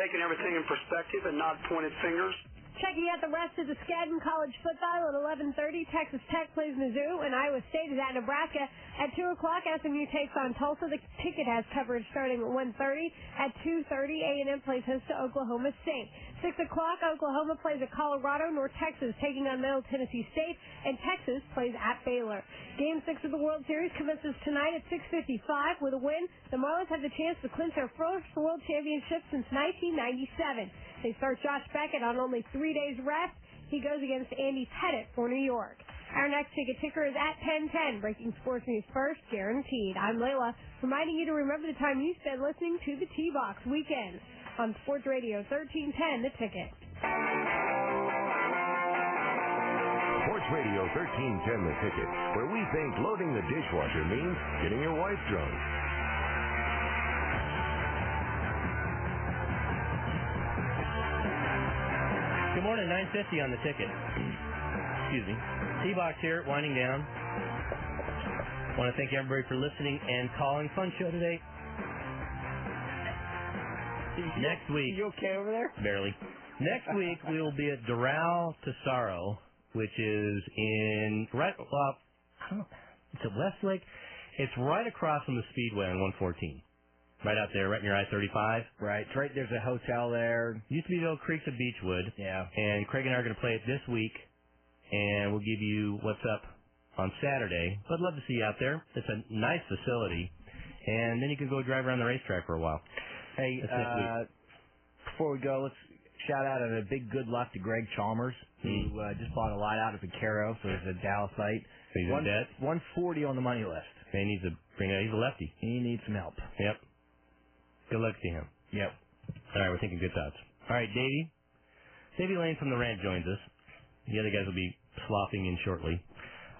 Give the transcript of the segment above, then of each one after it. taking everything in perspective and not pointed fingers. Checking out the rest of the Skadden College football at 11:30. Texas Tech plays Mizzou, and Iowa State is at Nebraska at 2 o'clock. SMU takes on Tulsa. The ticket has coverage starting at 1:30. At 2:30, A&M plays host to Oklahoma State. 6 o'clock, Oklahoma plays at Colorado. North Texas taking on Middle Tennessee State, and Texas plays at Baylor. Game six of the World Series commences tonight at 6:55. With a win, the Marlins have the chance to clinch their first World Championship since 1997. They start Josh Beckett on only three days rest. He goes against Andy Pettit for New York. Our next ticket ticker is at 1010. Breaking sports news first, guaranteed. I'm Layla, reminding you to remember the time you spent listening to the T-Box weekend on Sports Radio 1310, The Ticket. Sports Radio 1310 The Ticket, where we think loading the dishwasher means getting your wife drunk. Good morning, 950 on the ticket. Excuse me. T-Box here, winding down. want to thank everybody for listening and calling. Fun show today. Next week. You okay over there? Barely. Next week we will be at Doral Tesaro, which is in right. Well, I don't. It's at Westlake. It's right across from the Speedway on 114. Right out there, right near I-35. Right. It's right. There's a hotel there. Used to be the old Creeks of Beechwood. Yeah. And Craig and I are going to play it this week, and we'll give you what's up on Saturday. But I'd love to see you out there. It's a nice facility, and then you can go drive around the racetrack for a while. Hey, That's next uh, before we go, let's shout out and a big good luck to Greg Chalmers, Mm. who uh, just bought a lot out of Vaquero, so he's a Dallasite. So he's in One- debt. 140 on the money list. Man, he's a bring out. He's a lefty. He needs some help. Yep. Good luck to him. Yep. All right, we're thinking good thoughts. All right, Davey. Davey Lane from the rant joins us. The other guys will be sloughing in shortly.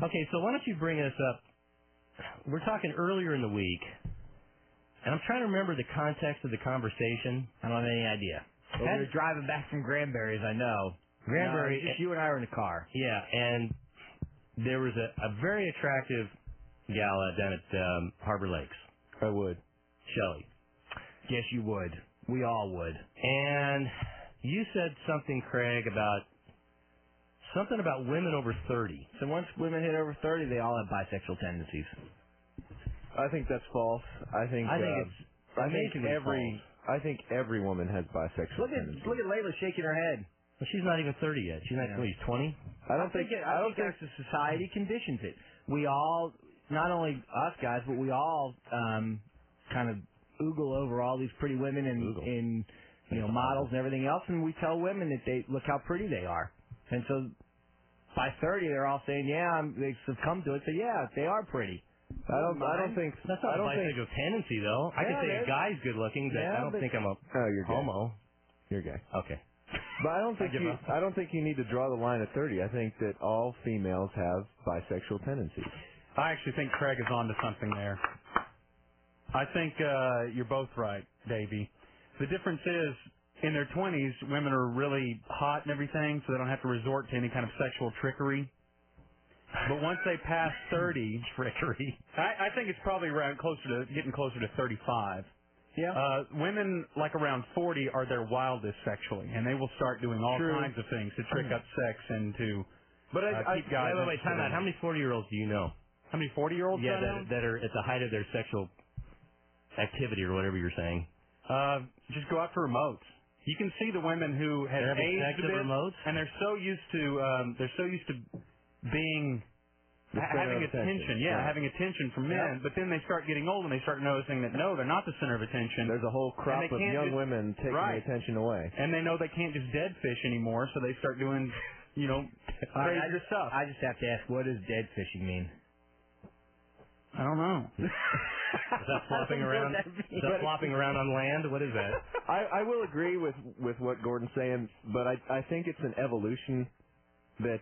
Okay, so why don't you bring us up? We're talking earlier in the week, and I'm trying to remember the context of the conversation. I don't have any idea. But we Had- were driving back from Granberries, I know. Granbury- No, just you and I were in the car. Yeah, and there was a, a very attractive gal uh, down at um, Harbor Lakes, I would. Shelley, Yes, you would. We all would. and you said something, Craig, about something about women over 30. So once women hit over 30, they all have bisexual tendencies. I think that's false. I think I think uh, it's I think amazingly every I think every woman has bisexual Look tendencies. at look at Layla shaking her head. Well, she's not even 30 yet. She's not Yeah. 30. She's 20. I don't think, it, I don't think, our society conditions it. We all, not only us guys, but we all um, kind of oogle over all these pretty women and, Oogle. and you know models and everything else, and we tell women that they look how pretty they are, and so by thirty they're all saying, yeah, I'm, they succumb to it. So yeah, they are pretty. I don't I don't think That's I not a don't think bisexual tendency, though. I can Yeah, say it a is. guy's good looking, but Yeah, I don't but- think I'm a oh you're gay. homo. You're gay. Okay. But I don't think give you up. I don't think you need to draw the line at 30. I think that all females have bisexual tendencies. I actually think Craig is onto something there. I think uh, you're both right, Davey. The difference is in their 20s, women are really hot and everything, so they don't have to resort to any kind of sexual trickery. But once they pass 30, Trickery. I, I think it's probably around closer to getting closer to 35. Yeah. Uh, women like around 40 are their wildest sexually, and they will start doing all True. kinds of things to trick up sex and to But I, uh, I, keep guys. wait, wait, wait. Time interested. out. How many 40 year olds do you know? How many 40 year olds? Yeah, that, that are at the height of their sexual activity or whatever you're saying. Uh, just go out for remotes. You can see the women who have They're having aged a sex bit, at remotes? and they're so used to um, they're so used to being The ha- center having of attention. attention. Yeah. Yeah, having attention from men. But then they start getting old, and they start noticing that no, they're not the center of attention. there's a whole crop they of can't young just- women taking Right. the attention away. and they know they can't just dead fish anymore, so they start doing, you know, All right, I crazier just stuff. I just have to ask, what does dead fishing mean? I don't know. Is that flopping around? Is that flopping around on land? What is that? I, I will agree with with what Gordon's saying, but I I think it's an evolution that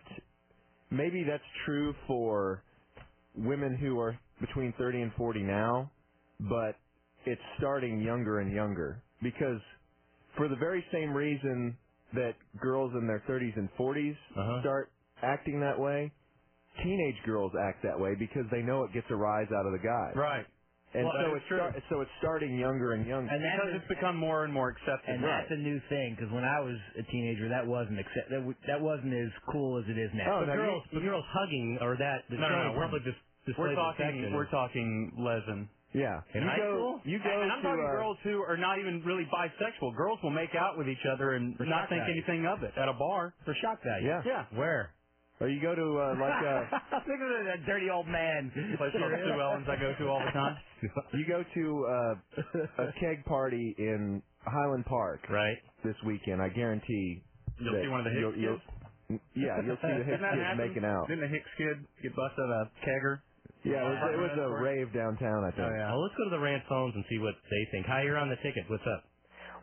maybe that's true for women who are between 30 and 40 now, but it's starting younger and younger because for the very same reason that girls in their 30s and 40s Uh-huh. start acting that way, teenage girls act that way because they know it gets a rise out of the guys. Right. And Well, so that it's is true. start, so it's starting younger and younger. And that's Because a- it's become more and more accepted. and that's a new thing because when I was a teenager, that wasn't accept that, w- that wasn't as cool as it is now. Oh, the now you- girls, the girls hugging or that the No, no, showing no, we're- public dis- displays we're of talking. affection. We're talking lesin. yeah. In you high go, school? You go and, and I'm to talking uh, girls who are not even really bisexual. Girls will make out with each other and For shock not think value. anything of it at a bar. for shock value. Yeah. Yeah. Where? or you go to uh, like uh, Look at that dirty old man. Place called Sue Ellen's I go to all the time. you go to uh, a keg party in Highland Park Right. this weekend. I guarantee You'll that see one of the Hicks you'll- you'll- kids. yeah, you'll see the Hicks Didn't that kids happen? making out. Didn't the Hicks kid get busted at a kegger? Yeah, it was, it was a Park? rave downtown, I Oh, think. Well, let's go to the rant phones and see what they think. Hi, you're on the ticket. What's up?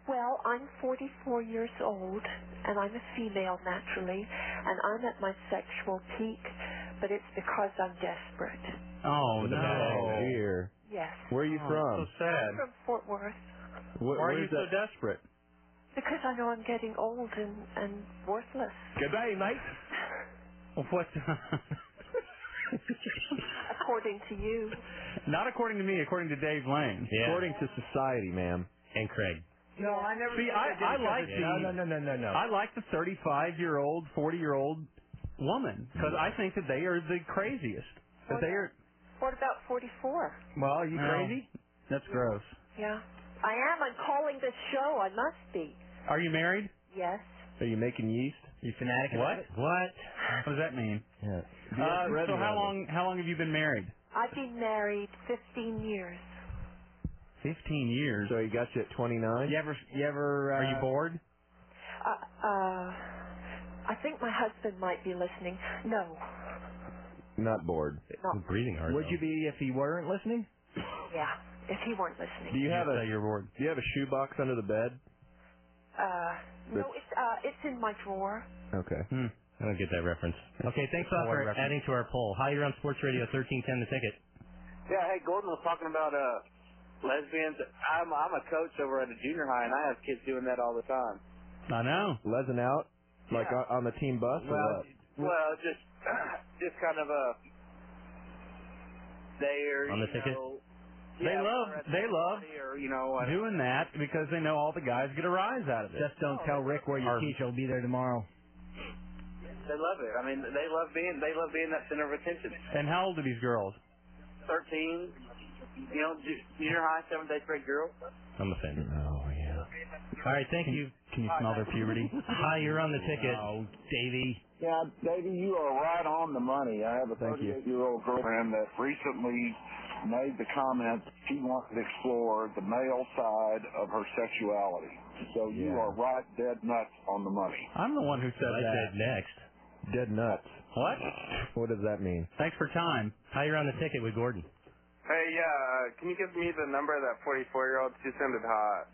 Well, I'm 44 years old, and I'm a female naturally, and I'm at my sexual peak, but it's because I'm desperate. Oh no. Oh, dear. Yes. Where are you Oh, from? that's so sad. I'm from Fort Worth Wh- Why are you where's so that- desperate? because I know I'm getting old and, and worthless. Good day, mate. What? According to you, Not according to me. According to Dave Lane. Yeah. According to society, ma'am. And Craig. No, I never. See, I, I like the No, no, no, no, no, no. I like the 35 year old, 40 year old woman because I think that they are the craziest. That they are. what about 44? Well, are you crazy? That's gross. Yeah. I am. I'm calling this show. I must be. Are you married? Yes. Are you making yeast? you fanatic. What? about it? What? What does that mean? Yeah. Uh, Red so how leather. long? How long have you been married? I've been married 15 years. 15 years. So he got you at 29? You ever? You ever? Uh, Are you bored? Uh, uh, I think my husband might be listening. No. Not bored. Not. breathing hard. Would though. you be if he weren't listening? Yeah. If he weren't Do listening. you have a say you're bored. Do you have a shoebox under the bed? Uh, no, it's uh, it's in my drawer. Okay. Hmm. I don't get that reference. Okay, thanks a lot for Boy reference. adding to our poll. Hi, you're on Sports Radio 1310 The Ticket. Yeah, hey, Gordon was talking about uh lesbians. I'm I'm a coach over at a junior high, and I have kids doing that all the time. I know. Lezzing out? Like Yeah. on, on the team bus or what? Well, just just kind of a they're On the you ticket? know, They yeah, love- we're at they the love party or you know I- Doing that because they know all the guys get a rise out of it. Oh, Just don't tell Rick where you Harvey. teach. He'll be there tomorrow. they love it. I mean, they love being they love being that center of attention. And how old are these girls? Thirteen, you know, ju- junior high, seventh, eighth grade girls. I'm offended. Oh, yeah. All right, thank you. Can you smell their puberty? Hi, you're on the ticket. Oh, Davey. Yeah, baby, you are right on the money. I have a Thank you. 38-year-old girlfriend that recently made the comment that she wanted to explore the male side of her sexuality. So you Yeah. are right dead nuts on the money. I'm the one who said I that. said next. Dead nuts. What? What does that mean? Thanks for time. Hi, you're on the ticket with Gordon. Hey, yeah, uh, can you give me the number of that 44-year-old? She sounded hot.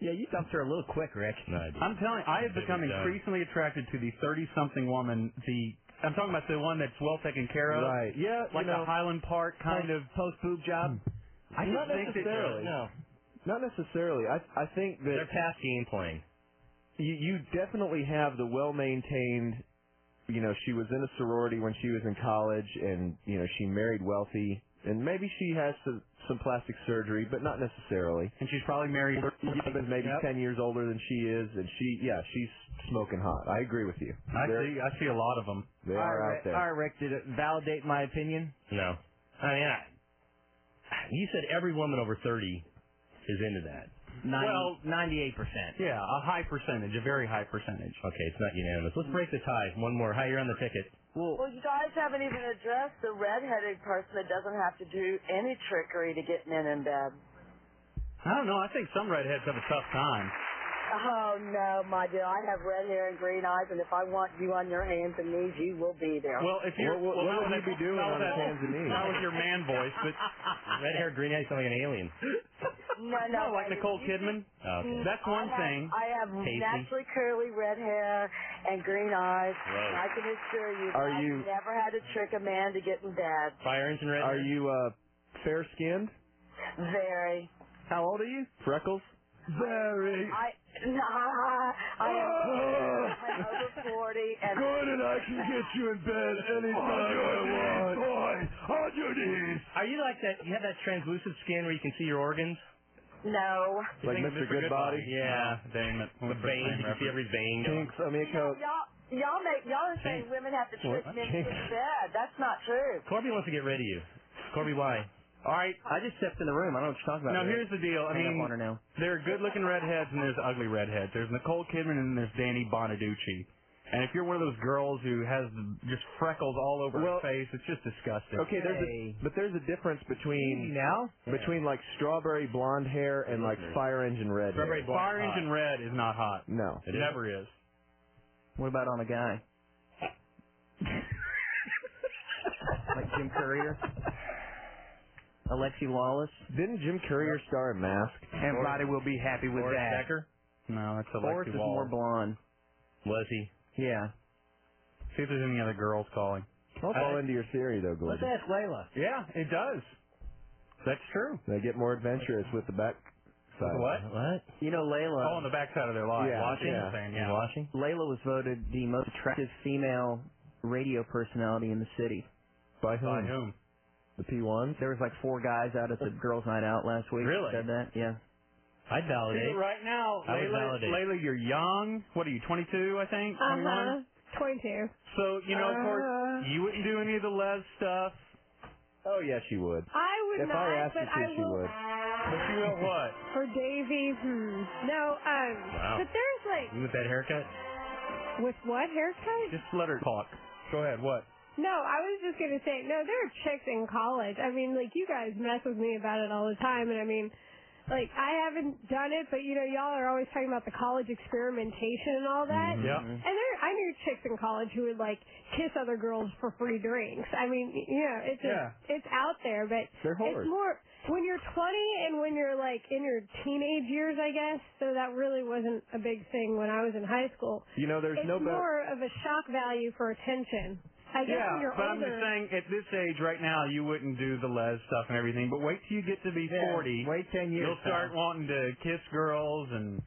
yeah, you dumped her a little quick, Rick. No idea. I'm telling I have Baby become Doug. increasingly attracted to the 30 something woman. The I'm talking about the one that's well taken care of. Right. Yeah, Like you know, a Highland Park kind of post boob job. I Not just think that- necessarily. No, not necessarily. I I think that they're past game playing. you, you definitely have the well maintained you know she was in a sorority when she was in college and you know she married wealthy and maybe she has some some plastic surgery but not necessarily and she's probably married. Gibbons maybe Yep. 10 years older than she is and she yeah she's smoking hot i agree with you I They're- see. I see a lot of them. they are out there All right, Rick. Did it validate my opinion? No. I mean, I, you said every woman over 30 is into that. 90, Well- 98%. Yeah, a high percentage, a very high percentage. Okay, it's not unanimous. Let's break the tie. One more. Hi, you're on the ticket. Well, you guys haven't even addressed the redheaded person that doesn't have to do any trickery to get men in bed. I don't know. I think some redheads have a tough time. Oh no, my dear, I have red hair and green eyes, and if I want you on your hands and knees, you will be there. Well, if you're What- what- well, what would not with he that- be doing not on with his that- hands and knees? Not with your man voice, but Red hair, green eyes, sound like an alien. no, no, no, like baby, Nicole you Kidman. Okay. That's I one have- thing. I have Casey. naturally curly red hair and green eyes. Right. and I can assure you, Are I've you- never had to trick a man to get in bed. Fire engine red. are hair? you uh fair skinned Very. How old are you? freckles Oh, Very. I, nah, I am Oh, I'm over 40 and. Gordon, I can get you in bed anytime I want. Boy, on your knees. Are you like that? You have that translucent skin where you can see your organs. No. You Like think of Mr. Goodbody? Yeah. Dang it. The veins. You can see every vein. Kinks, I mean, co- Y'all, y'all make y'all are saying women have to trick What? men to bed. That's not true. Corby wants to get rid of you. Corby, why? All right. I just stepped in the room. I don't know what you're talking Now about. here's the deal. I Hang up mean, on her now. there are good-looking redheads and there's ugly redheads. There's Nicole Kidman and there's Danny Bonaducci. And if you're one of those girls who has just freckles all over Well- her face, it's just disgusting. Okay, there's a, but there's a difference between now between like strawberry blonde hair and like fire engine red. Strawberry hair. Fire Engine Red is not hot. No, It never is. What about on a guy? like Jim Courier, Alexi Lawless, Didn't Jim Courier star in Mask? and Roddy will be happy with Forrest that. Becker? No, that's Forrest Alexi is Wall. more blonde. Was he? Yeah. See if there's any other girls calling. I'll fall into your theory though, Gordon. ask Layla. Yeah, it does. That's true. They get more adventurous with the back side. What? What? You know Layla. Oh, on the backside of their lives. Yeah, Watching yeah. the thing, yeah. Washing? Layla was voted the most attractive female radio personality in the city. By By whom? whom? The P1s? There was like four guys out at the girls' night out last week. that Really? Said that. Yeah. I validate. Right now, I would Layla, validate. Layla, you're young. What are you, 22, I think? 21? Uh-huh. 22. So, you know, of Uh. course, you wouldn't do any of the Lev stuff. Oh yeah, she would. I would If I not, asked but you to, I she will. would. But you know what? For Davy, hmm. No, um. Wow. But there's like. You with that haircut? With what? Haircut? Just let her talk. Go ahead, what? No, I was just gonna say, no, there are chicks in college. I mean, like you guys mess with me about it all the time, and I mean, like I haven't done it, but you know, y'all are always talking about the college experimentation and all that. Mm-hmm. Yeah. And there, I knew chicks in college who would like kiss other girls for free drinks. I mean, you know, it's just, Yeah. it's out there, but They're it's whores. more when you're 20 and when you're like in your teenage years, I guess. So that really wasn't a big thing when I was in high school. You know, there's it's no better. more of a shock value for attention. I guess when Yeah, you're but I'm just older, saying, at this age right now, you wouldn't do the Les stuff and everything, but wait till you get to be 40. Wait ten years. You'll start wanting to kiss girls and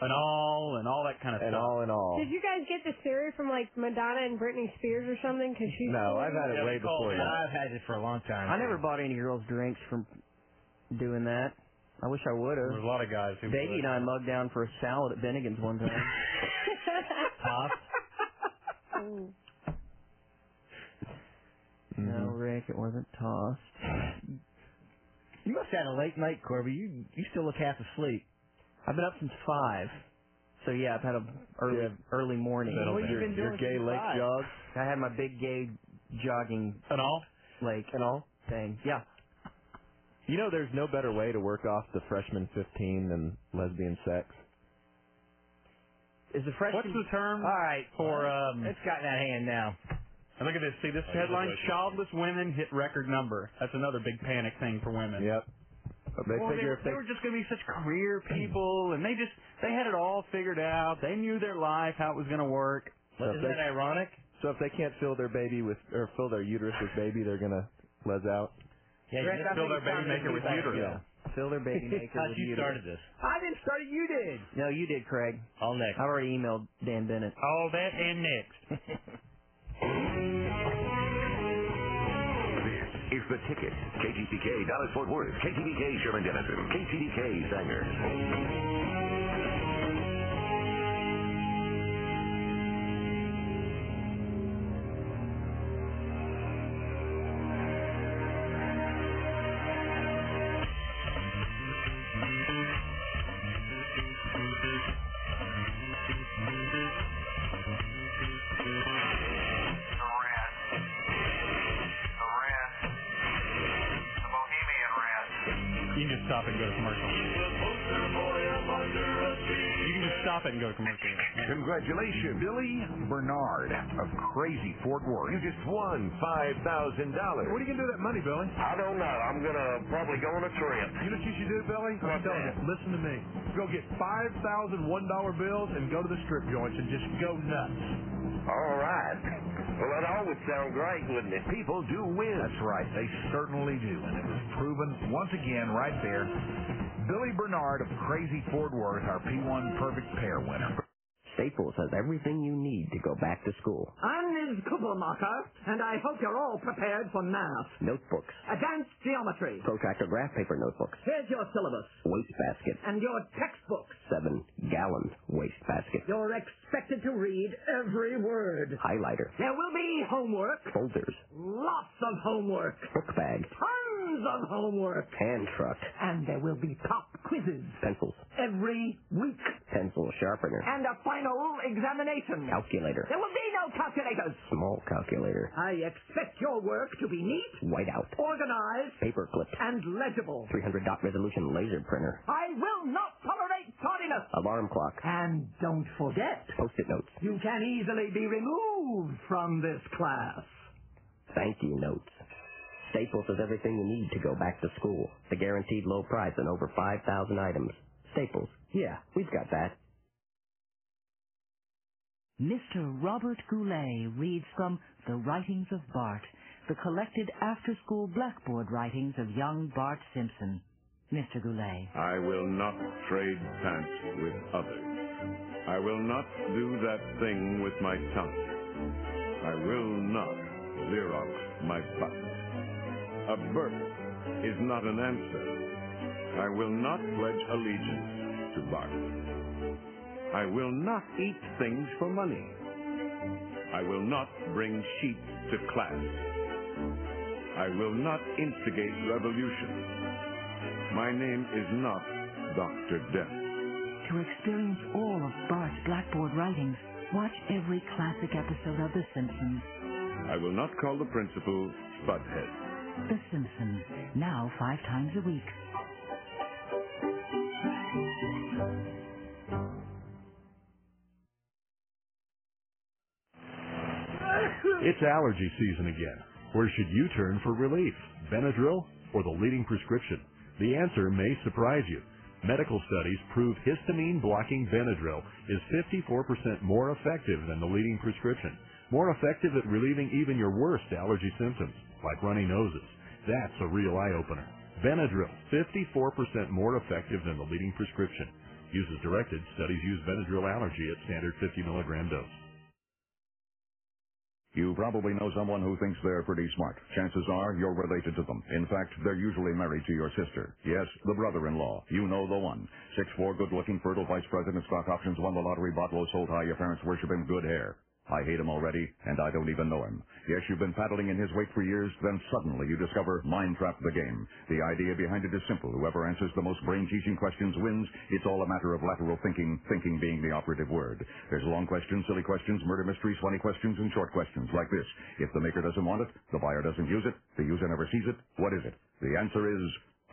and all and all that kind of And stuff. all in all, did you guys get the theory from like Madonna and Britney Spears or something? Because she's no, I've had Yeah, it way they call before it you. I've had it for a long time. I never bought any girls' drinks from doing that. I wish I would There's have. a lot of guys who. Davey and I mugged down for a salad at Bennigan's one time. No, Rick, it wasn't tossed. You must have had a late night, Corby. You you still look half asleep. I've been up since five. So yeah, I've had a early Yeah. early morning. Settle down. been your doing gay since lake five? jog I had my big gay jogging and all. like and all. thing. Yeah. You know, there's no better way to work off the freshman 15 than lesbian sex. Is the freshman What's the term All right. for? um It's gotten out of hand now. And look at this. See this headline: childless women hit record number. That's another big panic thing for women. Yep. They Well, they, figure were, if they were they just going to be such career people, and they just they had it all figured out. They knew their life, how it was going to work. so if Isn't that they, ironic? so if they can't fill their baby with or fill their uterus with baby, they're gonna les out. Yeah, Rick, you I Fill think their it's baby time to maker do with that. uterus. Yeah. Fill their baby maker How'd with you uterus. started this? I didn't start it. You did. No, you did, Craig. All next. I've already emailed Dan Bennett. All that and next. This is The Ticket. KTPK Dallas Fort Worth. KTPK Sherman Denison. KTPK Sanger. You can just stop it and go to commercial. You can just stop it and go to commercial. Congratulations, Billy Bernard of Crazy Fort Worth. You just won five thousand dollars. What are you gonna do with that money, Billy? I don't know. I'm gonna probably go on a trip. You know what you should do, Billy? I'm telling you, listen to me. Go get five thousand one dollar bills and go to the strip joints and just go nuts. All right. Well, that all would sound great, wouldn't it? People do win. That's right, they certainly do, and it was proven once again right there Billy Bernard of Crazy Fort Worth, our P1 Perfect Pair winner. Staples has everything you need to go back to school. I'm Ms. Kugelmacher, and I hope you're all prepared for math, Notebooks, advanced geometry. protractor graph paper notebooks, Here's your syllabus wastebasket, and your textbook. seven gallon wastebasket, You're expected to read every word. highlighter, There will be homework, folders, lots of homework, book bag, tons of homework, hand truck, and there will be pop quizzes pencils, every week, pencil sharpener, and a final examination. calculator, There will be no calculators. small calculator, I expect your work to be neat, whiteout, organized, paper clip, and legible. 300 dot resolution laser printer, I will not tolerate tardiness. alarm clock, And don't forget, post-it notes, you can easily be removed from this class. thank you notes. Staples has everything you need to go back to school. The guaranteed low price on over 5,000 items. Staples. Yeah, we've got that. Mr. Robert Goulet reads from The Writings of Bart, the collected after-school blackboard writings of young Bart Simpson. Mr. Goulet. I will not trade pants with others. I will not do that thing with my tongue. I will not Xerox my butt. A burp is not an answer. I will not pledge allegiance to Bart. I will not eat things for money. I will not bring sheep to class. I will not instigate revolution. My name is not Dr. Death. To experience all of Bart's blackboard writings, watch every classic episode of The Simpsons. I will not call the principal Spudhead. The Simpsons, now five times a week. It's allergy season again. Where should you turn for relief? Benadryl or the leading prescription? The answer may surprise you. Medical studies prove histamine blocking Benadryl is 54% more effective than the leading prescription. More effective at relieving even your worst allergy symptoms, like runny noses. That's a real eye opener. Benadryl, 54% more effective than the leading prescription. Use as directed. Studies use Benadryl allergy at standard 50 milligram dose. You probably know someone who thinks they're pretty smart. Chances are you're related to them. In fact, they're usually married to your sister. Yes, the brother-in-law. You know the one. Six four, good-looking, fertile vice president, stock options, won the lottery, bought low, sold high. Your parents worship him, good hair. I hate him already, and I don't even know him. Yes, you've been paddling in his wake for years, then suddenly you discover Mind Trap the Game. The idea behind it is simple. Whoever answers the most brain-teasing questions wins. It's all a matter of lateral thinking, thinking being the operative word. There's long questions, silly questions, murder mysteries, funny questions, and short questions like this. If the maker doesn't want it, the buyer doesn't use it, the user never sees it, what is it? The answer is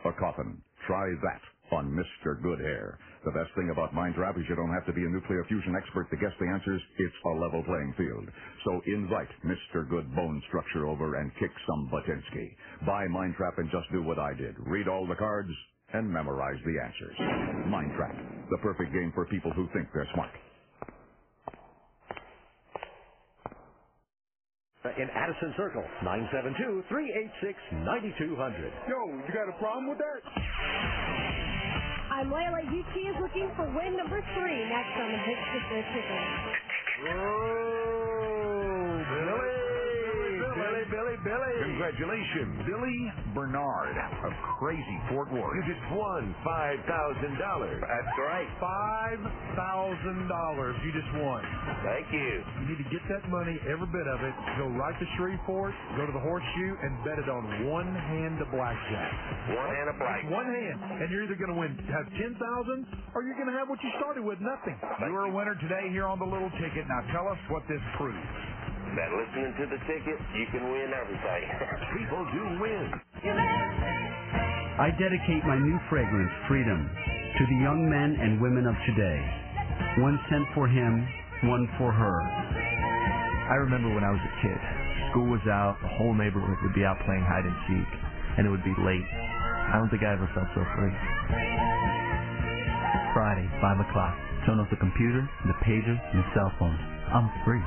a coffin. Try that on Mr. Goodhair. The best thing about Mind Trap is you don't have to be a nuclear fusion expert to guess the answers. It's a level playing field. So invite Mr. Good Bone Structure over and kick some Butinsky. Buy Mind Trap and just do what I did. Read all the cards and memorize the answers. Mind Trap, the perfect game for people who think they're smart. In Addison Circle, 972-386-9200. Yo, Oh, you got a problem with that? I'm Layla. UT is looking for win number three next on the Big Sister Tickle. Billy, Billy, Billy, Billy. Congratulations, Billy Bernard of Crazy Fort Worth. You just won five thousand dollars. That's right. Five thousand dollars you just won. Thank you. You need to get that money, every bit of it. Go right to Shreveport, go to the horseshoe, and bet it on one hand of blackjack. One hand of blackjack. One hand, and you're either going to win have ten thousand, or you're going to have what you started with, nothing. You are a winner today here on the Little Ticket. Now tell us what this proves. That listening to the ticket, you can win everything. People do win. I dedicate my new fragrance, Freedom, to the young men and women of today. One scent for him, one for her. I remember when I was a kid. School was out, the whole neighborhood would be out playing hide and seek, and it would be late. I don't think I ever felt so free. Friday, 5 o'clock. Turn off the computer, the pager, and the cell phone. I'm free.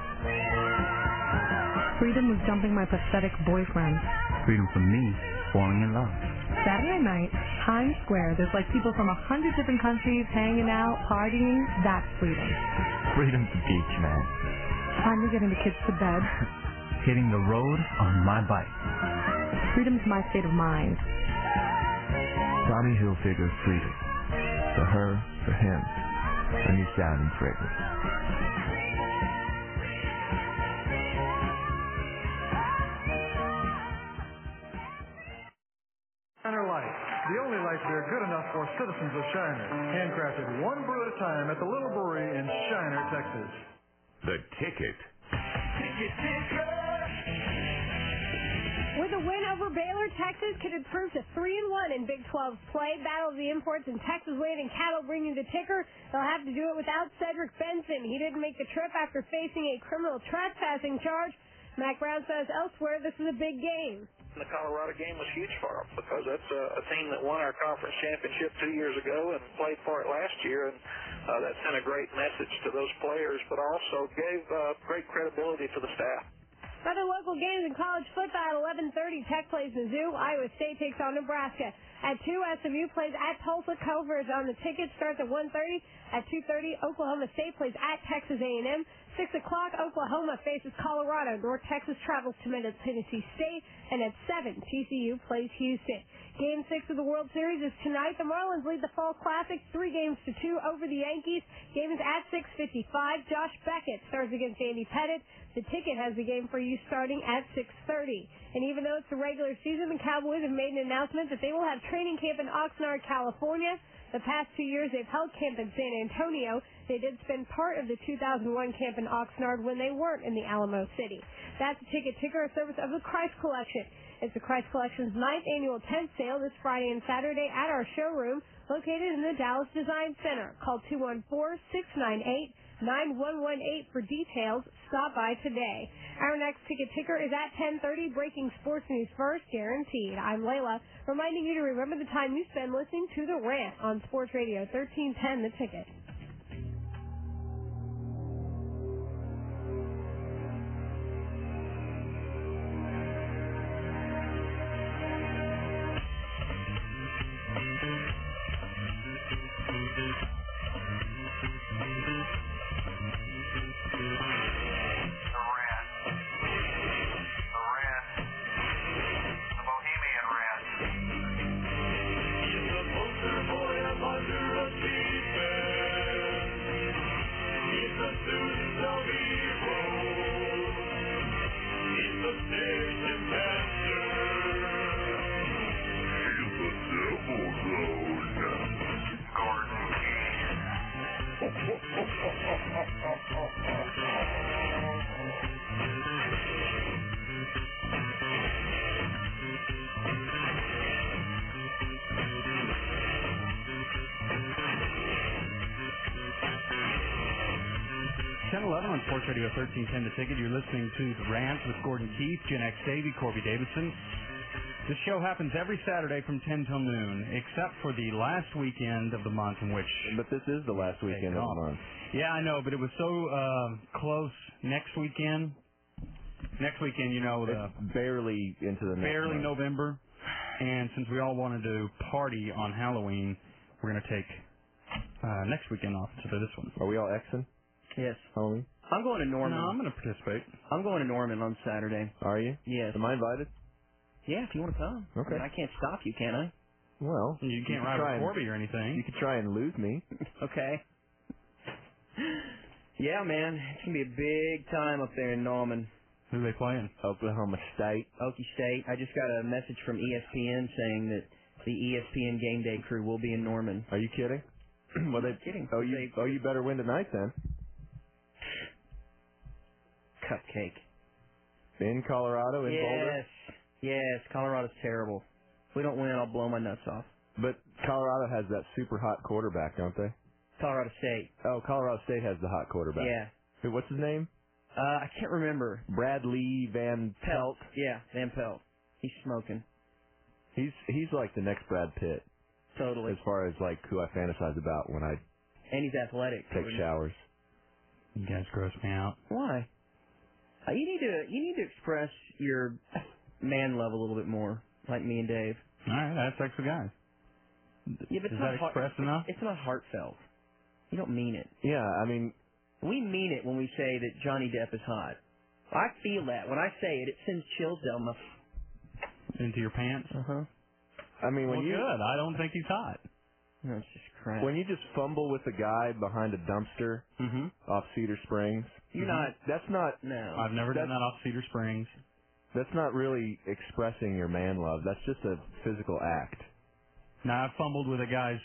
Freedom was dumping my pathetic boyfriend. Freedom for me, falling in love. Saturday night, Times Square, there's like people from a hundred different countries hanging out, partying. That's freedom. Freedom's the beach, man. Finally getting the kids to bed. Hitting the road on my bike. Freedom's my state of mind. Tommy Hilfiger freedom. For her, for him. A new sound and fragrance. Shiner Lights, the only lights that are good enough for citizens of Shiner. Handcrafted one brew at a time at the Little Brewery in Shiner, Texas. The ticket. With a win over Baylor, Texas could improve to three and one in Big 12's play. Battle of the imports and Texas Wade and Cattle bringing the ticker. They'll have to do it without Cedric Benson. He didn't make the trip after facing a criminal trespassing charge. Mac Brown says elsewhere this is a big game. The Colorado game was huge for them because that's a, a team that won our conference championship two years ago and played for it last year, and uh, that sent a great message to those players, but also gave uh, great credibility to the staff. Other local games in college football at 11:30. Tech plays Mizzou. Iowa State takes on Nebraska. At 2, SMU plays at Tulsa. Covers on the ticket starts at 1:30. At 2:30, Oklahoma State plays at Texas A&M. 6 o'clock, Oklahoma faces Colorado. North Texas travels to Middle Tennessee State. And at 7, TCU plays Houston. Game 6 of the World Series is tonight. The Marlins lead the Fall Classic 3 games to 2 over the Yankees. Game is at 6:55. Josh Beckett starts against Andy Pettit. The ticket has the game for you starting at 6:30. And even though it's the regular season, the Cowboys have made an announcement that they will have training camp in Oxnard, California. The past two years, they've held camp in San Antonio. They did spend part of the 2001 camp in Oxnard when they weren't in the Alamo City. That's a ticket ticker, a service of the Christ Collection. It's the Christ Collection's ninth annual tent sale this Friday and Saturday at our showroom located in the Dallas Design Center. Call 214-698-9118 for details. Stop by today. Our next ticket ticker is at 10:30. Breaking sports news first, guaranteed. I'm Layla, reminding you to remember the time you spend listening to the rant on Sports Radio 1310. The ticket. Ten eleven on Sports Radio 1310 The Ticket. You're listening to The Rant with Gordon Keith, Gen X Davey, Corby Davidson. This show happens every Saturday from 10 till noon, except for the last weekend of the month in which. But this is the last weekend of the month. Yeah, I know, but it was so uh, close next weekend. Next weekend, you know, Oh, the, Barely into the next barely month. November. And since we all wanted to party on Halloween, we're going to take uh, next weekend off instead of this one. Are we all Xing? Yes. Halloween? I'm going to Norman. No, I'm going to participate. I'm going to Norman on Saturday. Are you? Yes. Am I invited? Yeah, if you want to come. I Okay. mean, I, can't stop you, can I? Well, You can't could ride with try and- Corby or anything. You could try and lose me. Okay. Yeah, man. It's going to be a big time up there in Norman. Who are they playing? Oklahoma State. Okie State. I just got a message from E ESPN saying that the E ESPN game day crew will be in Norman. Are you kidding? well, they kidding. Oh, you oh, you better win tonight then. Cupcake. In Colorado, in yes. Boulder. Yes. Colorado's terrible. If we don't win, I'll blow my nuts off. But Colorado has that super hot quarterback, don't they? Colorado State. Oh, Colorado State has the hot quarterback. Yeah. Who- What's his name? Uh, I can't remember. Bradley Van Pelt. Yeah, Van Pelt. He's smoking. He's he's like the next Brad Pitt. Totally. As far as like who I fantasize about when I And he's athletic. take Gordon. showers. You guys gross me out. Why? Uh, you need to you need to express your man love a little bit more, like me and Dave. All right, that's extra guys. Yeah, Is but it's that not heart- expressed enough? It's not heartfelt. You don't mean it. Yeah, I mean, we mean it when we say that Johnny Depp is hot. I feel that when I say it. It sends chills down my. Into your pants? Uh huh. Uh-huh. I mean, when well, you good. I don't think he's hot. No, it's just crap. when you just fumble with the guy behind a dumpster off Cedar Springs, Mm-hmm. You're not- That's not. No. I've never done That's- that off Cedar Springs. That's not really expressing your man love. That's just a physical act. Now I've fumbled with a guy's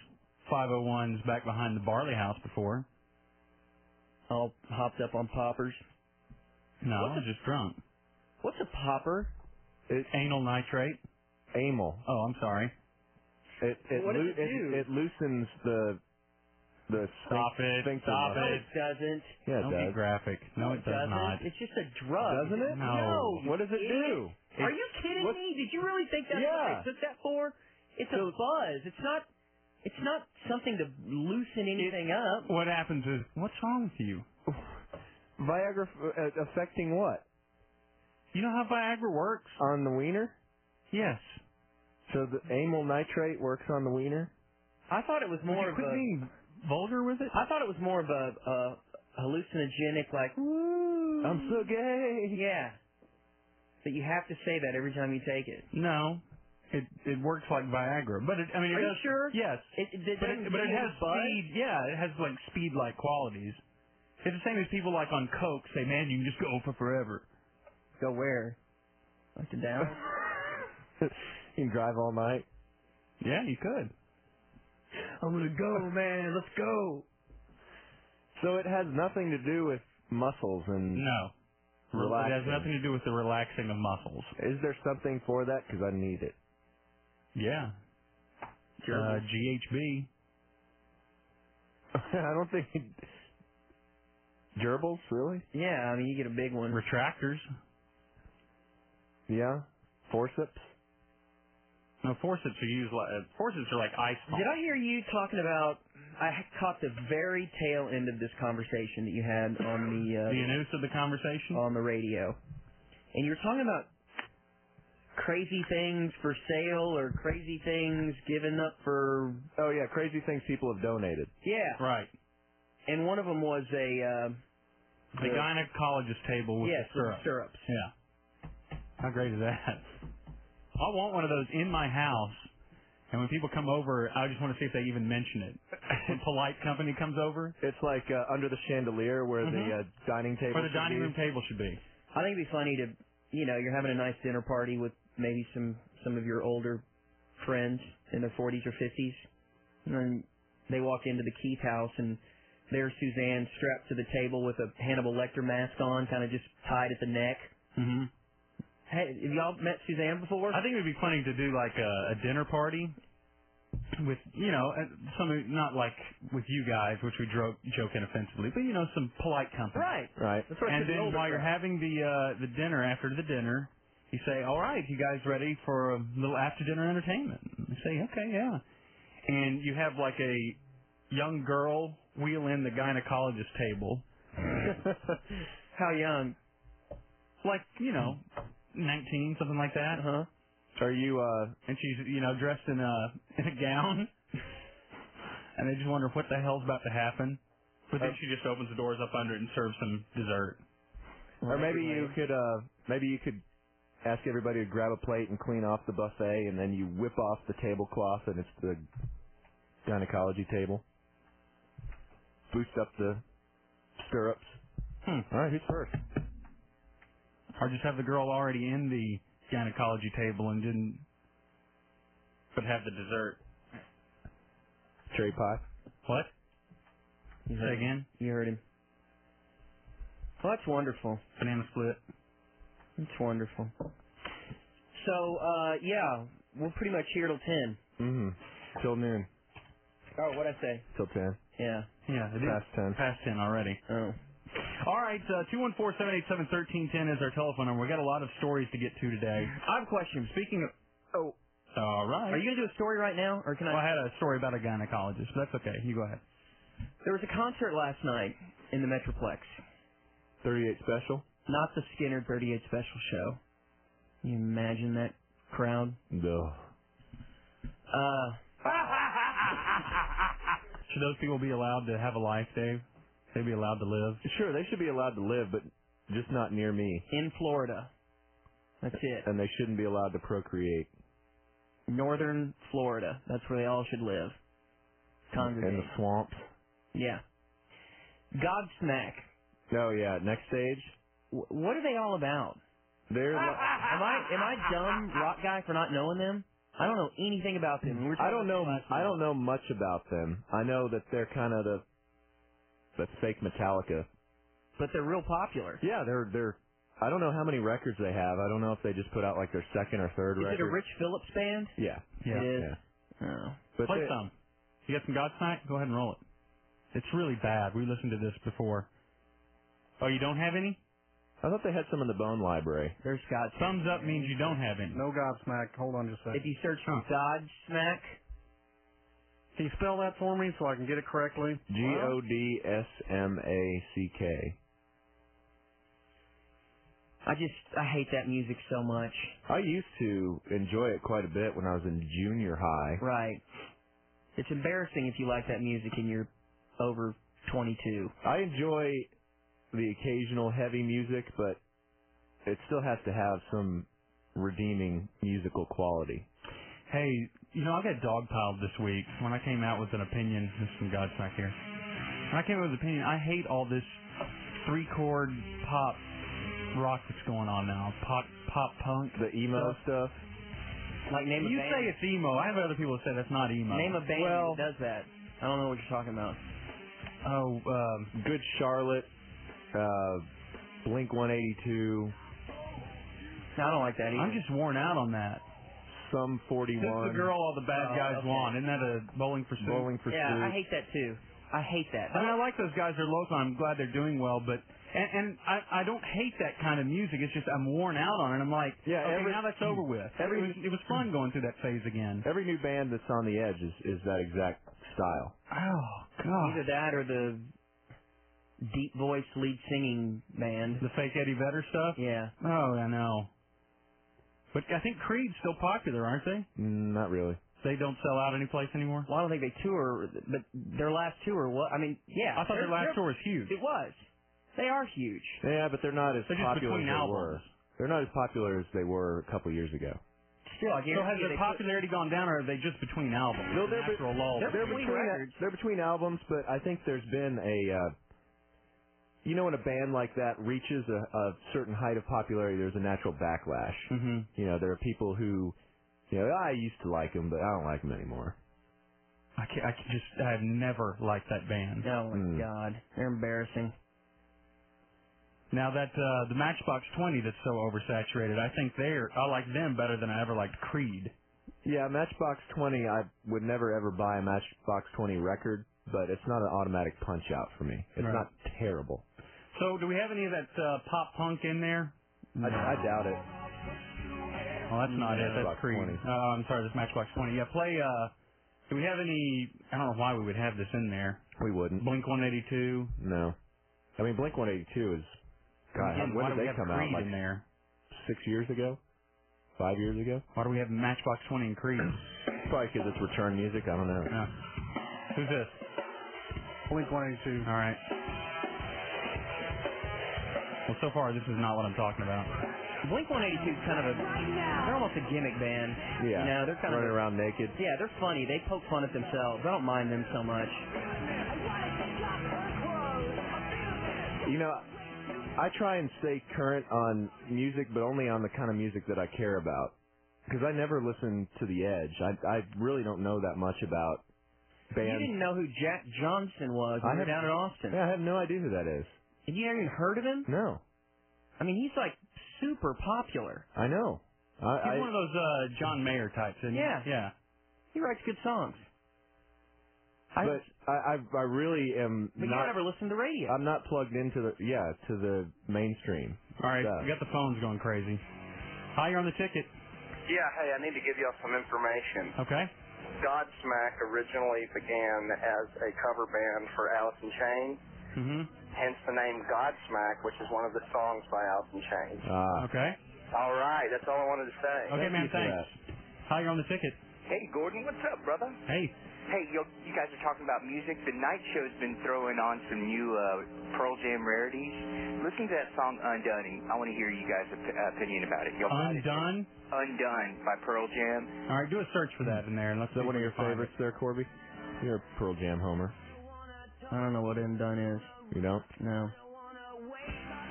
501s back behind the Barley House before. All hopped up on poppers. No, I What's was just drunk. What's a popper? It's anal nitrate. Amyl. Oh, I'm sorry. It it, What does loo- it do? it loosens the the Stop it. sphincter Stop muscle. No, it doesn't. Yeah, it Don't does. be graphic. No, it does doesn't. not. It's just a drug. Doesn't it? No. No. you What does it idiot. do? Are It's- you kidding what- me? Did you really think that's Yeah. what they took that for? It's a buzz. It's not. It's not something to loosen anything up. What happens is, what's wrong with you? Viagra f- uh, affecting what? You know how Viagra works? On the wiener? Yes. So the amyl nitrate works on the wiener? I thought it was more of quit a being vulgar with it. I thought it was more of a, a hallucinogenic, like woo. I'm so gay. Yeah. But you have to say that every time you take it. No. It it works like Viagra, but it, I mean, it Are you does, sure? Yes. It, it, but it, doesn't but it give you has the buzz? speed. Yeah, it has like speed like qualities. It's the same as people like on coke say, man, you can just go for forever. Go where? Like the down. you can drive all night. Yeah, you could. I'm gonna go, man. Let's go. So it has nothing to do with muscles and No. It has relaxing. nothing to do with the relaxing of muscles. Is there something for that? Because I need it. Yeah. Uh, Gerbil. GHB. I don't think gerbils really. Yeah, I mean you get a big one. Retractors. Yeah, forceps. No, forceps are used like uh, forceps are like ice. Did I hear you talking about? I caught the very tail end of this conversation that you had on the uh, The anus of the conversation. on the radio, and you were talking about crazy things for sale or crazy things given up for Oh yeah, crazy things people have donated. yeah. Right. And one of them was a uh, The Yeah. gynecologist table with yes, the syrup. syrups. Yeah. How great is that? I want one of those in my house, and when people come over, I just want to see if they even mention it. When polite company comes over, It's like uh, under the chandelier where the Mhm. uh, dining table. where the should dining be. room table should be. I think it'd be funny to, you know, you're having a nice dinner party with maybe some some of your older friends in their 40s or 50s, and then they walk into the Keith house and there's Suzanne strapped to the table with a Hannibal Lecter mask on, kind of just tied at the neck. Mm-hmm. Hey, have y'all met Suzanne before? I think it'd be funny to do like a, a dinner party with you know uh, some not like with you guys, which we joke joke inoffensively, but you know some polite company. right. Right. That's what I and said, the then older while you're crowd. having the uh, the dinner after the dinner, you say, "All right, you guys ready for a little after dinner entertainment?" And They say, "Okay, yeah." And you have like a young girl wheel in the gynecologist table, How young? like you know, 19 something like that, Huh? Are you? uh and she's you know dressed in a in a gown, and they just wonder what the hell's about to happen. But then Uh, she just opens the doors up under it and serves some dessert. Or maybe you could. uh Maybe you could ask everybody to grab a plate and clean off the buffet, and then you whip off the tablecloth, and it's the gynecology table. Boost up the stirrups. Hmm. All right, who's first? Or just have the girl already in the gynecology table and didn't, but have the dessert. Cherry pie. What? You Say heard, again? you heard him. Well, that's wonderful. Banana split. That's wonderful. So, uh, yeah, we're pretty much here till 10. Mm-hmm. Till noon. Oh, what'd I say? Till ten. Yeah. Yeah, it is Past ten. past ten already. Oh. All right, uh, two one four seven eight seven thirteen ten is our telephone number. We got a lot of stories to get to today. I have a question. Speaking of, oh, All right. are you gonna do a story right now, or can well, I I? had a story about a gynecologist, but that's okay. You go ahead. There was a concert last night in the Metroplex. Thirty-eight special. Not the Skinner 38 special show. Can you imagine that crowd? No. Uh, Should those people be allowed to have a life, Dave? Should they be allowed to live? Sure, they should be allowed to live, but just not near me. In Florida. That's it. And they shouldn't be allowed to procreate. northern Florida. That's where they all should live. Congregate. In the swamps. Yeah. Godsmack. Oh yeah, next stage. Wh- What are they all about? They're. am I am I dumb rock guy for not knowing them? I don't know anything about them. We were I don't talking know. last I night. don't know much about them. I know that they're kind of the the fake Metallica. But they're real popular. Yeah, they're they're. I don't know how many records they have. I don't know if they just put out like their second or third Is record. it a Rich Phillips band? Yeah. Yeah. It is. Yeah. But But Play they- some. You got some Godsmack? Go ahead and roll it. It's really bad. We listened to this before. Oh, you don't have any? I thought they had some in the Bone Library. There's God. Thumbs up means you don't have any. No Godsmack. Hold on just a second. If you search for Godsmack. Can you spell that for me so I can get it correctly? G O D S M A C K. I just I hate that music so much. I used to enjoy it quite a bit when I was in junior high. Right. It's embarrassing if you like that music and you're over 22. I enjoy the occasional heavy music, but it still has to have some redeeming musical quality. Hey, you know, I got dogpiled this week when I came out with an opinion. There's some Godsmack here. When I came out with an opinion, I hate all this three chord pop rock that's going on now. Pop pop punk. The emo stuff. Like name a You band. say it's emo. I have other people that say that's not emo. Name a band Well, that does that. I don't know what you're talking about. Oh, um, Good Charlotte, uh, Blink 182, I don't like that I'm just worn out on that. Some 41. This is the girl all the bad Oh, guys okay. want. Isn't that a bowling for soup? Bowling yeah, I hate that too. I hate that. I mean, I like those guys. They're local. I'm glad they're doing well, but and, and I I don't hate that kind of music. It's just I'm worn out on it. I'm like, Yeah, okay, every- now that's over with. every- it, was, it was fun going through that phase again. Every new band that's on the edge is, is that exact style. Oh God. Either that or the deep voice lead singing band. The fake Eddie Vedder stuff. Yeah. Oh, I know. But I think Creed's still popular, aren't they? Mm, Not really. They don't sell out any place anymore. Well, I don't think they tour, but their last tour. What I mean, yeah. I thought their they're- last they're- tour was huge. It was. They are huge. Yeah, but they're not as They're just popular as between they albums. were. They're not as popular as they were a couple years ago. Still, I So has guarantee their they popularity gone down, or are they just between albums? No, they're An be- actual lull. they're between they're between albums, but I think there's been a uh, you know when a band like that reaches a, a certain height of popularity, there's a natural backlash. Mm-hmm. You know, there are people who you know I used to like them, but I don't like them anymore. I can I can just I've never liked that band. Put, oh my Hmm. God, they're embarrassing. Now that uh, the Matchbox 20 that's so oversaturated, I think they're I like them better than I ever liked Creed. Yeah, Matchbox 20, I would never ever buy a Matchbox 20 record, but it's not an automatic punch out for me. It's Right. not terrible. So do we have any of that uh, pop punk in there? I, I doubt it. Well, that's not it. That's Matchbox Creed. 20. Oh, I'm sorry, that's Matchbox 20. Yeah, play. Uh, do we have any? I don't know why we would have this in there. We wouldn't. Blink 182. No. I mean, Blink 182 is. God, Again, when why did do we they have come Creed out? Like in there? six years ago? Five years ago? Why do we have Matchbox 20 and Creed? Probably because it's return music. I don't know. Yeah. Who's this? Blink 182. All right. Well, so far this is not what I'm talking about. Blink 182 is kind of a they're almost a gimmick band. Yeah. You know, they're kind Running of a- around naked. Yeah, they're funny. They poke fun at themselves. I don't mind them so much. You know, I try and stay current on music, but only on the kind of music that I care about. Because I never listen to The Edge. I, I really don't know that much about You bands. didn't know who Jack Johnson was when I we were have- down in Austin. Yeah, I have no idea who that is. Have you even heard of him? No, I mean, he's like super popular. I know. I, I He's one of those uh, John Mayer types, isn't Yeah. he? Yeah. He writes good songs. I but I, I I really am but you not. don't ever listen to radio. I'm not plugged into the yeah to the mainstream. All right, stuff. we got the phones going crazy. Hi, you're on the ticket. Yeah, hey, I need to give y'all some information. Ah. Oh. Okay. Godsmack originally began as a cover band for Alice in Chains, Mm-hmm. hence the name Godsmack, which is one of the songs by Alice in Chains. Ah. Okay. All right, that's all I wanted to say. Okay, man. Thanks. Hi, you're on the ticket. Hey, Gordon, what's up, brother? Hey. Hey, you you guys are talking about music. The night show's been throwing on some new uh, Pearl Jam rarities. Listen to that song "Undone." I want to hear you guys' op- opinion about it. Y'all got it? Undone. "Undone" by Pearl Jam. All right, do a search for that in there, and let's. Is that see one of your if we can find favorites there, Corby? You're a Pearl Jam homer. I don't know what undone is. You don't? No.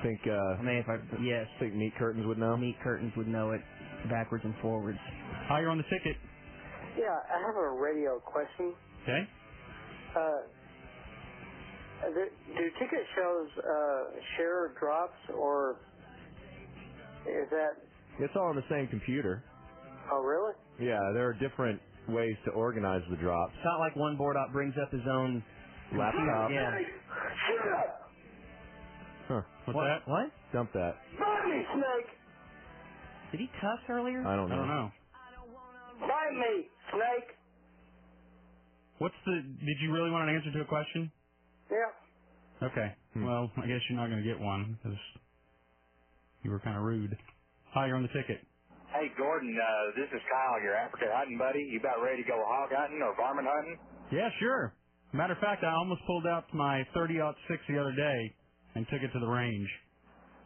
Think, uh. I mean, if I. Yes. Think Meat Curtains would know? Meat Curtains would know it backwards and forwards. Higher on the ticket. Yeah, I have a radio question. Okay. Uh, the, do ticket shows uh, share drops, or is that? It's all on the same computer. Oh, really? Yeah, there are different ways to organize the drops. It's not like one board op brings up his own Laptop. Yeah. Shut up, Huh. What's What? that? What? Dump that. bite me, snake! Did he cuss earlier? I don't know. I don't know. Bite me, snake! What's the? Did you really want an answer to a question? Yeah. Okay. Well, I guess you're not going to get one because you were kind of rude. Hi, you're on the ticket. Hey, Gordon, uh, this is Kyle, your Africa hunting buddy. You about ready to go hog hunting or varmint hunting? Yeah, sure. Matter of fact, I almost pulled out my 30 six the other day and took it to the range.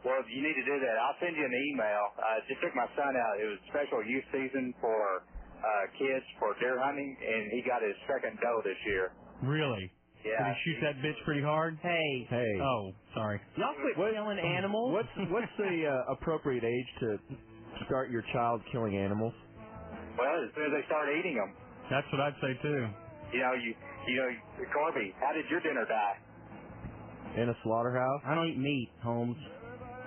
Well, if you need to do that, I'll send you an email. I just took my son out. It was special youth season for uh, kids for deer hunting, and he got his second doe this year. Really? Yeah. Did he shoot that bitch pretty hard? Hey. Hey. Oh, sorry. Y'all quit killing animals. What's what's the uh, appropriate age to start your child killing animals? Well, as soon as they start eating them, That's what I'd say too. you know, you, you know, Corby, how did your dinner die? In a slaughterhouse? I don't eat meat, Holmes.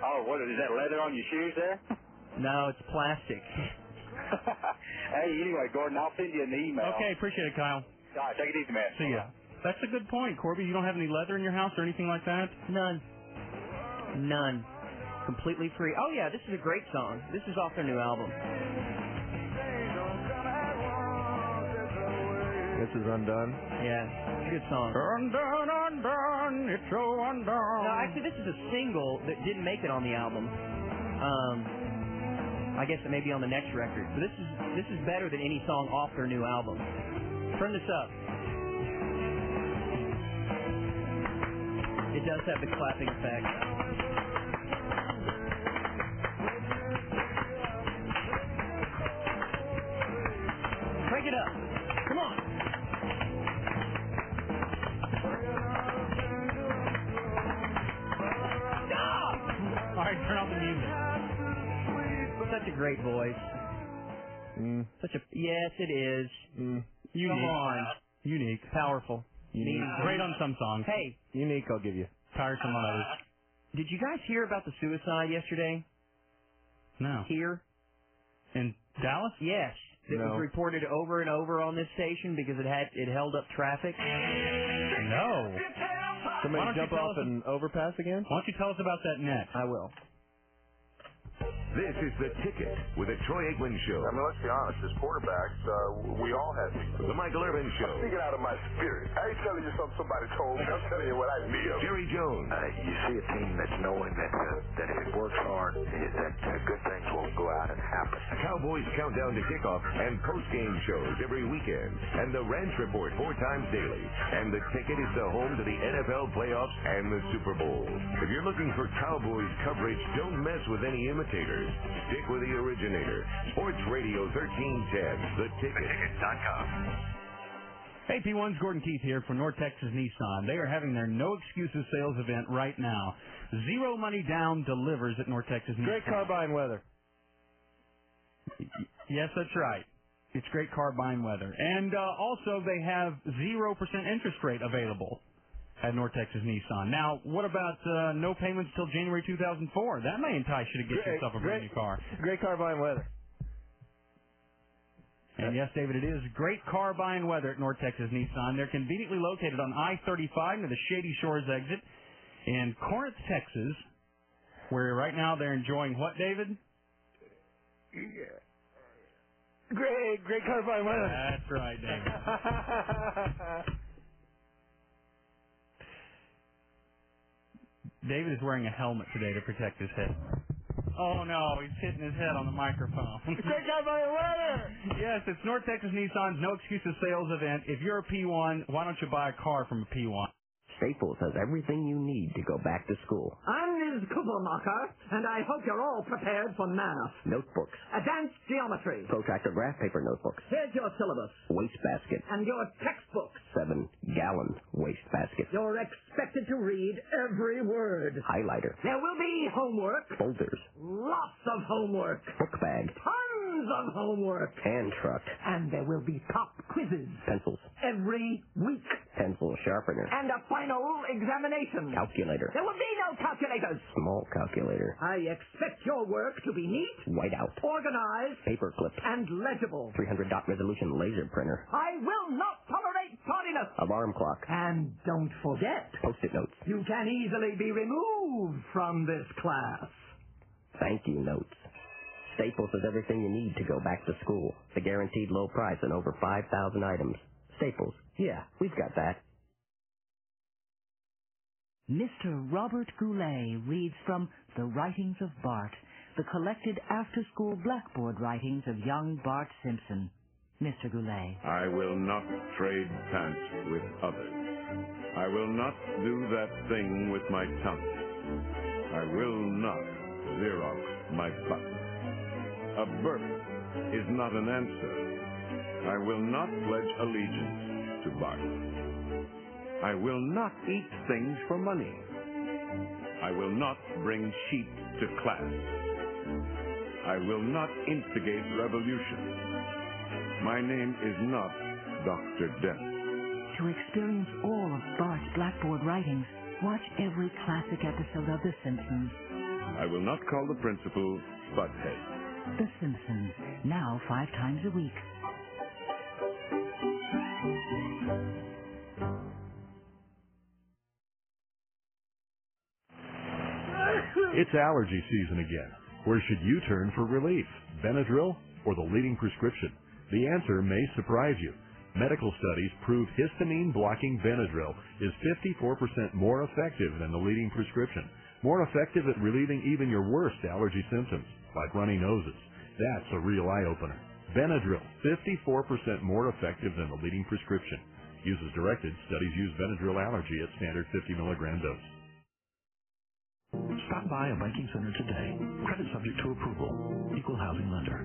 Oh, what is that leather on your shoes there? No, it's plastic. hey, anyway, Gordon, I'll send you an email. Okay, appreciate it, Kyle. All right, take it easy, man. See ya. That's a good point, Corby. You don't have any leather in your house or anything like that? None. None. Completely free. Oh yeah, this is a great song. This is off their new album. This is undone. Yeah, it's a good song. Undone, undone, it's so undone. No, actually, this is a single that didn't make it on the album. Um, I guess it may be on the next record. But this is this is better than any song off their new album. Turn this up. It does have the clapping effect. Crank it up. Come on. All right, turn off the music. Such a great voice. Hmm. Such a yes, it is. Unique. Come on. Unique. Powerful. Mm-hmm. Unique. Great on some songs. Hey, Unique, I'll give you. Tiresome on others. did you guys hear about the suicide yesterday? No. Here? In Dallas? Yes. It No. was reported over and over on this station because it had it held up traffic. No. Somebody Why don't you jump tell off us- an overpass again? Why don't you tell us about that next? I will. This is the ticket with the Troy Aikman Show. I mean, let's be honest. As quarterbacks, uh, we all have these. The Michael Irvin Show. I'm speaking out of my spirit. I ain't telling you something somebody told me. I'm telling you what I feel. Jerry Jones. Uh, you see a team that's knowing that uh, that if it works hard, uh, that uh, good things will go out and happen. Cowboys Countdown to Kickoff and post-game shows every weekend, and the Ranch Report four times daily. And the ticket is the home to the NFL playoffs and the Super Bowl. If you're looking for Cowboys coverage, don't mess with any imitators. Stick with the originator. Sports Radio 1310, the ticket. Hey, P1's Gordon Keith here for North Texas Nissan. They are having their No Excuses sales event right now. Zero money down delivers at North Texas Great Nissan. car buying weather. Yes, that's right. It's great car buying weather. And uh, also, they have 0% interest rate available at North Texas Nissan. Now, what about uh, no payments till January 2004? That may entice you to get Great- yourself a brand new car. Great car buying weather. And yes, David, it is great car buying weather at North Texas Nissan. They're conveniently located on I-35 near the Shady Shores exit in Corinth, Texas, where right now they're enjoying what, David? Great, great car buying weather. That's right, David. David is wearing a helmet today to protect his head. Oh no, he's hitting his head on the microphone. out my letter. yes, it's North Texas Nissan's No Excuses sales event. If you're a P1, why don't you buy a car from a P1? Staples has everything you need to go back to school. I'm Ms. Kugelmacher, and I hope you're all prepared for math, Notebooks, advanced geometry. protractor graph paper notebooks, Here's your syllabus wastebasket, and your textbooks. seven gallon wastebasket, You're expected to read every word. highlighter, There will be homework, folders, lots of homework, book bag, tons of homework, hand truck, and there will be pop quizzes pencils, every week, pencil sharpener, and a final examination. calculator, There will be no calculators. small calculator, I expect your work to be neat, whiteout, organized, paper clip, and legible. 300 dot resolution laser printer, I will not tolerate tardiness. alarm clock, And don't forget, post-it notes, you can easily be removed from this class. thank you notes. Staples has everything you need to go back to school. The guaranteed low price on over 5,000 items. Staples. Yeah, we've got that. Mr. Robert Goulet reads from The Writings of Bart, the collected after-school blackboard writings of young Bart Simpson. Mr. Goulet. I will not trade pants with others. I will not do that thing with my tongue. I will not Xerox my butt. A burp is not an answer. I will not pledge allegiance to Bart. I will not eat things for money. I will not bring sheep to class. I will not instigate revolution. My name is not Dr. Death. To experience all of Bart's blackboard writings, watch every classic episode of The Simpsons. I will not call the principal Butthead. The Simpsons, now five times a week. It's allergy season again. Where should you turn for relief? Benadryl or the leading prescription? The answer may surprise you. Medical studies prove histamine blocking Benadryl is 54% more effective than the leading prescription. More effective at relieving even your worst allergy symptoms, like runny noses. That's a real eye opener. Benadryl, 54% more effective than the leading prescription. Use as directed. Studies use Benadryl allergy at standard 50 milligram dose. Stop by a banking center today. Credit subject to approval. Equal housing lender.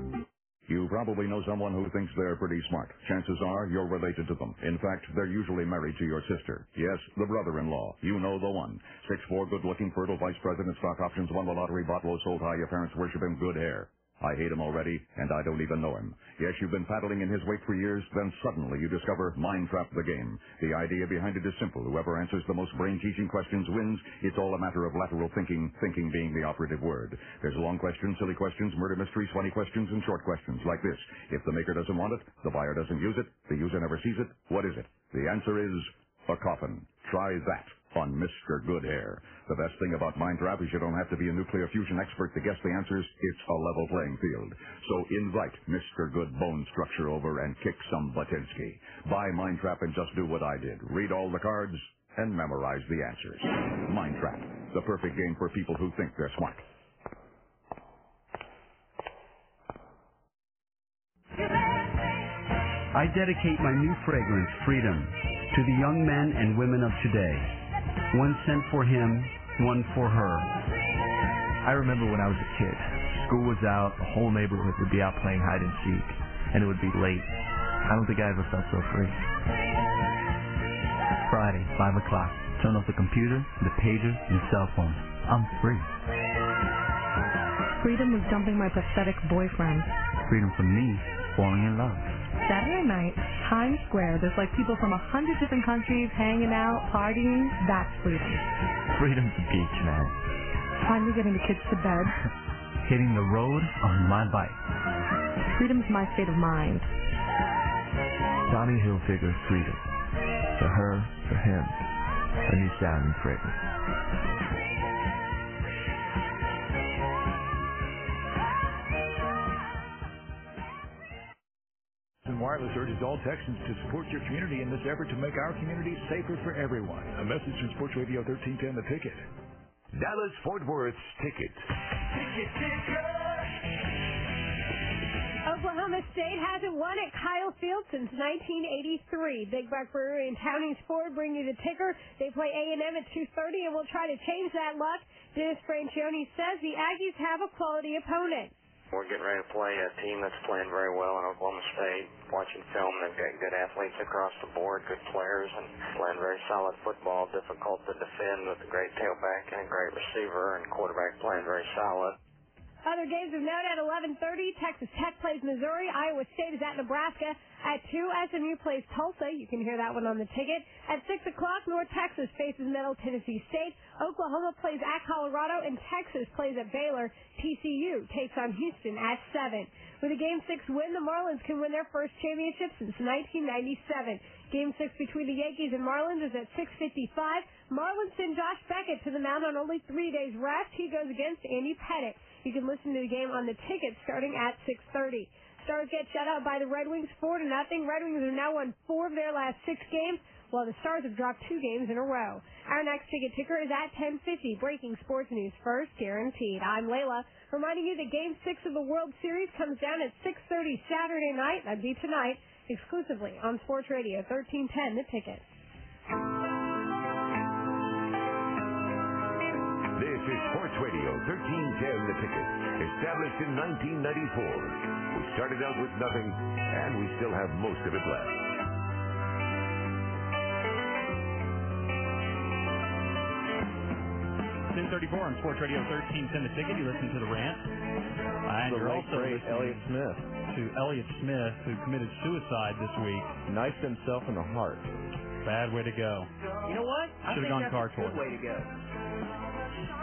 You probably know someone who thinks they're pretty smart. Chances are you're related to them. In fact, they're usually married to your sister. Yes, the brother-in-law. You know the one. Six four, good-looking, fertile, vice president, stock options, won the lottery, bought low, sold high. Your parents worship him, good hair. I hate him already, and I don't even know him. Yes, you've been paddling in his wake for years, then suddenly you discover Mind Trap the game. The idea behind it is simple. Whoever answers the most brain-teaching questions wins. It's all a matter of lateral thinking, thinking being the operative word. There's long questions, silly questions, murder mysteries, funny questions, and short questions like this. If the maker doesn't want it, the buyer doesn't use it, the user never sees it, what is it? The answer is a coffin. Try that on Mr. Goodhair. The best thing about Mind Trap is you don't have to be a nuclear fusion expert to guess the answers. It's a level playing field. So invite Mr. Good Bone Structure over and kick some Butinsky. Buy Mind Trap and just do what I did. Read all the cards and memorize the answers. Mind Trap, the perfect game for people who think they're smart. I dedicate my new fragrance, Freedom, to the young men and women of today. One cent for him, one for her. I remember when I was a kid, school was out, the whole neighborhood would be out playing hide and seek, and it would be late. I don't think I ever felt so free. Friday, 5 o'clock. Turn off the computer, the pager, and the cell phone. I'm free. Freedom was dumping my pathetic boyfriend. Freedom for me, falling in love. Saturday night, Times Square, there's like people from a hundred different countries hanging out, partying. That's freedom. Freedom to beach, man. Finally getting the kids to bed. Hitting the road on my bike. Freedom's my state of mind. Tommy Hilfiger Freedom. For her, for him. A new sound and fragrance. And Wireless urges all Texans to support your community in this effort to make our community safer for everyone. A message from Sports Radio 1310 The Ticket. Dallas Fort Worth's ticket. Oklahoma State hasn't won at Kyle Field since 1983. Big Buck Brewery in Townings Ford bring you the ticker. They play A&M at 2:30 and will try to change that luck. Dennis Franchione says the Aggies have a quality opponent. We're getting ready to play a team that's playing very well in Oklahoma State. Watching film, they've got good athletes across the board, good players, and playing very solid football. Difficult to defend with a great tailback and a great receiver, and quarterback playing very solid. Other games of note at 11:30, Texas Tech plays Missouri. Iowa State is at Nebraska. At two, SMU plays Tulsa. You can hear that one on the ticket. At six o'clock, North Texas faces Middle Tennessee State. Oklahoma plays at Colorado, and Texas plays at Baylor. TCU takes on Houston at seven. With a Game Six win, the Marlins can win their first championship since 1997. Game Six between the Yankees and Marlins is at 6:55. Marlins send Josh Beckett to the mound on only three days rest. He goes against Andy Pettit. You can listen to the game on the ticket starting at 6:30. Stars get shut out by the Red Wings four to nothing. Red Wings are now won four of their last six games, while the Stars have dropped two games in a row. Our next ticket ticker is at 10:50. Breaking sports news first, guaranteed. I'm Layla, reminding you that Game Six of the World Series comes down at 6:30 Saturday night. That'd be tonight, exclusively on Sports Radio 1310. The ticket. This is Sports Radio 1310 The Ticket, established in 1994. We started out with nothing, and we still have most of it left. It's 1034 on Sports Radio 1310 The Ticket. You listen to The Rant. And The you're late, also great listening Elliott Smith. to Elliot Smith, who committed suicide this week. Knifed himself in the heart. Bad way to go. You know what? I Should've think gone that's car a good tour. way to go.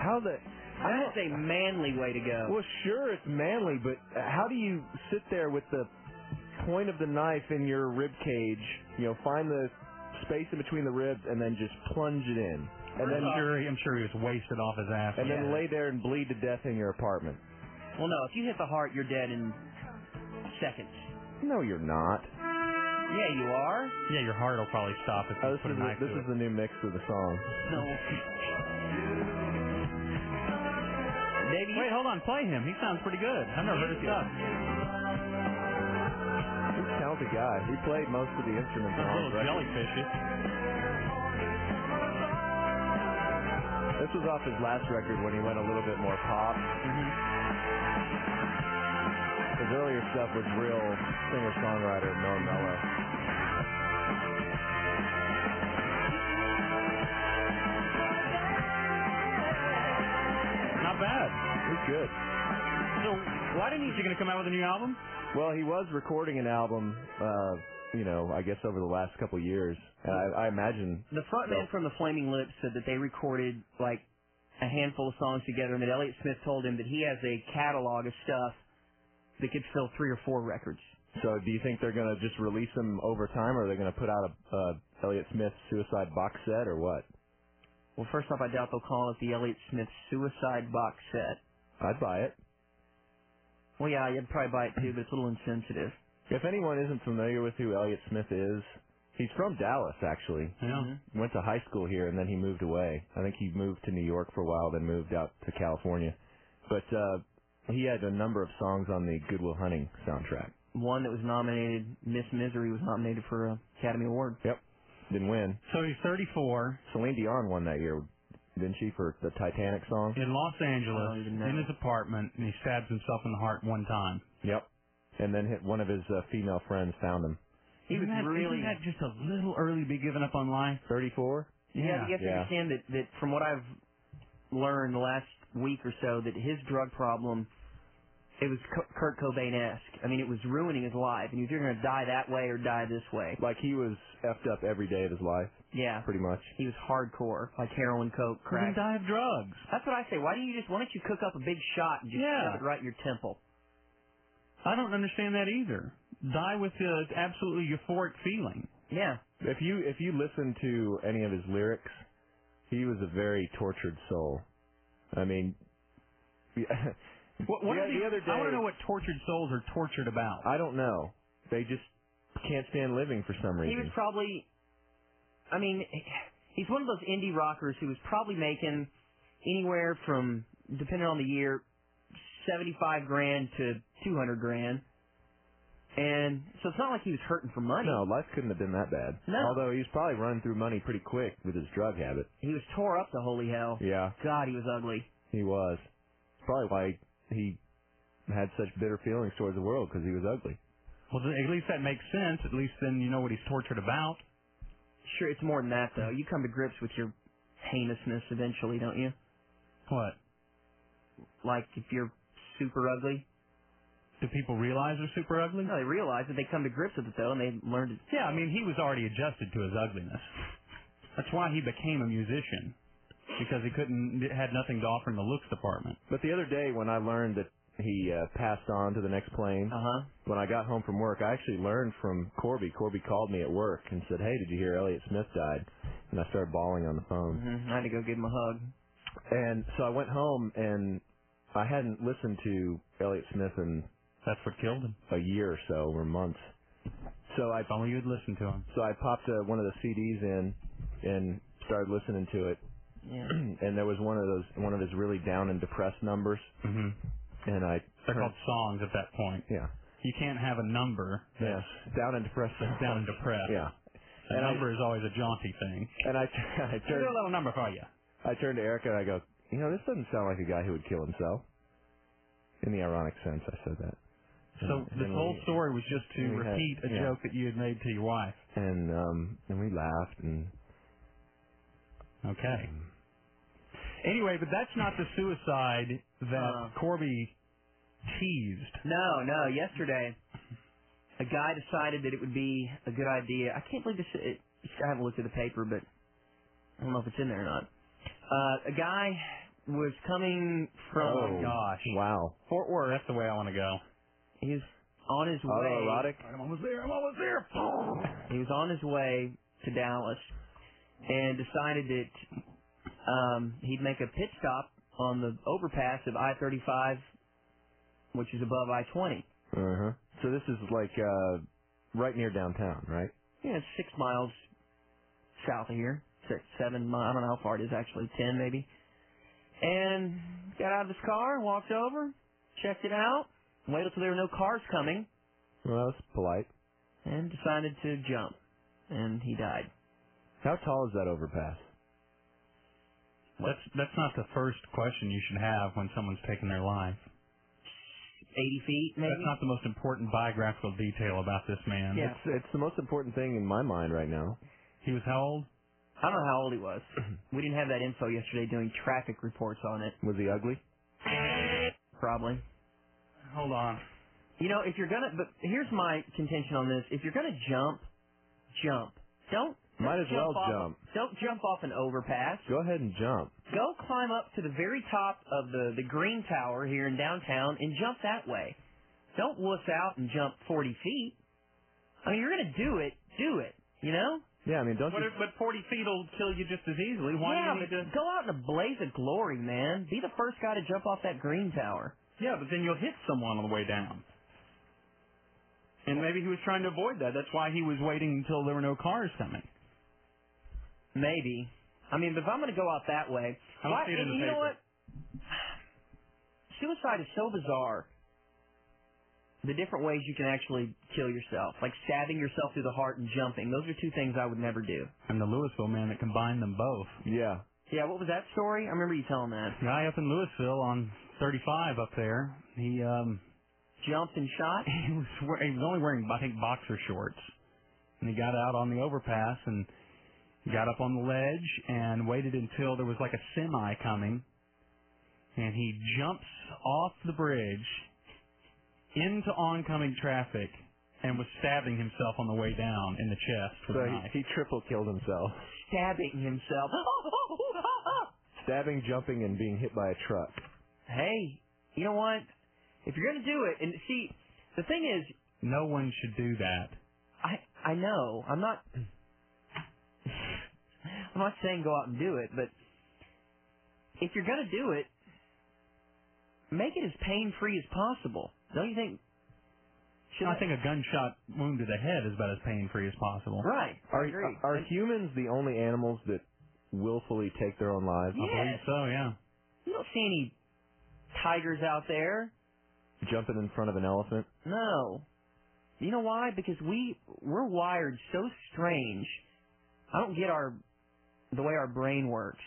How the? That's a manly way to go. Well, sure, it's manly, but how do you sit there with the point of the knife in your rib cage? You know, find the space in between the ribs and then just plunge it in, and then I'm sure, I'm sure he was wasted off his ass. and then Yeah. lay there and bleed to death in your apartment. Well, no. If you hit the heart, you're dead in seconds. No, you're not. Yeah, you are. Yeah, your heart will probably stop if you Oh, this put is a the, knife this to is the new mix of the song. No. it. Wait, hold on. Play him. He sounds pretty good. I've never heard his stuff. He's a talented guy. He played most of the instruments on Little his record. jellyfishes. This was off his last record when he went a little bit more pop. Mm-hmm. His earlier stuff was real singer-songwriter Mo Mello. Not bad. He's good. So why didn't he? Is he going to come out with a new album? Well, he was recording an album, uh, you know, I guess over the last couple of years. And I, I imagine The frontman from the Flaming Lips said that they recorded like a handful of songs together, and that Elliott Smith told him that he has a catalog of stuff that could fill three or four records. So, do you think they're gonna just release him over time, or are they gonna put out a uh, Elliott Smith suicide box set, or what? Well, first off, I doubt they'll call it the Elliott Smith Suicide Box Set. I'd buy it. Well, yeah, I'd probably buy it too, but it's a little insensitive. If anyone isn't familiar with who Elliott Smith is, he's from Dallas actually. Mm-hmm. Yeah. Went to high school here and then he moved away. I think he moved to New York for a while, then moved out to California. But uh he had a number of songs on the Goodwill Hunting soundtrack. One that was nominated, Miss Misery was nominated for an Academy Award. Yep. Didn't win. So he's 34. Celine Dion won that year, didn't she, for the Titanic song? In Los I don't Angeles, even know. in his apartment, and he stabs himself in the heart one time. Yep. And then hit one of his uh, female friends found him. He was isn't that, really- Isn't that just a little early to be giving up on life? 34? You have, you have Yeah. to understand that, that from what I've learned the last week or so, that his drug problem, it was Co- Kurt Cobain-esque. I mean, it was ruining his life, and he was either going to die that way or die this way. Like he was effed up every day of his life, Yeah, pretty much. he was hardcore, like heroin, coke, Well, then crack. die of drugs. That's what I say. Why don't you just why don't you cook up a big shot and just Yeah. shove it right in your temple? I don't understand that either. Die with the absolutely euphoric feeling. Yeah. If you if you listen to any of his lyrics, he was a very tortured soul. I mean, yeah, What, what the, are they- the other day I want to know what tortured souls are tortured about. I don't know. They just can't stand living for some He was reason. probably, I mean, he's one of those indie rockers who was probably making anywhere from, depending on the year, seventy-five grand to two hundred grand, and so it's not like he was hurting for money. No, life couldn't have been that bad. No. Although he's probably run through money pretty quick with his drug habit. He was tore up to holy hell. Yeah, God, he was ugly. he was. It's probably why he had such bitter feelings towards the world because he was ugly. Well, then at least that makes sense. At least then you know what he's tortured about. Sure, it's more than that though. You come to grips with your heinousness eventually, don't you? What? Like if you're super ugly. Do people realize they're super ugly? No, they realize that they come to grips with it though, and they learn to. Yeah, I mean he was already adjusted to his ugliness. That's why he became a musician because he couldn't had nothing to offer in the looks department. But the other day when I learned that he uh, passed on to the next plane, uh-huh. when I got home from work, I actually learned from Corby. Corby called me at work and said, "Hey, did you hear Elliot Smith died?" And I started bawling on the phone. Mm-hmm. I had to go give him a hug. And so I went home and I hadn't listened to Elliott Smith in that's what killed him a year or so or months. So I if only you'd listened to him. So I popped uh, one of the CDs in and started listening to it. Yeah. and there was one of those one of his really down and depressed numbers. Mm-hmm. And I They're turned- called songs at that point. yeah You can't have a number yeah down and depressed that's down and depressed. yeah. A And I- number is always a jaunty thing. And I I Here's turned a little number for you. I turned to Erica and I go, you know, this doesn't sound like a guy who would kill himself. In the ironic sense, I said that. So And- this and whole we- story was just to we had- repeat a yeah. joke that you had made to your wife. and um and we laughed and Okay. Anyway, but that's not the suicide that Corby teased. No, no. Yesterday, a guy decided that it would be a good idea. I can't believe this. It, I haven't looked at the paper, but I don't know if it's in there or not. Uh, a guy was coming from. Oh, my gosh. Wow. Fort Worth. That's the way I want to go. He's on his way. I'm almost there. I'm almost there. He was on his way to Dallas and decided that um, he'd make a pit stop on the overpass of I-35, which is above I-20. Uh huh. So this is like uh right near downtown, right? Yeah, it's six miles south of here. Six, seven miles. I don't know how far it is actually. Ten maybe. And got out of his car, walked over, checked it out, waited till there were no cars coming, Well, that's polite. and decided to jump. And he died. How tall is that overpass? That's that's not the first question you should have when someone's taking their life. 80 feet, maybe. That's not the most important biographical detail about this man. It's it's the most important thing in my mind right now. He was how old? I don't know how old he was. We didn't have that info yesterday doing traffic reports on it. Was he ugly? Probably. Hold on. You know, if you're gonna, but here's my contention on this: if you're gonna jump, jump. Don't. don't Might as jump well off- jump. Don't jump off an overpass. Go ahead and jump. Go climb up to the very top of the the green tower here in downtown and jump that way. Don't wuss out and jump 40 feet. I mean, you're gonna do it. Do it. You know. Yeah, I mean, don't What you? if, but 40 feet will kill you just as easily. Why yeah, do you need to? but go out in a blaze of glory, man. Be the first guy to jump off that green tower. Yeah, but then you'll hit someone on the way down. And maybe he was trying to avoid that. That's why he was waiting until there were no cars coming. Maybe. I mean, but if I'm going to go out that way, I don't why- see it in and the you know paper. what? Suicide is so bizarre. The different ways you can actually kill yourself, like stabbing yourself through the heart and jumping. Those are two things I would never do. And the Louisville man that combined them both. Yeah. Yeah, what was that story? I remember you telling that. Guy up in Louisville on 35 up there. He um Jumped and shot. he was wear- he was only wearing I think boxer shorts, and he got out on the overpass and got up on the ledge and waited until there was like a semi coming, and he jumps off the bridge into oncoming traffic and was stabbing himself on the way down in the chest with So a knife. he, he triple killed himself, Stabbing himself. stabbing, jumping, and being hit by a truck. hey, you know what? If you're going to do it, and see, the thing is, No one should do that. I I know. I'm not I'm not saying go out and do it, but if you're gonna do it, make it as pain free as possible. Don't you think? Should I think a gunshot wound to the head is about as pain free as possible. Right. Are I agree. are humans the only animals that willfully take their own lives? I believe Yes. so, yeah. You don't see any tigers out there. Jumping in front of an elephant. No. You know why? Because we we're wired so strange. I don't get our the way our brain works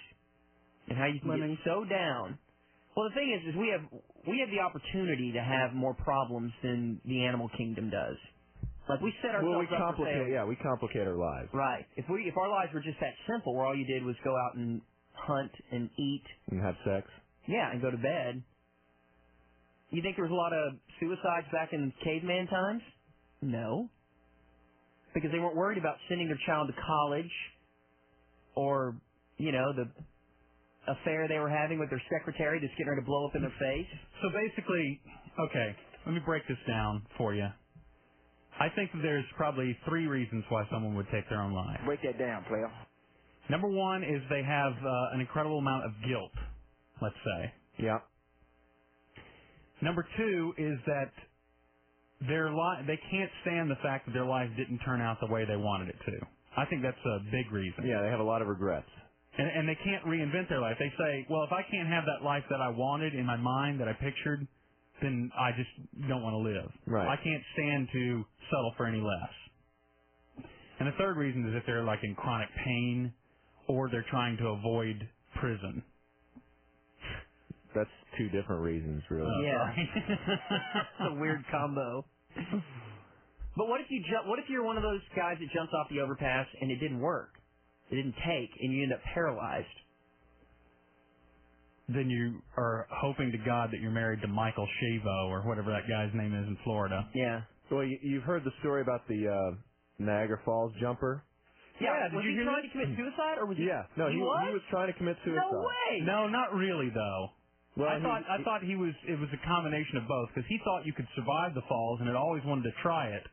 and how you can get so down. Well, the thing is, is we have we have the opportunity to have more problems than the animal kingdom does. Like we set ourselves Well, we up for complicate. failure. Yeah, we complicate our lives. Right. If we if our lives were just that simple, where all you did was go out and hunt and eat, And have sex. yeah, and go to bed. You think there was a lot of suicides back in caveman times? No. Because they weren't worried about sending their child to college or, you know, the affair they were having with their secretary that's getting her to blow up in their face. So basically, okay, let me break this down for you. I think that there's probably three reasons why someone would take their own life. Break that down, player. Number one is they have uh, an incredible amount of guilt, let's say. Yeah. Number two is that their li- they can't stand the fact that their life didn't turn out the way they wanted it to. I think that's a big reason. Yeah, they have a lot of regrets. And, and they can't reinvent their life. They say, well, if I can't have that life that I wanted in my mind that I pictured, then I just don't want to live. Right. I can't stand to settle for any less. And the third reason is if they're like in chronic pain or they're trying to avoid prison. That's two different reasons, really. it's a weird combo. But what if you jump? What if you're one of those guys that jumps off the overpass and it didn't work? It didn't take, and you end up paralyzed. Then you are hoping to God that you're married to Michael Shavo or whatever that guy's name is in Florida. Yeah. Well, you, you've heard the story about the uh, Niagara Falls jumper. Yeah. did was you he hear trying that? to commit suicide, or was he? Yeah. No, he, he, was. trying to commit suicide. No way. No, not really though. Well, I he- thought I thought he was it was a combination of both because he thought you could survive the falls and had always wanted to try it,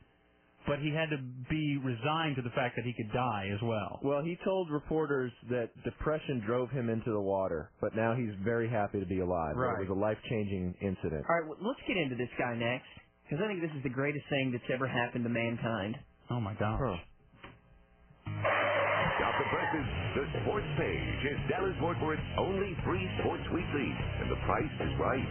but he had to be resigned to the fact that he could die as well. Well, he told reporters that depression drove him into the water, but now he's very happy to be alive. Right. It was a life-changing incident. All right. Well, let's get into this guy next, because I think this is the greatest thing that's ever happened to mankind. Oh my gosh. Stop the presses. The sports page is Dallas Fort Worth's only free sports weekly, and the price is right.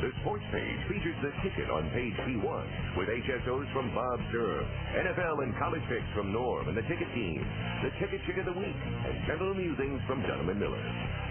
The sports page features the ticket on page P1 with HSOs from Bob Serve, NFL and college picks from Norm and the ticket team, the ticket chick of the week, and general musings from Donovan Miller.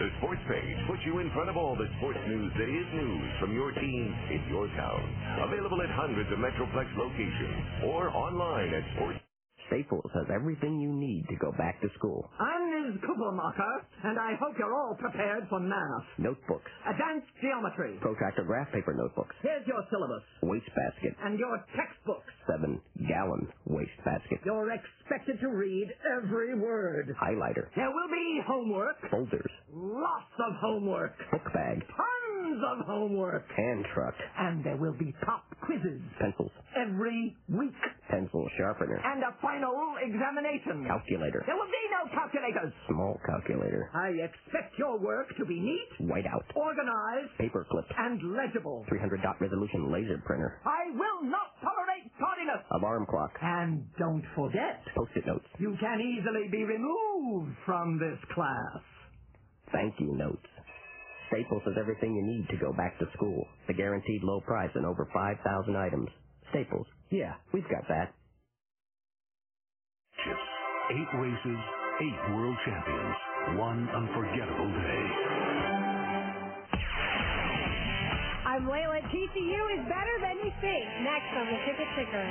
The sports page puts you in front of all the sports news that is news from your team in your town. Available at hundreds of Metroplex locations or online at sports. Staples has everything you need to go back to school. I'm Ms. Kubelmacher, and I hope you're all prepared for math, Notebooks, advanced geometry. protractor graph paper notebooks, Here's your syllabus wastebasket, and your textbooks. seven gallon wastebasket, You're expected to read every word. highlighter, There will be homework, folders, lots of homework, book bag, tons of homework, hand truck, and there will be pop quizzes pencils, every week, pencil sharpener, and a final examination. calculator, There will be no calculators. small calculator, I expect your work to be neat, whiteout, organized, paper clip, and legible. 300 dot resolution laser printer, I will not tolerate tardiness. alarm clock, And don't forget, post-it notes, you can easily be removed from this class. thank you notes. Staples has everything you need to go back to school. The guaranteed low price on over 5,000 items. Staples. Yeah, we've got that. Eight races, eight world champions, one unforgettable day. I'm Layla. TCU is better than you think. Next on the ticket ticker.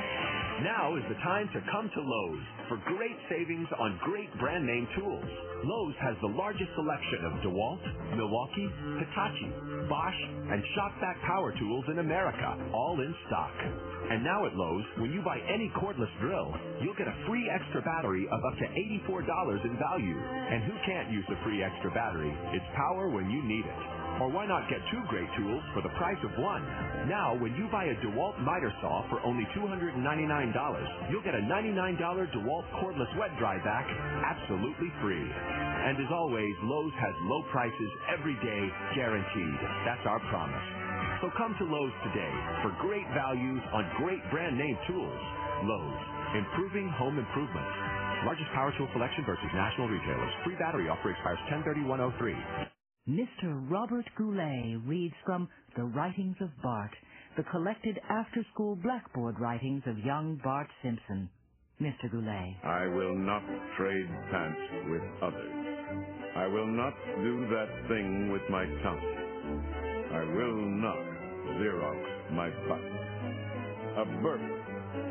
Now is the time to come to Lowe's for great savings on great brand name tools. Lowe's has the largest selection of DeWalt, Milwaukee, Hitachi, Bosch, and Shockback power tools in America, all in stock. And now at Lowe's, when you buy any cordless drill, you'll get a free extra battery of up to $84 in value. And who can't use a free extra battery? It's power when you need it. Or why not get two great tools for the price of one? Now, when you buy a DeWalt miter saw for only $299, you'll get a $99 DeWalt cordless wet dry vac absolutely free. And as always, Lowe's has low prices every day guaranteed. That's our promise. So come to Lowe's today for great values on great brand name tools. Lowe's, improving home improvement. oh Largest power tool selection versus national retailers. Free battery offer expires 10 3103. Mr. Robert Goulet reads from The Writings of Bart, the collected after-school blackboard writings of young Bart Simpson. Mr. Goulet. I will not trade pants with others. I will not do that thing with my tongue. I will not Xerox my butt. A burp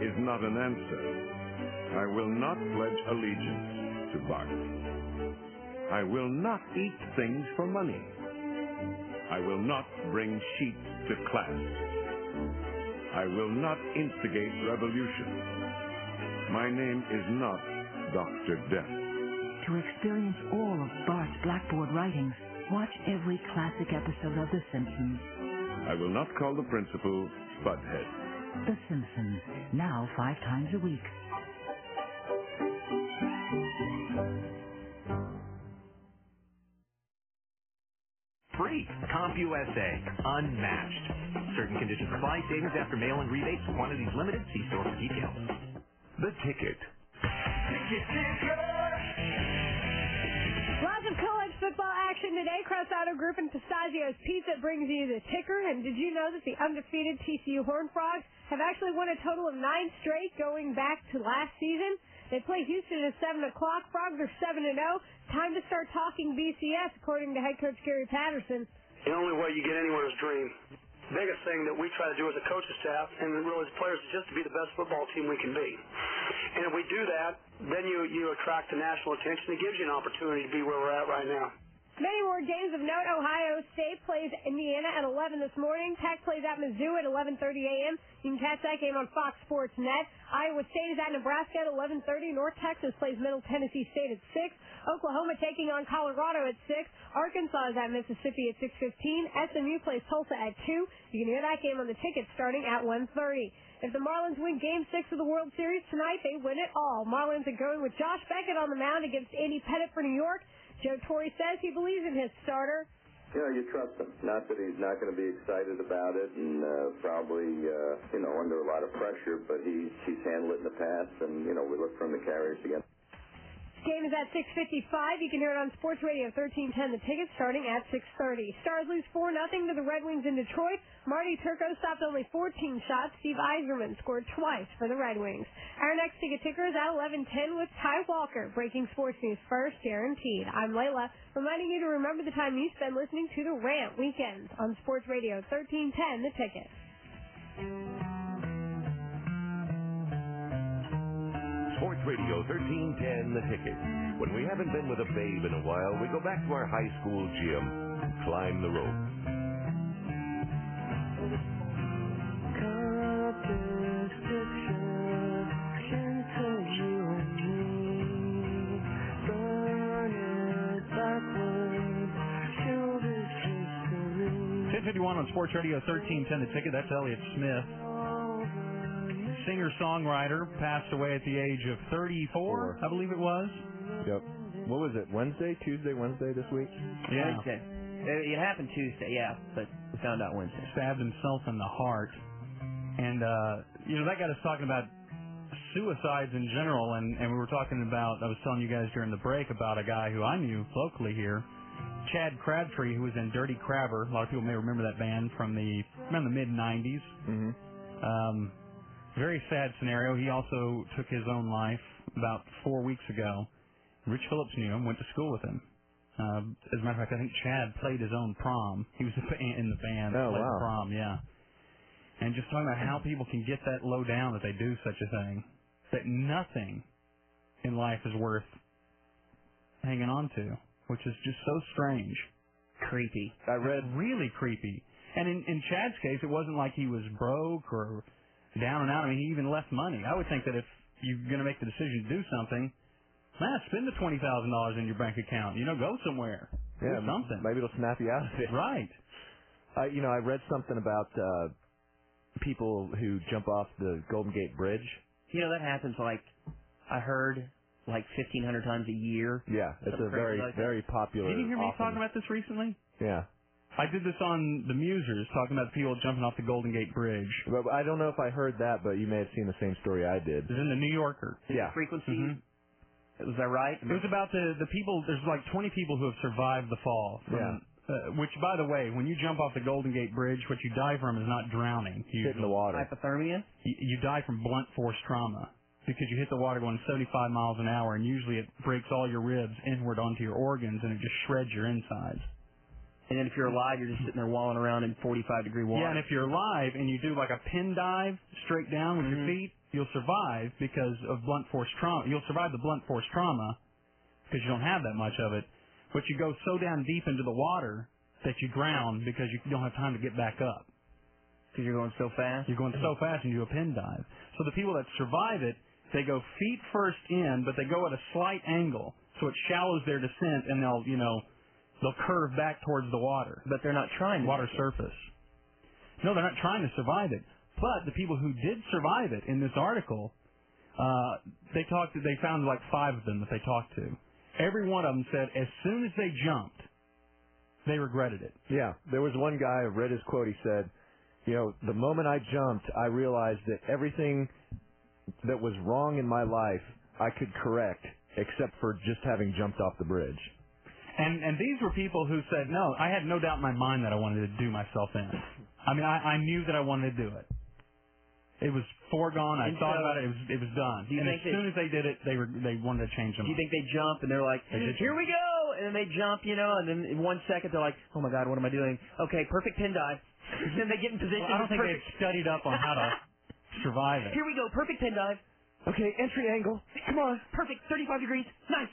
is not an answer. I will not pledge allegiance to Bart. I will not eat things for money. I will not bring sheep to class. I will not instigate revolution. My name is not Dr. Death. To experience all of Bart's blackboard writings, watch every classic episode of The Simpsons. I will not call the principal Spudhead. The Simpsons, now five times a week. Free. CompUSA. Unmatched. Certain conditions apply. Savings after mail and rebates. Quantities limited. See store for details. The ticket. Lots of college football action today. Cross Auto Group and Pistazio's Pizza brings you the ticker. And did you know that the undefeated TCU Horned Frogs have actually won a total of nine straight going back to last season? They play Houston at 7 o'clock. Frogs are 7 and 0. Time to start talking BCS, according to head coach Gary Patterson. The only way you get anywhere is dream. The biggest thing that we try to do as a coaching staff and really as players is just to be the best football team we can be. And if we do that, then you, you attract the national attention. It gives you an opportunity to be where we're at right now. Many more games of note. Ohio State plays Indiana at 11 this morning. Tech plays at Mizzou at 11:30 a.m. You can catch that game on Fox Sports Net. Iowa State is at Nebraska at 11:30. North Texas plays Middle Tennessee State at 6. Oklahoma taking on Colorado at 6. Arkansas is at Mississippi at 6:15. SMU plays Tulsa at 2. You can hear that game on the ticket starting at 1:30. If the Marlins win Game 6 of the World Series tonight, they win it all. Marlins are going with Josh Beckett on the mound against Andy Pettit for New York. Joe Torre says he believes in his starter. You know, you trust him. Not that he's not going to be excited about it and uh, probably, uh, you know, under a lot of pressure, but he's, he's handled it in the past, and, you know, we look for him to carry us again. Game is at 6:55. You can hear it on Sports Radio 1310. The tickets starting at 6:30. Stars lose four 0 to the Red Wings in Detroit. Marty Turco stopped only 14 shots. Steve Eiserman scored twice for the Red Wings. Our next ticket ticker is at 11:10 with Ty Walker breaking sports news first, guaranteed. I'm Layla, reminding you to remember the time you spend listening to the Rant Weekends on Sports Radio 1310. The ticket. Sports Radio 1310, The Ticket. When we haven't been with a babe in a while, we go back to our high school gym and climb the rope. Ten fifty one on Sports Radio thirteen ten. The ticket. That's Elliot Smith, singer songwriter, passed away at the age of thirty four, I believe it was. Yep. What was it? Wednesday, Tuesday, Wednesday this week. Yeah. Wednesday. It, it happened Tuesday, yeah, but we found out Wednesday. Stabbed himself in the heart, and uh, you know that got us talking about suicides in general, and and we were talking about I was telling you guys during the break about a guy who I knew locally here. Chad Crabtree, who was in Dirty Crabber, a lot of people may remember that band from the around the mid '90s. Mm-hmm. Um, very sad scenario. He also took his own life about four weeks ago. Rich Phillips knew him, went to school with him. Uh, as a matter of fact, I think Chad played his own prom. He was in the band. Oh, played wow. the prom, yeah. And just talking about how people can get that low down that they do such a thing, that nothing in life is worth hanging on to, which is just so strange. Creepy. I read really creepy. And in, in Chad's case, it wasn't like he was broke or down and out. I mean, he even left money. I would think that if you're going to make the decision to do something, man, spend the twenty thousand dollars in your bank account. You know, go somewhere. Do Yeah, something. Maybe it'll snap you out of it. Right. Uh, you know, I read something about uh, people who jump off the Golden Gate Bridge. You know, that happens like, I heard, like 1,500 times a year. Yeah, it's Something a crazy very, like that. very popular. Did you hear me often- Talking about this recently, Yeah. I did this on the Musers, talking about people jumping off the Golden Gate Bridge. But I don't know if I heard that, but you may have seen the same story I did. It was in the New Yorker. Yeah. Frequency. Mm-hmm. Was that right? It was about the the people. There's like 20 people who have survived the fall from Yeah. Uh, which, by the way, when you jump off the Golden Gate Bridge, what you die from is not drowning. You Hit in the water. Hypothermia? You, you die from blunt force trauma because you hit the water going 75 miles an hour, and usually it breaks all your ribs inward onto your organs, and it just shreds your insides. And then if you're alive, you're just sitting there walling around in 45 degree water. Yeah, and if you're alive and you do like a pin dive straight down with your Mm-hmm. feet, you'll survive because of blunt force trauma. You'll survive the blunt force trauma because you don't have that much of it. But you go so down deep into the water that you drown because you don't have time to get back up. Because you're going so fast? You're going so fast and you do a pin dive. So the people that survive it, they go feet first in, but they go at a slight angle. So it shallows their descent and they'll, you know, they'll curve back towards the water. But they're not trying to. Water surface. No, they're not trying to survive it. But the people who did survive it in this article, uh, they talked. They found like five of them that they talked to. Every one of them said as soon as they jumped, they regretted it. Yeah, there was one guy. I read his quote. He said, "You know, the moment I jumped, I realized that everything that was wrong in my life I could correct, except for just having jumped off the bridge." And and these were people who said, no, I had no doubt in my mind that I wanted to do myself in. I mean, I, I knew that I wanted to do it. It was foregone. I And thought so- about it. It was it was done. Do you and think as soon as they did it, they were they wanted to change them. Do you think they jump and they're like, They did here we go? And then they jump, you know, and then in one second they're like, oh my god, what am I doing? Okay, perfect pin dive. then they get in position. Well, I don't think perfect. they've studied up on how to survive it. Here we go, perfect pin dive. Okay, entry angle. Come on. Perfect, 35 degrees. Nice.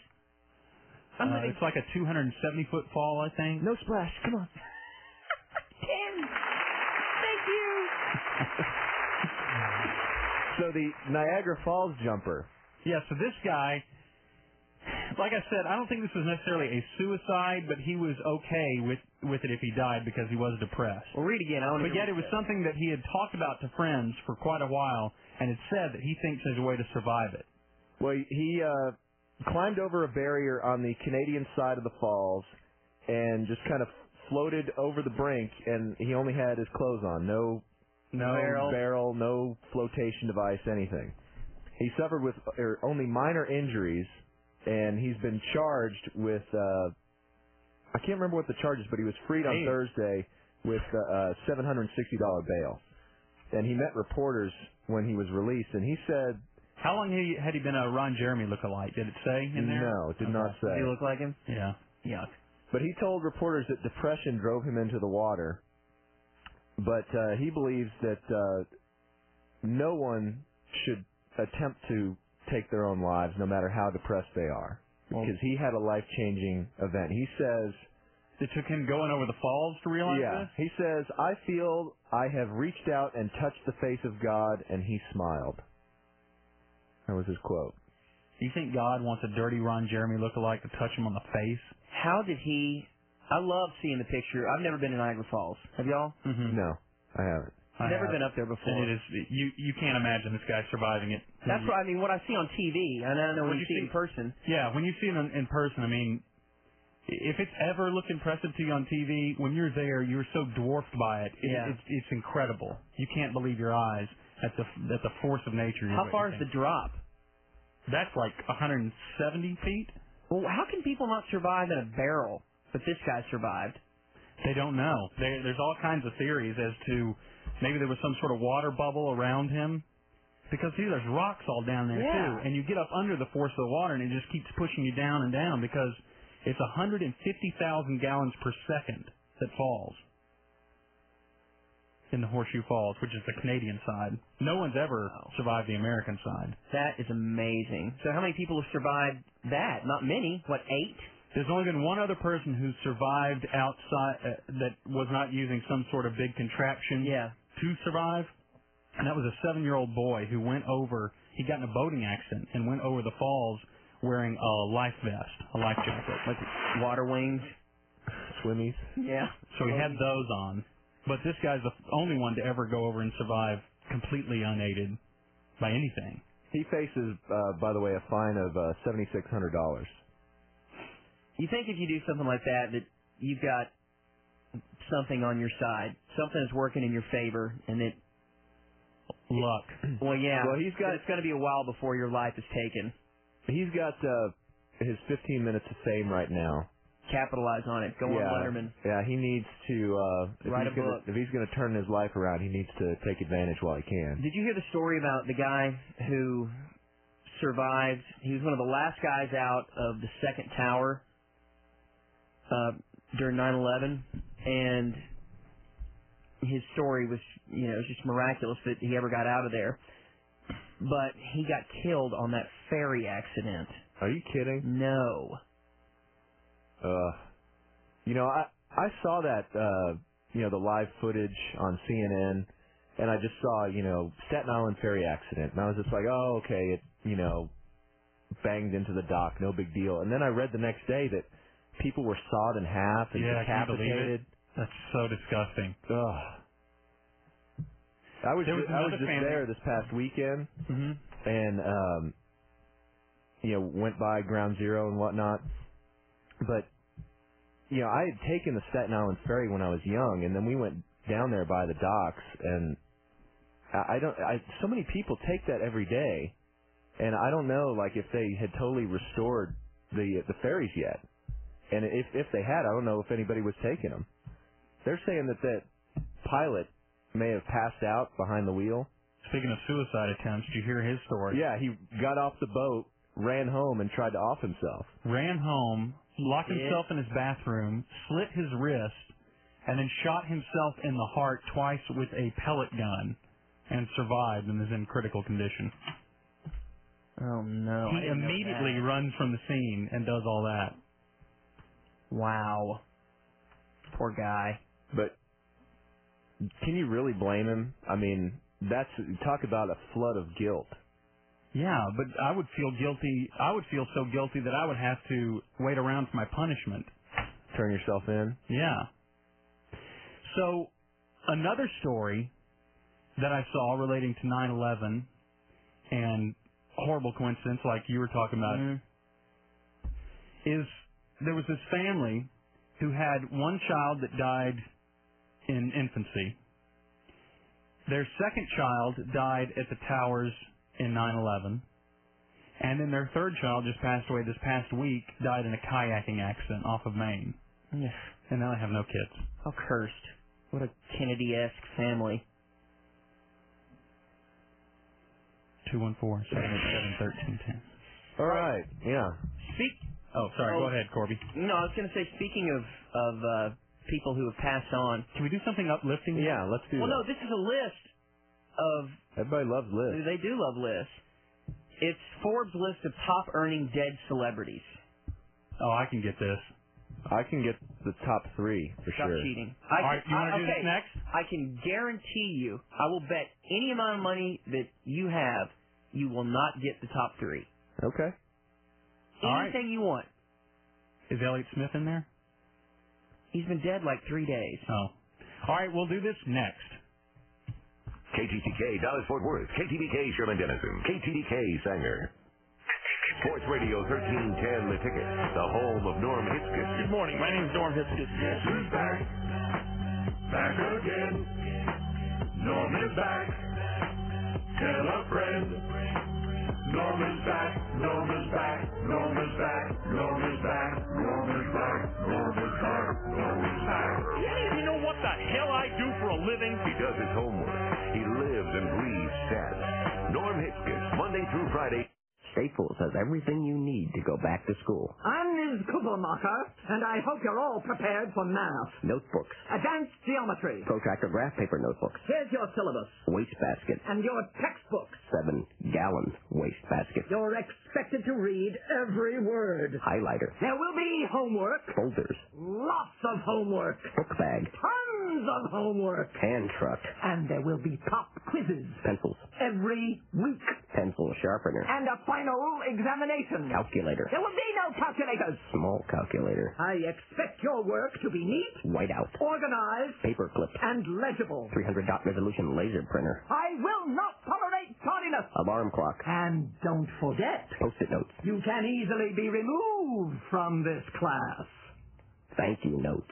Uh, I'm living. it's like a 270 foot fall, I think. No splash. Come on. Tim, thank you. So the Niagara Falls jumper. Yeah, so this guy, like I said, I don't think this was necessarily a suicide, but he was okay with with it if he died because he was depressed. Well, read again. I want But yet, it was something that he had talked about to friends for quite a while, and had said that he thinks there's a way to survive it. Well, he uh, climbed over a barrier on the Canadian side of the falls and just kind of floated over the brink, and he only had his clothes on. No, No barrel. barrel, no flotation device, anything. He suffered with er, only minor injuries, and he's been charged with. Uh, I can't remember what the charge is, but he was freed on Damn. Thursday with uh, a $760 bail. And he met reporters when he was released, and he said How long had he, had he been a Ron Jeremy lookalike? Did it say in there? No, it did not say. Does he look like him? Yeah. Yuck. But he told reporters that depression drove him into the water. But uh, he believes that uh, no one should attempt to take their own lives, no matter how depressed they are, because he had a life-changing event. He says it took him going over the falls to realize yeah, this. he says, "I feel I have reached out and touched the face of God, and He smiled." That was his quote. Do you think God wants a dirty Ron Jeremy lookalike to touch him on the face? How did he? I love seeing the picture. I've never been to Niagara Falls. Have y'all? Mm-hmm. No, I haven't. I never have. been up there before. And it is you you can't imagine this guy surviving it. That's what I mean. What I see on TV, and I don't know What when you you see it in see- person. Yeah, when you see it in, in person, I mean, if it's ever looked impressive to you on TV, when you're there, you're so dwarfed by it. it Yeah. it's, it's incredible. You can't believe your eyes at the at the force of nature. How far is the drop? That's like 170 feet. Well, how can people not survive in a barrel? But this guy survived. They don't know. There, there's all kinds of theories as to maybe there was some sort of water bubble around him. Because see, there's rocks all down there Yeah. too, and you get up under the force of the water, and it just keeps pushing you down and down because it's 150,000 gallons per second that falls in the Horseshoe Falls, which is the Canadian side. No one's ever survived the American side. That is amazing. So how many people have survived that? Not many. What eight? There's only been one other person who survived outside uh, that was not using some sort of big contraption to survive, and that was a seven-year-old boy who went over. He got in a boating accident and went over the falls wearing a life vest, a life jacket, like water wings, swimmies. Yeah. So he had those on, but this guy's the only one to ever go over and survive completely unaided by anything. He faces, uh, by the way, a fine of uh, seventy-six hundred dollars. You think if you do something like that that you've got something on your side, something is working in your favor, and it luck. Well, yeah. Well, he's got- It's going to be a while before your life is taken. He's got uh, his 15 minutes of fame right now. capitalize on it. Go yeah, on Letterman. Yeah, he needs to. Uh, if Write he's a gonna, book. If he's going to turn his life around, he needs to take advantage while he can. Did you hear the story about the guy who survived? He was one of the last guys out of the second tower uh, during 9/11, and his story was, you know, it was just miraculous that he ever got out of there. But he got killed on that ferry accident. Are you kidding? No. Uh, you know, I I saw that uh, you know the live footage on CNN, and I just saw you know Staten Island ferry accident, and I was just like, oh okay, it you know banged into the dock, no big deal. And then I read the next day that people were sawed in half and yeah, can you believe decapitated. it? That's so disgusting. I was, There was ju- I was another just family- there this past weekend, Mm-hmm. and um, you know went by Ground Zero and whatnot. But you know, I had taken the Staten Island ferry when I was young, and then we went down there by the docks, and I, I don't. I so many people take that every day, and I don't know like if they had totally restored the the ferries yet, and if if they had, I don't know if anybody was taking them. They're saying that that pilot may have passed out behind the wheel. Speaking of suicide attempts, did you hear his story? Yeah, he got off the boat, ran home, and tried to off himself. Ran home, locked Yeah. himself in his bathroom, slit his wrist, and then shot himself in the heart twice with a pellet gun, and survived and is in critical condition. Oh no! I he didn't know immediately runs from the scene and does all that. that. Wow. Poor guy. But can you really blame him? I mean, that's talk about a flood of guilt. Yeah, but I would feel guilty. I would feel so guilty that I would have to wait around for my punishment. Turn yourself in. Yeah. So, another story that I saw relating to 9/11 and horrible coincidence, like you were talking about, is there was this family who had one child that died in infancy. Their second child died at the towers in 9/11. And then their third child just passed away this past week, died in a kayaking accident off of Maine. Yeah. And now they have no kids. How cursed. What a Kennedy-esque family. 214 787 All right. Yeah. Speak. Oh, sorry. Go Oh. ahead, Corby. No, I was going to say. Speaking of of uh, people who have passed on, can we do something uplifting? Yeah, let's do Well, that. no, this is a list of Everybody loves lists. they do love lists. It's Forbes list of top earning dead celebrities. Oh, I can get this. I can get the top three for Stop sure. cheating. All I right, can, you wanna I- do this okay, next? I can guarantee you, I will bet any amount of money that you have, you will not get the top three. Okay. All right. Anything you want. Is Elliot Smith in there? He's been dead like three days. Oh. All right, we'll do this next. KTTK Dallas Fort Worth, KTDK Sherman Denison, KTDK Sanger. Sports Radio 1310 The Ticket, the home of Norm Hitchcock. Good morning, my name's Norm Hitchcock. Yes, he's back. Back again. Norm is back. Tell a friend. Norm is back. Norm is back. Norm is back. Norm is back. Norm is back. Norm is back. Norm is back. Any of you know what the hell I do for a living? He does his homework. He lives and breathes stats. Norm Hitchcock, Monday through Friday. Staples has everything you need to go back to school. I'm Ms. Kubelmacher, and I hope you're all prepared for math, Notebooks, advanced geometry. protractor graph paper notebooks, Here's your syllabus wastebasket, and your textbooks. seven gallon wastebasket, You're expected to read every word. highlighter, There will be homework, folders, lots of homework, book bag, tons of homework, hand truck, and there will be pop quizzes pencils, every week, pencil sharpener, and a final examination. calculator, There will be no calculators. small calculator, I expect your work to be neat, whiteout, organized, paperclip, and legible. 300 dot resolution laser printer, I will not tolerate tardiness. alarm clock, And don't forget, post-it notes, you can easily be removed from this class. thank you notes.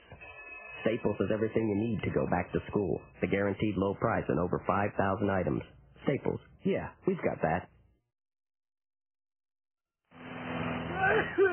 Staples has everything you need to go back to school. The guaranteed low price on over 5,000 items. Staples. Yeah, we've got that.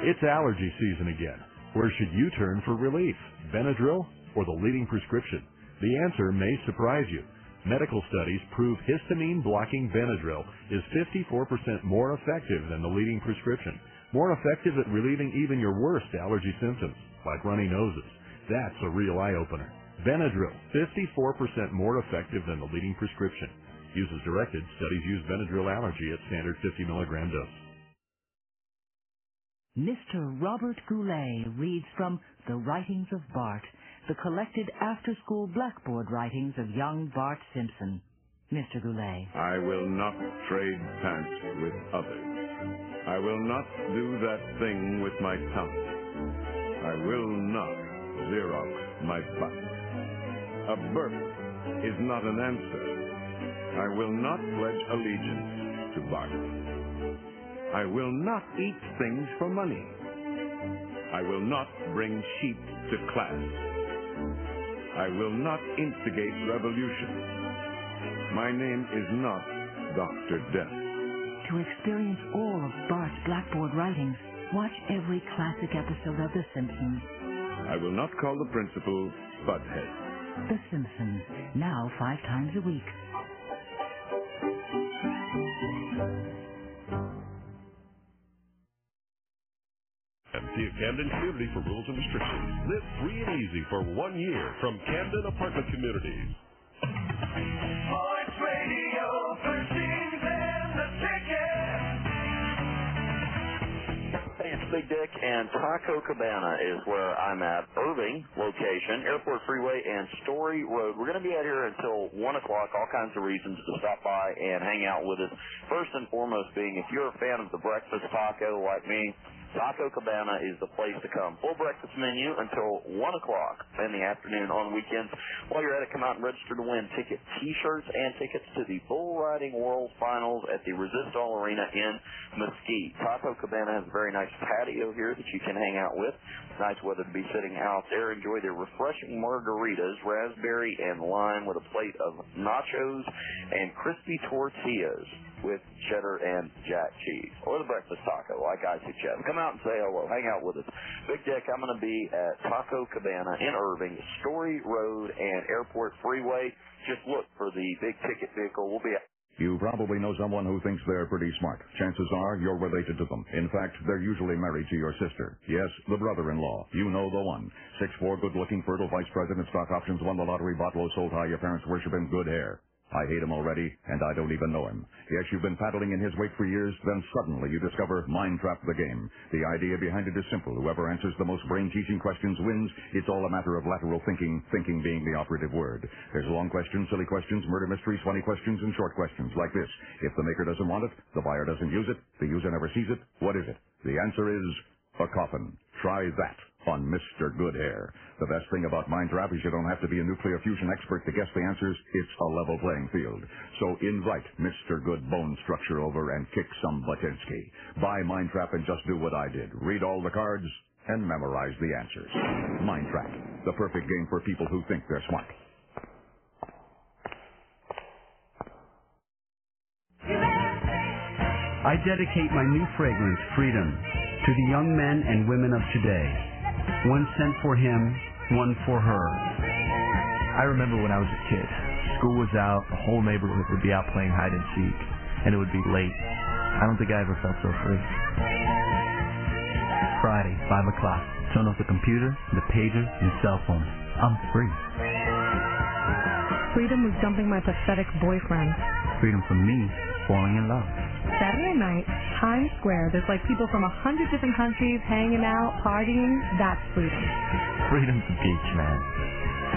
It's allergy season again. Where should you turn for relief? Benadryl or the leading prescription? The answer may surprise you. Medical studies prove histamine blocking Benadryl is 54% more effective than the leading prescription. More effective at relieving even your worst allergy symptoms, like runny noses. That's a real eye opener. Benadryl, 54% more effective than the leading prescription. Use as directed. Studies use Benadryl allergy at standard 50 milligram dose. Mr. Robert Goulet reads from The Writings of Bart, the collected after-school blackboard writings of young Bart Simpson. Mr. Goulet. I will not trade pants with others. I will not do that thing with my tongue. I will not Xerox my butt. A burp is not an answer. I will not pledge allegiance to Bart. I will not eat things for money. I will not bring sheep to class. I will not instigate revolution. My name is not Dr. Death. To experience all of Bart's blackboard writings, watch every classic episode of The Simpsons. I will not call the principal Budhead. The Simpsons, now five times a week. See a Camden Community for rules and restrictions. Live free and easy for one year from Camden Apartment Communities. Sports Radio 13's and the ticket. Hey, it's Big Dick, and Taco Cabana is where I'm at. Irving location, Airport Freeway, and Story Road. We're going to be out here until 1 o'clock. All kinds of reasons to stop by and hang out with us. First and foremost being if you're a fan of the breakfast taco like me, Taco Cabana is the place to come. Full breakfast menu until 1 o'clock in the afternoon on weekends. While you're at it, come out and register to win ticket t-shirts and tickets to the Bull Riding World Finals at the Resist All Arena in Mesquite. Taco Cabana has a very nice patio here that you can hang out with. It's nice weather to be sitting out there. Enjoy their refreshing margaritas, raspberry and lime with a plate of nachos and crispy tortillas with cheddar and jack cheese or the breakfast taco like I suggest. Come out and say hello. Hang out with us. Big Dick, I'm going to be at Taco Cabana in Irving, Story Road and Airport Freeway. Just look for the big ticket vehicle. We'll be at You probably know someone who thinks they're pretty smart. Chances are you're related to them. In fact, they're usually married to your sister. Yes, the brother-in-law. You know the one. Six four, good-looking, fertile vice president, stock options, won the lottery, bought low, sold high. Your parents worship him. Good hair. I hate him already, and I don't even know him. Yes, you've been paddling in his wake for years, then suddenly you discover Mind Trap the game. The idea behind it is simple. Whoever answers the most brain-teasing questions wins. It's all a matter of lateral thinking, thinking being the operative word. There's long questions, silly questions, murder mysteries, funny questions, and short questions like this. If the maker doesn't want it, the buyer doesn't use it, the user never sees it, what is it? The answer is a coffin. Try that on Mr. Goodhair. The best thing about Mind Trap is you don't have to be a nuclear fusion expert to guess the answers. It's a level playing field. So invite Mr. Good Bone Structure over and kick some Butinsky. Buy Mind Trap and just do what I did. Read all the cards and memorize the answers. Mind Trap, the perfect game for people who think they're smart. I dedicate my new fragrance, Freedom, to the young men and women of today. One sent for him, one for her. I remember when I was a kid, school was out, the whole neighborhood would be out playing hide and seek, and it would be late. I don't think I ever felt so free. Friday, 5 o'clock. Turn off the computer, the pager, and cell phone. I'm free. Freedom was dumping my pathetic boyfriend. Freedom from me falling in love. Saturday night, Times Square, there's like people from a hundred different countries hanging out, partying. That's freedom. Freedom to beach, man.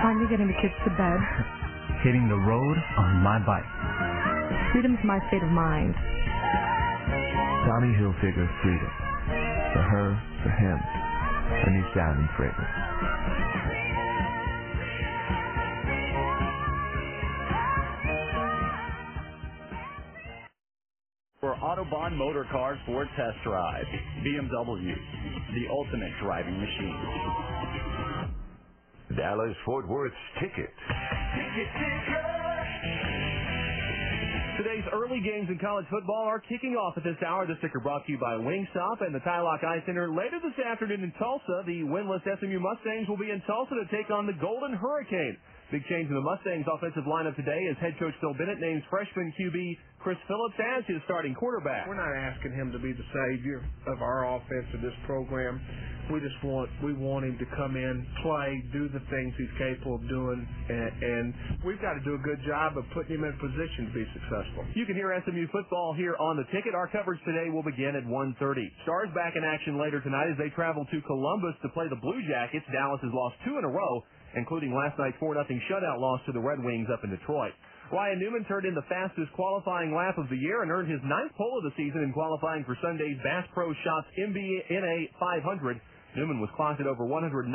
Finally getting the kids to bed. Hitting the road on my bike. Freedom's my state of mind. Tommy Hilfiger freedom. For her, for him. A new sound and fragrance. For Autobahn Motor Cars for test drive, BMW, the ultimate driving machine. Dallas Fort Worth's ticket. Ticket, ticket. Today's early games in college football are kicking off at this hour. The ticker brought to you by Wingstop and the Tylock Eye Center. Later this afternoon in Tulsa, the winless SMU Mustangs will be in Tulsa to take on the Golden Hurricane. Big change in the Mustangs offensive lineup today as head coach Phil Bennett names freshman QB Chris Phillips as his starting quarterback. We're not asking him to be the savior of our offense of this program. We just want we want him to come in, play, do the things he's capable of doing, and, and we've got to do a good job of putting him in position to be successful. You can hear SMU football here on the ticket. Our coverage today will begin at 1.30. Stars back in action later tonight as they travel to Columbus to play the Blue Jackets. Dallas has lost two in a row, including last night's 4-0 shutout loss to the Red Wings up in Detroit. Ryan Newman turned in the fastest qualifying lap of the year and earned his ninth pole of the season in qualifying for Sunday's Bass Pro Shops MBNA 500. Newman was clocked at over 194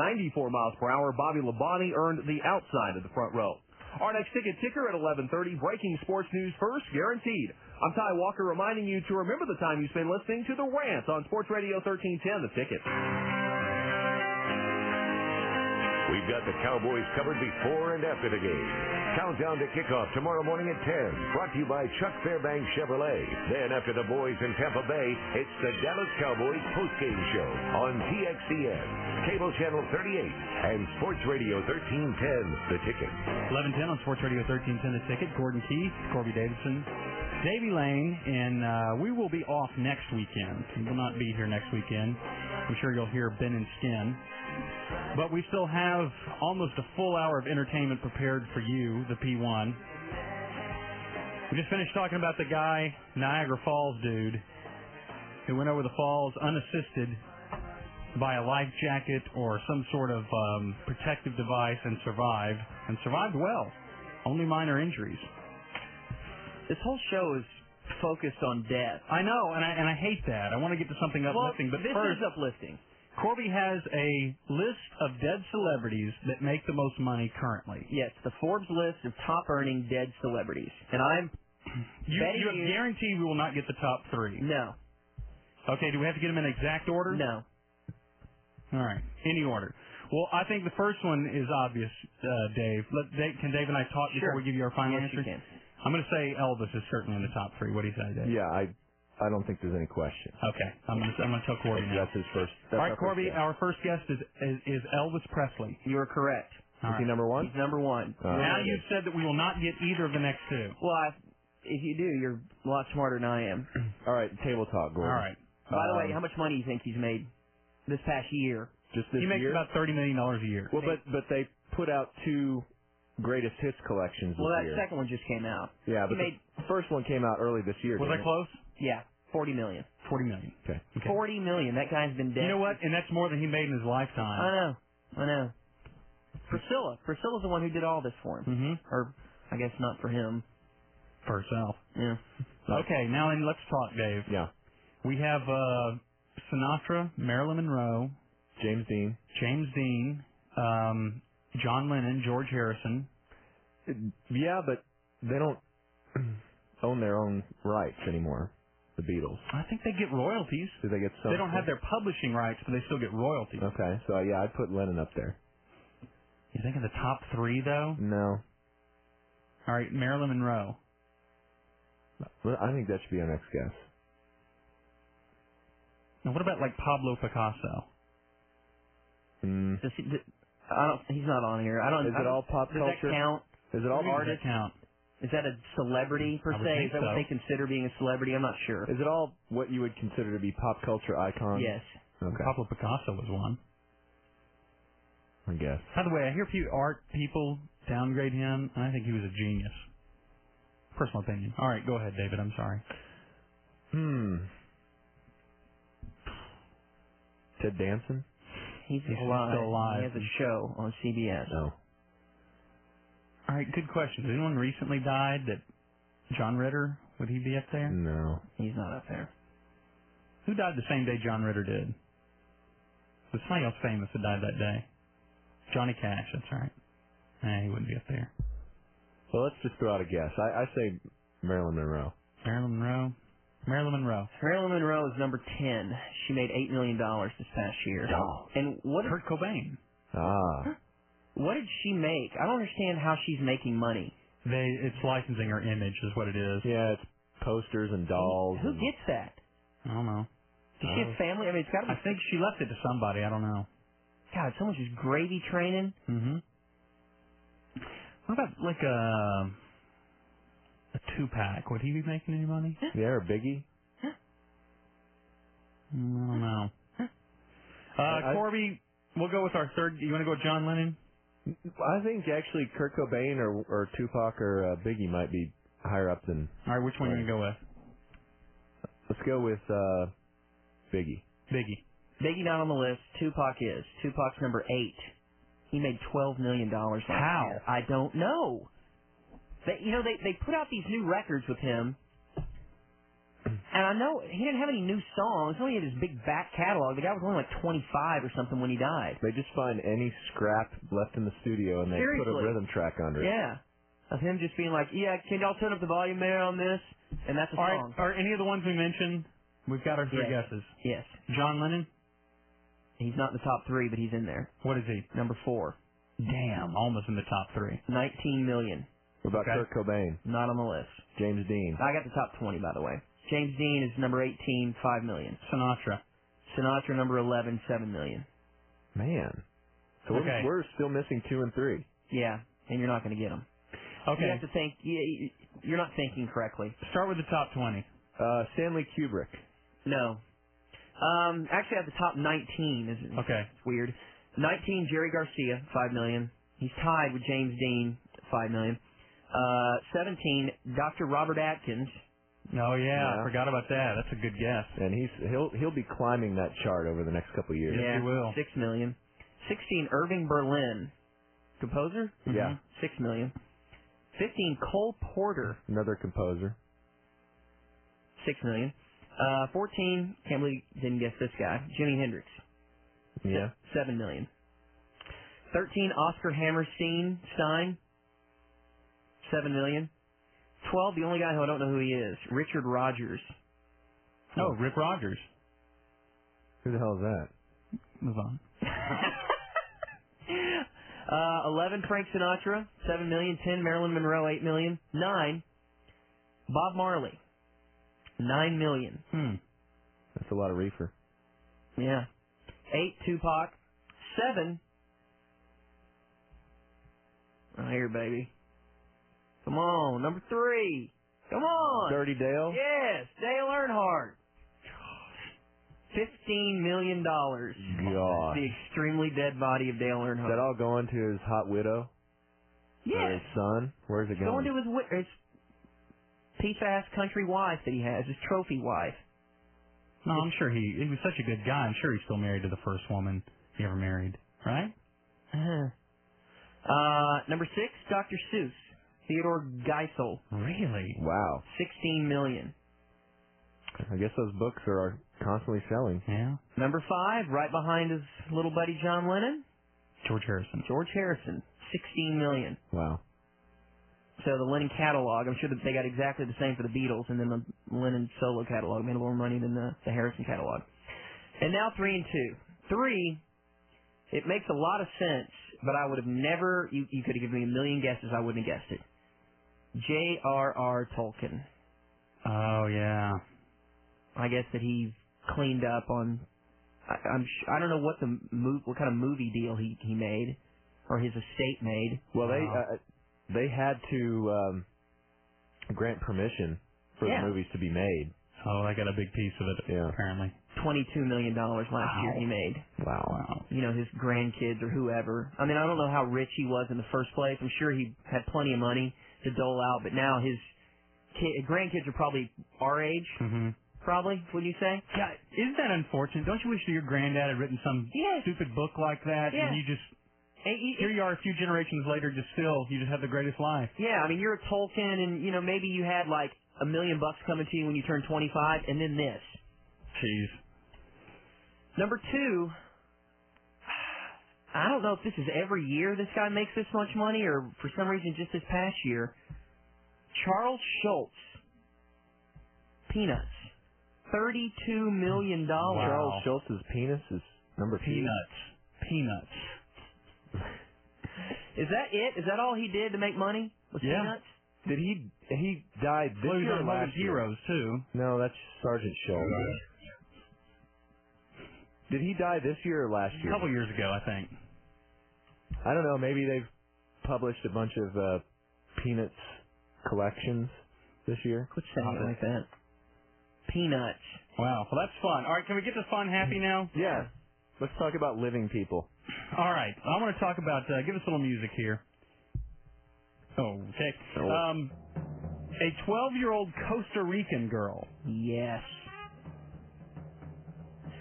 miles per hour. Bobby Labonte earned the outside of the front row. Our next ticket ticker at 11:30. Breaking sports news first, guaranteed. I'm Ty Walker reminding you to remember the time you spend listening to the rant on Sports Radio 1310. The ticket. We've got the Cowboys covered before and after the game. Countdown to kickoff tomorrow morning at 10, brought to you by Chuck Fairbanks Chevrolet. Then after the boys in Tampa Bay, it's the Dallas Cowboys postgame show on TXCN, cable channel 38, and Sports Radio 1310, The Ticket. 1110 on Sports Radio 1310 The Ticket. Gordon Keith, Corby Davidson, Davey Lane, and uh, we will be off next weekend. We will not be here next weekend. I'm sure you'll hear Ben and Skin. But we still have almost a full hour of entertainment prepared for you, the P1. We just finished talking about the guy, Niagara Falls dude, who went over the falls unassisted by a life jacket or some sort of um, protective device and survived, and survived well. Only minor injuries. This whole show is focused on death. I know, and I, and I hate that. I want to get to something uplifting, well, but this first, is uplifting. Corby has a list of dead celebrities that make the most money currently. Yes, the Forbes list of top earning dead celebrities, and I'm You, betting you have guaranteed we will not get the top three. No. Okay, do we have to get them in exact order? No. All right, any order. Well, I think the first one is obvious, uh, Dave. Let, Dave. Can Dave and I talk before Sure. we give you our final Yes, answer? you can. I'm going to say Elvis is certainly in the top three. What do you say, Dave? Yeah, I I don't think there's any question. Okay, I'm going to I'm going to tell Corby now. That's his first. That's All our right, first Corby, guess. our first guest is is, is Elvis Presley. You are correct. Is he number one? Uh, He's number one. All right. Now you've said that we will not get either of the next two. Well, I, if you do, you're a lot smarter than I am. All right, table talk, Gordon. All right. By the way, Um, how much money do you think he's made this past year? Just this He makes year? about thirty million dollars a year. Well, but but they put out two greatest hits collections Well, this year. that second one just came out. yeah, he but made the first one came out early this year. Was didn't I it? close? yeah, forty million. Forty million. Okay. Forty million. That guy's been dead. You know what? And that's more than he made in his lifetime. I know. I know. Priscilla. Priscilla's the one who did all this for him. Mm-hmm. Or, I guess not for him. For herself. Yeah. Okay, now and let's talk, Dave. Yeah. We have uh, Sinatra, Marilyn Monroe, James Dean, James Dean, um, John Lennon, George Harrison. Yeah, but they don't own their own rights anymore. The Beatles. I think they get royalties. Do they get some? They don't have their publishing rights, but they still get royalties. Okay, so yeah, I'd put Lennon up there. You think of the top three though? No, All right, Marilyn Monroe. Well, I think that should be our next guess. Now, what about like Pablo Picasso? Mm. Does he, d I don't. He's not on here. I don't. Is I it don't- all pop does culture? That count? Is it all Does artist? that count? Is that a celebrity per I se? would think Is that what so. they consider being a celebrity? I'm not sure. Is it all what you would consider to be pop culture icons? Yes. Okay. Pablo Picasso was one. I guess. By the way, I hear few art people downgrade him, and I think he was a genius. Personal opinion. All right, go ahead, David. I'm sorry. Hmm. Ted Danson? He's, He's still alive. He has a show on CBS. No. All right, good question. Has anyone recently died that John Ritter? Would he be up there? No. He's not up there. Who died the same day John Ritter did? There's somebody else famous that died that day. Johnny Cash, that's right. Nah, he wouldn't be up there. Well, let's just throw out a guess. I, I say Marilyn Monroe. Marilyn Monroe. Marilyn Monroe. Marilyn Monroe is number ten. She made eight million dollars this past year. Oh. And what? Kurt Cobain. Ah. What did she make? I don't understand how she's making money. They it's licensing our image is what it is. Yeah, it's posters and dolls. Who Mm. and- Oh. gets that? I don't know. Does she have family? I mean, it's got to be. I think she left it to somebody. I don't know. God, someone's just gravy training. Mm-hmm. What about like a a two pack? Would he be making any money? Yeah, or Biggie. Mm, I don't know. I- Uh, Corby, we'll go with our third. You want to go with John Lennon? I think actually Kurt Cobain or or Tupac or uh, Biggie might be higher up than. All right, which one are you gonna go with? Let's go with uh, Biggie. Biggie. Biggie not on the list. Tupac is. Tupac's number eight. He made twelve million dollars last How? year. I don't know. They, you know, they they put out these new records with him, and I know he didn't have any new songs. He only had his big back catalog. The guy was only like twenty five or something when he died. They just find any scrap left in the studio and they put Seriously. a rhythm track under it. Yeah, of him just being like, yeah, can y'all turn up the volume there on this? And that's a All right, song. are any of the ones we mentioned? We've got our three Yes. guesses. Yes. John Lennon. He's not in the top three, but he's in there. What is he? Number four. Damn, almost in the top three. Nineteen million. What about Okay. Kurt Cobain? Not on the list. James Dean. I got the top 20, by the way. James Dean is number 18, 5 million. Sinatra. Sinatra, number 11, 7 million. Man. So we're, Okay. we're still missing two and three. Yeah, and you're not going to get them. Okay. You have to think, you- you're not thinking correctly. Start with the top 20. Uh, Stanley Kubrick. No. Um, actually, at the top 19 is Okay. It's weird. 19, Jerry Garcia, 5 million. He's tied with James Dean, 5 million. Uh, 17, Dr. Robert Atkins. Oh yeah, Yeah. I forgot about that. That's a good guess. And he's he'll he'll be climbing that chart over the next couple of years. yeah, he will. 6 million. 16, Irving Berlin. Composer? Yeah. 6 million. 15, Cole Porter. Another composer. six million. Uh, fourteen. Can't believe you didn't guess this guy, Jimi Hendrix. Yeah. Se- seven million. Thirteen. Oscar Hammerstein Stein. Seven million. Twelve. The only guy who I don't know who he is, Richard Rogers. No, Rick Rogers. Oh, Who the hell is that? Move on. Uh, eleven. Frank Sinatra. Seven million. Ten. Marilyn Monroe. Eight million. Nine. Bob Marley. Nine million. Hmm. That's a lot of reefer. Yeah. Eight, Tupac. Seven. Right Oh, here, baby. Come on, number three. Come on. Dirty Dale. Yes, Dale Earnhardt. Fifteen million dollars. Oh, God. The extremely dead body of Dale Is that Earnhardt. all going to his hot widow? Or Yes. his son? Where's it It's going going? to his, wi- his peach ass country wife that he has, his trophy wife. No, I'm sure he he was such a good guy. I'm sure he's still married to the first woman he ever married, right? Uh-huh. Uh, number six, Dr. Seuss, Theodore Geisel, Really? wow. sixteen million. I guess those books are constantly selling. Yeah. Number five, right behind his little buddy John Lennon, George Harrison. George Harrison, sixteen million. Wow. So the Lennon catalog, I'm sure that they got exactly the same for the Beatles, and then the Lennon solo catalog made more money than the, the Harrison catalog. And now three and two. Three, it makes a lot of sense, but I would have never. You, you could have given me a million guesses, I wouldn't have guessed it. J.R.R. Tolkien. Oh yeah. I guess that he cleaned up on. I, I'm sh- I don't know what the mo- what kind of movie deal he he made, or his estate made. Well, they uh, they had to um, grant permission for Yeah. the movies to be made. Oh, I got a big piece of it. Yeah. Apparently. 22 million dollars last Wow. year he made. Wow. You know his grandkids or whoever. I mean, I don't know how rich he was in the first place. I'm sure he had plenty of money to dole out, but now his ki- grandkids are probably our age, Mm-hmm. probably. Would you say? Yeah. Isn't that unfortunate? Don't you wish that your granddad had written some stupid book like that, Yeah. and you just And he- here you are a few generations later, just still you just have the greatest life. Yeah, I mean, you're a Tolkien, and you know maybe you had like a million bucks coming to you when you turned 25, and then this. Jeez. Number two, I don't know if this is every year this guy makes this much money, or for some reason just this past year. Charles Schultz, Peanuts, thirty-two million Oh, dollars. Charles Schultz's penis is number two. Peanuts. Peanuts. Is that it? Is that all he did to make money? Was Yeah. Peanuts? Did he he died this Well, he was year or on last Logan's Heroes, year? too. No, that's Sergeant Shoal. Did he die this year or last year? A couple years ago, I think. I don't know. Maybe they've published a bunch of uh, Peanuts collections this year. What's Something like that. Peanuts. Wow. Well, that's fun. All right, can we get to fun happy now? Yeah. Let's talk about living people. All right. I want to talk about. Uh, give us a little music here. Oh, okay. Um, a 12-year-old Costa Rican girl. Yes.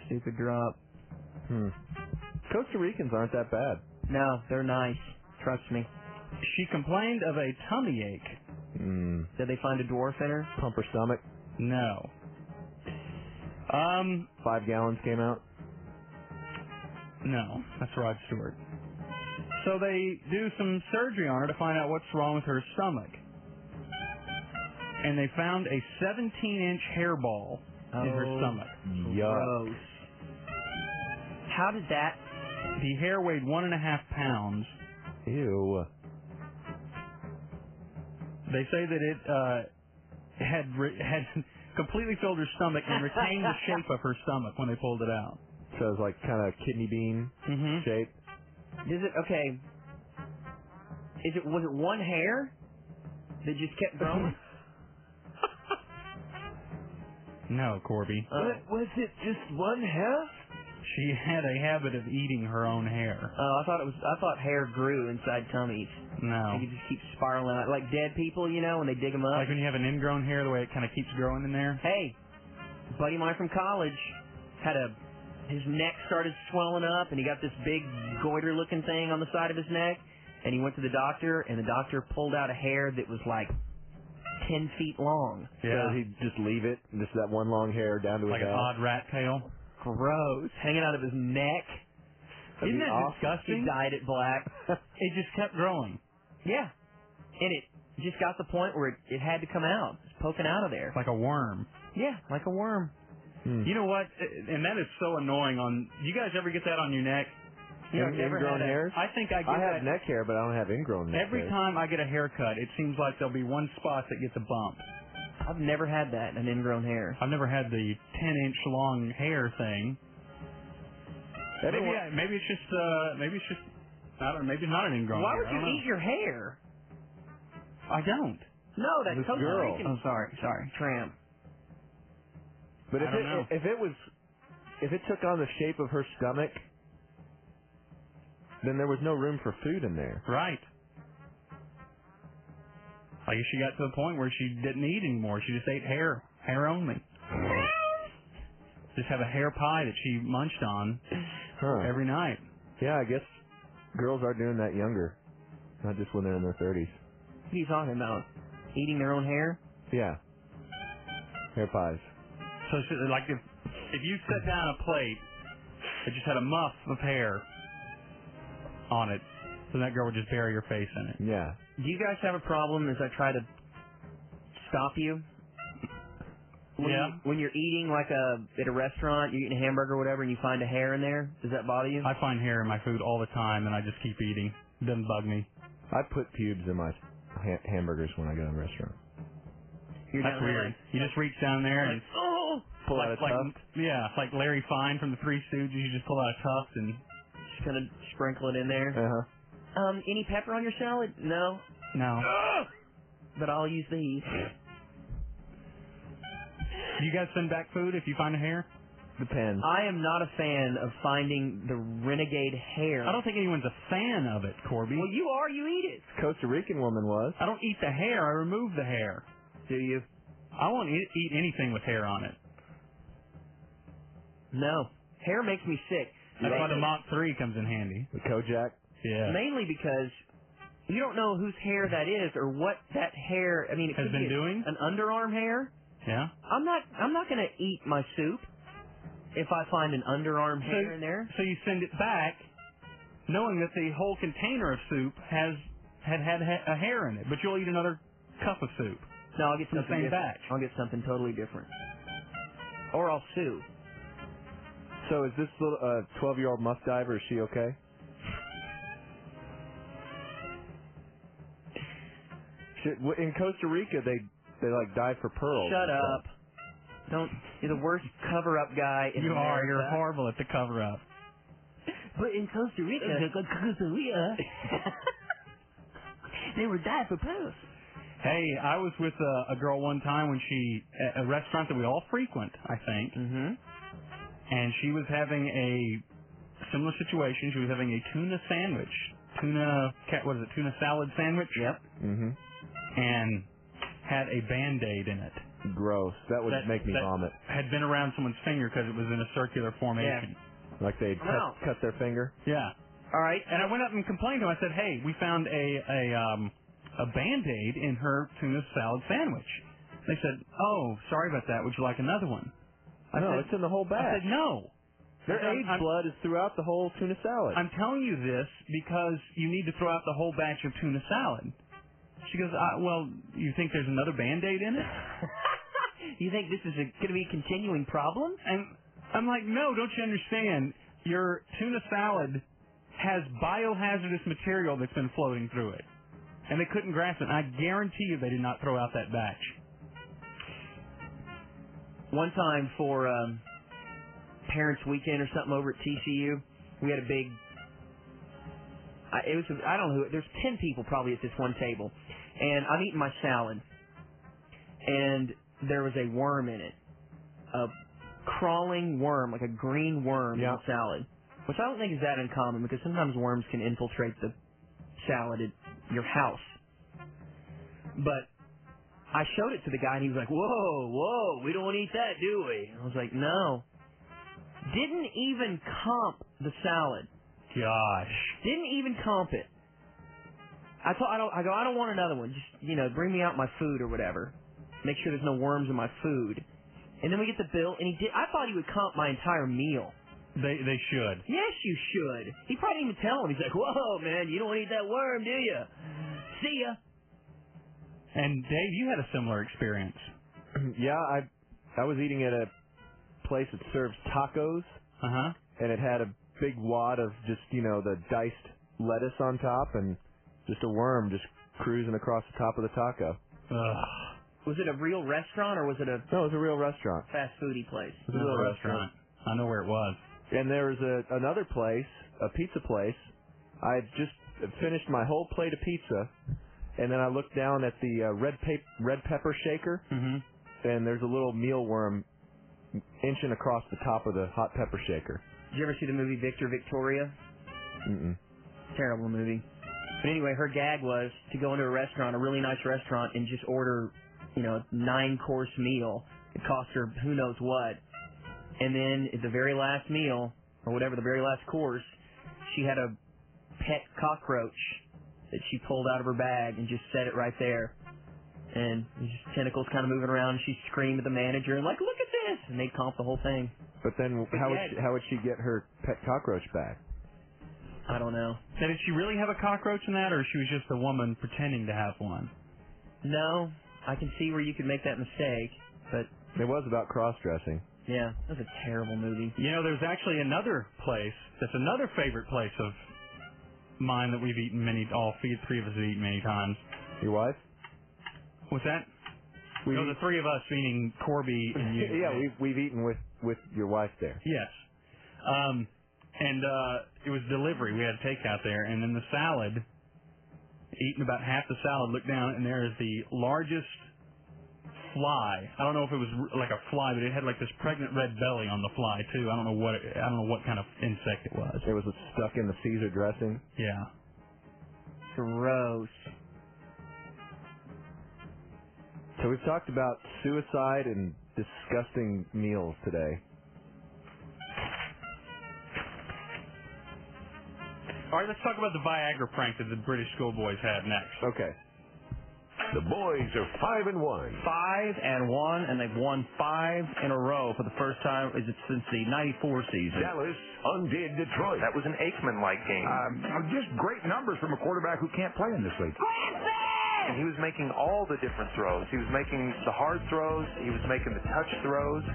Stupid drop. Hmm. Costa Ricans aren't that bad. No, they're nice. Trust me. She complained of a tummy ache. Mm. Did they find a dwarf in her? Pump her stomach. No. Um. Five gallons came out. No, that's Rod Stewart. So they do some surgery on her to find out what's wrong with her stomach. And they found a 17-inch hairball in her Oh, stomach. Yuck. How did that? The hair weighed one and a half pounds. Ew. They say that it uh, had re- had completely filled her stomach and retained the shape of her stomach when they pulled it out. Mm-hmm. So it's like kind of kidney bean shape. Is it okay? Is it was it one hair that just kept growing? No, Corby. was it just one hair? Uh, She had a habit of eating her own hair. Oh, I thought it was. I thought hair grew inside tummies. No. Like it just keeps spiraling out, like dead people, you know, when they dig them up. Like when you have an ingrown hair, the way it kind of keeps growing in there. Hey, buddy of mine from college had a his neck started swelling up and he got this big goiter looking thing on the side of his neck and he went to the doctor and the doctor pulled out a hair that was like ten feet long. So he'd just leave it, just that one long hair down to his Like an ass. odd rat tail. Gross. Hanging out of his neck. That'd Isn't be that awful. disgusting? He dyed it black. it just kept growing. Yeah. And it just got to the point where it, it had to come out. It's poking out of there. Like a worm. Yeah, like a worm. Hmm. You know what? And that is so annoying. On you guys ever get that on your neck? You know, In- I've never ingrown had a- hairs? I think I get have that neck hair, but I don't have ingrown neck every hair. time I get a haircut. It seems like there'll be one spot that gets a bump. I've never had that, an ingrown hair. I've never had the ten inch long hair thing. Maybe, Everyone- I, maybe it's just uh, maybe it's just I don't know. Maybe it's not an ingrown. Why hair. would I you don't know. eat your hair? I don't. No, that's This Costa girl. Rican. Oh, sorry, sorry, tramp. But I if don't it know. if it was if it took on the shape of her stomach, then there was no room for food in there. Right. I guess she got to the point where she didn't eat anymore. She just ate hair, hair only. Just have a hair pie that she munched on Huh. every night. Yeah, I guess girls are doing that younger, not just when they're in their thirties. What are you talking about? Eating their own hair? Yeah. Hair pies. So she, like if if you set down a plate that just had a muff of hair on it, then that girl would just bury her face in it. Yeah. Do you guys have a problem as I try to stop you? When Yeah. You, when you're eating like a at a restaurant, you're eating a hamburger or whatever, and you find a hair in there, does that bother you? I find hair in my food all the time, and I just keep eating. It doesn't bug me. I put pubes in my ha- hamburgers when I go to a restaurant. You're That's down there weird. you just reach down there and oh, pull out like, a like, tuft. Yeah, it's like Larry Fine from the Three Stooges. You just pull out a tuft and just kind of sprinkle it in there. Uh Um, any pepper on your salad? No. no. But I'll use these. You guys send back food if you find a hair? Depends. I am not a fan of finding the renegade hair. I don't think anyone's a fan of it, Corby. Well, you are. You eat it. Costa Rican woman was. I don't eat the hair. I remove the hair. Do you? I won't eat, eat anything with hair on it. No. Hair makes me sick. That's why Mainly- the Mach 3 comes in handy. The Kojak. Yeah. Mainly because you don't know whose hair that is or what that hair. I mean, it Has could been be a- doing? an underarm hair. Yeah. I'm not. I'm not going to eat my soup if I find an underarm hair in there. So you send it back, knowing that the whole container of soup has had had ha- a hair in it, but you'll eat another cup of soup. No, I'll get From the something same different. batch. I'll get something totally different. Or I'll sue. So is this little uh, 12-year-old muff diver? Is she okay? Shit, w- In Costa Rica, they they like dive for Oh, pearls. Shut and up. Don't. You're the worst cover-up guy in you are. America. You're horrible at the cover up. But in Costa Rica, Costa Rica, they were dying for pearls. Hey, I was with a, a girl one time when she at a restaurant that we all frequent, I think. Mm-hmm. And she was having a similar situation. She was having a tuna sandwich, tuna cat. What is it? Tuna salad sandwich. Yep. stuff. Mm-hmm. And had a band aid in it. Gross. That would That- make me that vomit. Had been around someone's finger because it was in a circular formation. Like they cut, No. cut their finger. Yeah. All right. And I went up and complained to him. I said, "Hey, we found a a um a band-aid in her tuna salad sandwich." They said, "Oh, sorry about that. Would you like another one?" I no, said- it's in the whole I bag. said, "No." Their I'm- AIDS I'm- blood is throughout the whole tuna salad. I'm telling you this because you need to throw out the whole batch of tuna salad. She goes, uh, "Well, you think there's another band-aid in it?" you think this is going to be a continuing problem? And I'm like, no, don't you understand? Your tuna salad has biohazardous material that's been floating through it. And they couldn't grasp it. And I guarantee you they did not throw out that batch. one time for um, parents weekend or something over at TCU. We had a big. I, it was I don't know who. There's ten people probably at this one table, and I'm eating my salad, and there was a worm in it, a crawling worm, like a green worm in the salad, which I don't think is that uncommon because sometimes worms can infiltrate the salad at your house. But I showed it to the guy, and he was like, "Whoa, whoa, we don't want to eat that, do we?" I was like, "No." Didn't even comp the salad. Gosh. Didn't even comp it. I told I don't. I go. I don't want another one. Just you know, bring me out my food or whatever. Make sure there's no worms in my food. And then we get the bill, and he did. I thought he would comp my entire meal. They they should. Yes, you should. He probably didn't even tell him. He's like, "Whoa, man, you don't want to eat that worm, do you? See ya." And Dave, you had a similar experience. yeah, I I was eating at a place that serves tacos. Uh huh. And it had a big wad of just you know the diced lettuce on top and just a worm just cruising across the top of the taco. Was it a real restaurant or was it a No, it was a real restaurant. fast foodie place? It was a real restaurant. I know where it was. And there was a another place, a pizza place. I had just finished my whole plate of pizza, and then I looked down at the uh, red pap- red pepper shaker, Mm-hmm. and there's a little mealworm inching across the top of the hot pepper shaker. Did you ever see the movie Victor Victoria? Mm-mm. Terrible movie. But anyway, her gag was to go into a restaurant, a really nice restaurant, and just order, you know, a nine course meal. It cost her who knows what. And then at the very last meal, or whatever, the very last course, she had a pet cockroach that she pulled out of her bag and just set it right there. And it was just tentacles kind of moving around. She screamed at the manager, like, look at this! And they comped the whole thing. But then, But how would yet- she, how would she get her pet cockroach back? I don't know. Now, did she really have a cockroach in that, or she was just a woman pretending to have one? No, I can see where you could make that mistake, but It was about cross dressing. yeah, that was a terrible movie. You know, there's actually another place that's another favorite place of mine that we've eaten many, all three three of us have eaten many times. Your wife? What's that? We- no, the three of us, meaning Corby and you. yeah, we've we've eaten with with your wife there. Yes. Um, and uh, it was delivery. We had takeout there, and then the salad. Eating about half the salad, look down, and there is the largest fly. I don't know if it was r- like a fly, but it had like this pregnant red belly on the fly too. I don't know what it, I don't know what kind of insect it was. It was stuck in the Caesar dressing. Yeah. Gross. So we've talked about suicide and disgusting meals today. All right, let's talk about the Viagra prank that the British schoolboys had next. Okay. The boys are five and one. Five and one, and they've won five in a row for the first time is it since the '94 season. Dallas undid Detroit. That was an Aikman-like game. Um, just great numbers from a quarterback who can't play in this league. And Oh! he was making all the different throws. He was making the hard throws. He was making the touch throws.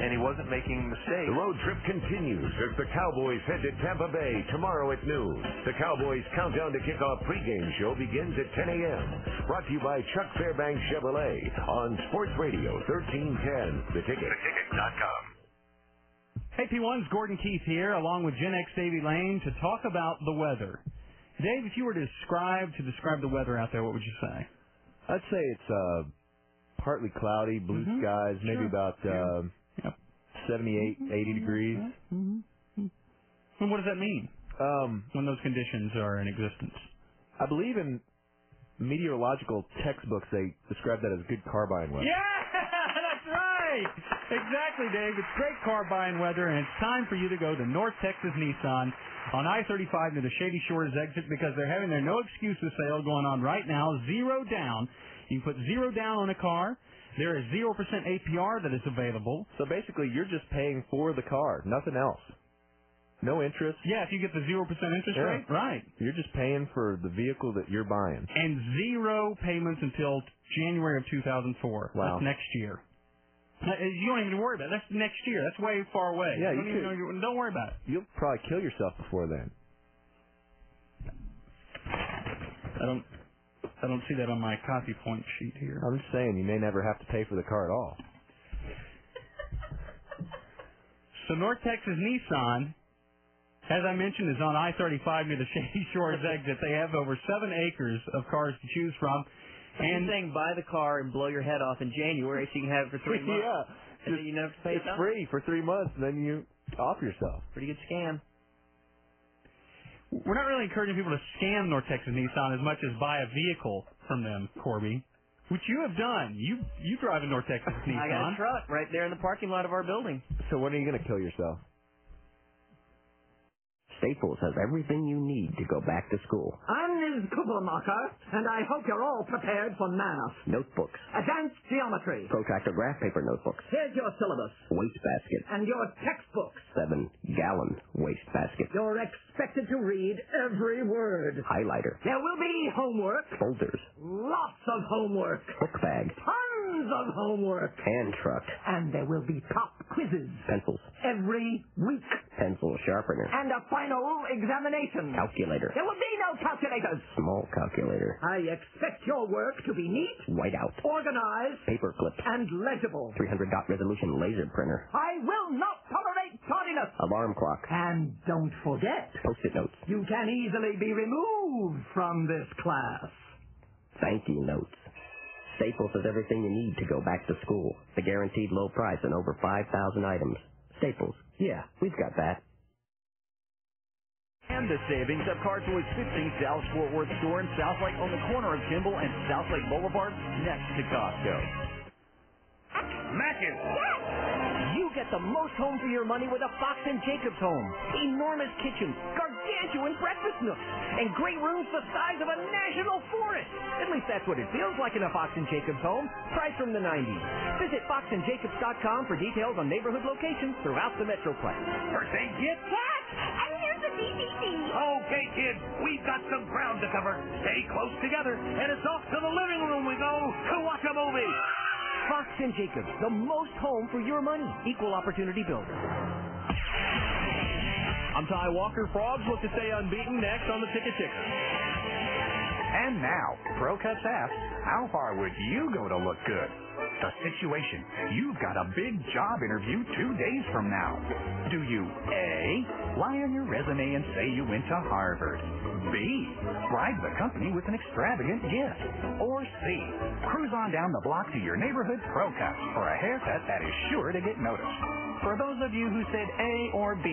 And he wasn't making mistakes. The road trip continues as the Cowboys head to Tampa Bay tomorrow at noon. The Cowboys countdown to kickoff pregame show begins at 10 a.m. Brought to you by Chuck Fairbanks Chevrolet on Sports Radio 1310. The Ticket. TheTicket.com. Hey, P1's Gordon Keith here, along with Gen X Davy Lane, to talk about the weather. Dave, if you were to describe to describe the weather out there, what would you say? I'd say it's uh, partly cloudy, blue Mm-hmm. skies, maybe about uh, 78, Mm-hmm. 80 degrees. And what does that mean? Um, when those conditions are in existence. I believe in meteorological textbooks they describe that as good carbine weather. Yeah, that's right. Exactly, Dave. It's great car buying weather, and it's time for you to go to North Texas Nissan on I-35 near the Shady Shores exit because they're having their no excuses sale going on right now. Zero down. You can put zero down on a car. There is zero percent APR that is available. So basically, you're just paying for the car, nothing else. No interest. Yeah, if you get the zero percent interest Yeah. rate, right. You're just paying for the vehicle that you're buying. And zero payments until January of 2004. Wow. That's next year. Uh, You don't even worry about it. That's next year. That's way far away. Yeah, you don't, even could- know you- don't worry about it. You'll probably kill yourself before then. I don't. I don't see that on my copy point sheet here. I'm just saying you may never have to pay for the car at all. So North Texas Nissan, as I mentioned, is on I-35 near the Shady Shores exit. They have over seven acres of cars to choose from. And And you're saying buy the car and blow your head off in January so you can have it for three months. Yeah. And then you never have to pay It's nothing? free for three months, and then you off yourself. Pretty good scam. we're not really encouraging people to scam North Texas Nissan as much as buy a vehicle from them, Corby, which you have done. You you drive a North Texas Nissan. I got a truck right there in the parking lot of our building. So when are you going to kill yourself? Staples has everything you need to go back to school. I'm Ms. Kublamacher, and I hope you're all prepared for manners. Notebooks, Advanced geometry. protractor graph paper notebooks, Here's your syllabus wastebasket, and your textbooks. seven gallon wastebasket, You're expected to read every word. highlighter, There will be homework. folders, Lots of homework. book bag, Tons of homework. hand truck, And there will be pop quizzes pencils, every week. pencil sharpener, And a final examination. calculator, There will be no calculators. small calculator, I expect your work to be neat, whiteout, organized, paper clip, and legible. 300 dot resolution laser printer, I will not tolerate tardiness. alarm clock, And don't forget, post-it notes, you can easily be removed from this class. thank you notes. Staples has everything you need to go back to school. The guaranteed low price on over 5,000 items. Staples. Yeah, we've got that. And the savings at Cartwheel's 15 Dallas Fort Worth store in Southlake on the corner of Kimball and Southlake Boulevard next to Costco. Matthew! You get the most home for your money with a Fox and Jacobs home. Enormous kitchens, gargantuan breakfast nooks, and great rooms the size of a national forest. At least that's what it feels like in a Fox and Jacobs home. Price from the 90s. Visit foxandjacobs.com for details on neighborhood locations throughout the Metroplex. First aid kit? Yes, and here's a DVD. Okay, kids, we've got some ground to cover. Stay close together, and it's off to the living room we go to watch a movie. Fox and Jacobs, the most home for your money. Equal opportunity builder. I'm Ty Walker. Frogs look to stay unbeaten next on the Ticket Ticker. And now, ProCuts asks, how far would you go to look good? The situation, you've got a big job interview two days from now. Do you A, lie on your resume and say you went to Harvard? B, bribe the company with an extravagant gift? Or C, cruise on down the block to your neighborhood ProCuts for a haircut that is sure to get noticed? For those of you who said A or B,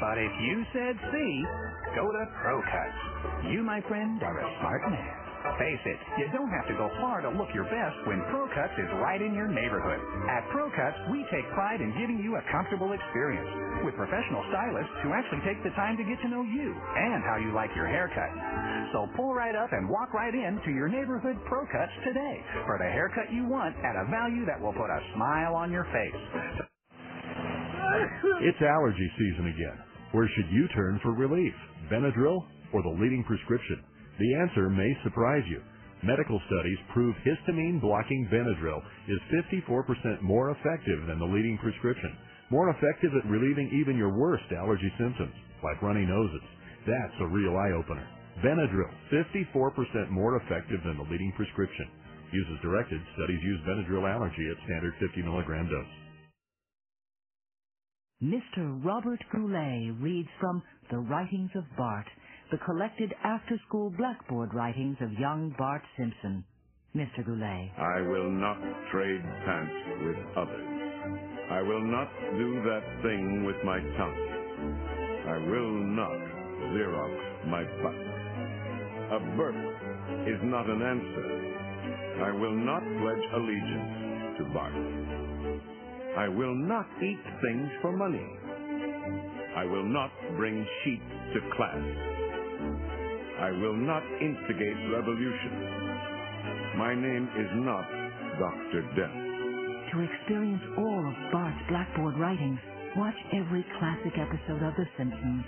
but if you said C, go to ProCuts. You, my friend, are a smart man. Face it, you don't have to go far to look your best when ProCuts is right in your neighborhood. At ProCuts, we take pride in giving you a comfortable experience with professional stylists who actually take the time to get to know you and how you like your haircut. So pull right up and walk right in to your neighborhood ProCuts today for the haircut you want at a value that will put a smile on your face. It's allergy season again. Where should you turn for relief? Benadryl or the leading prescription? The answer may surprise you. Medical studies prove histamine blocking Benadryl is 54% more effective than the leading prescription. More effective at relieving even your worst allergy symptoms, like runny noses. That's a real eye opener. Benadryl, 54% more effective than the leading prescription. Use as directed. Studies use Benadryl allergy at standard 50 milligram dose. Mr. Robert Goulet reads from The Writings of Bart, the collected after-school blackboard writings of young Bart Simpson. Mr. Goulet. I will not trade pants with others. I will not do that thing with my tongue. I will not Xerox my butt. A burp is not an answer. I will not pledge allegiance to Bart. I will not eat things for money. I will not bring sheep to class. I will not instigate revolution. My name is not Dr. Death. To experience all of Bart's blackboard writings, watch every classic episode of The Simpsons.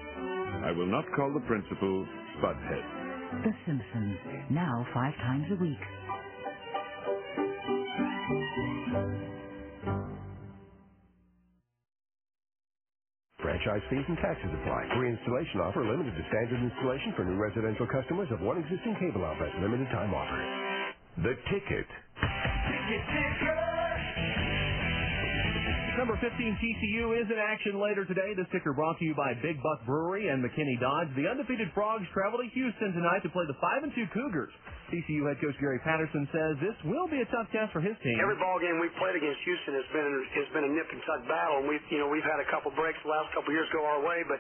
I will not call the principal Spudhead. The Simpsons, now five times a week. Franchise fees and taxes apply. Reinstallation offer limited to standard installation for new residential customers of one existing cable outlet. Limited time offer. The ticket. Number 15 TCU is in action later today. This ticker brought to you by Big Buck Brewery and McKinney Dodge. The undefeated Frogs travel to Houston tonight to play the 5 and 2 Cougars. TCU head coach Gary Patterson says this will be a tough test for his team. Every ball game we've played against Houston has been has been a nip and tuck battle, and we've you know we've had a couple breaks the last couple years go our way. But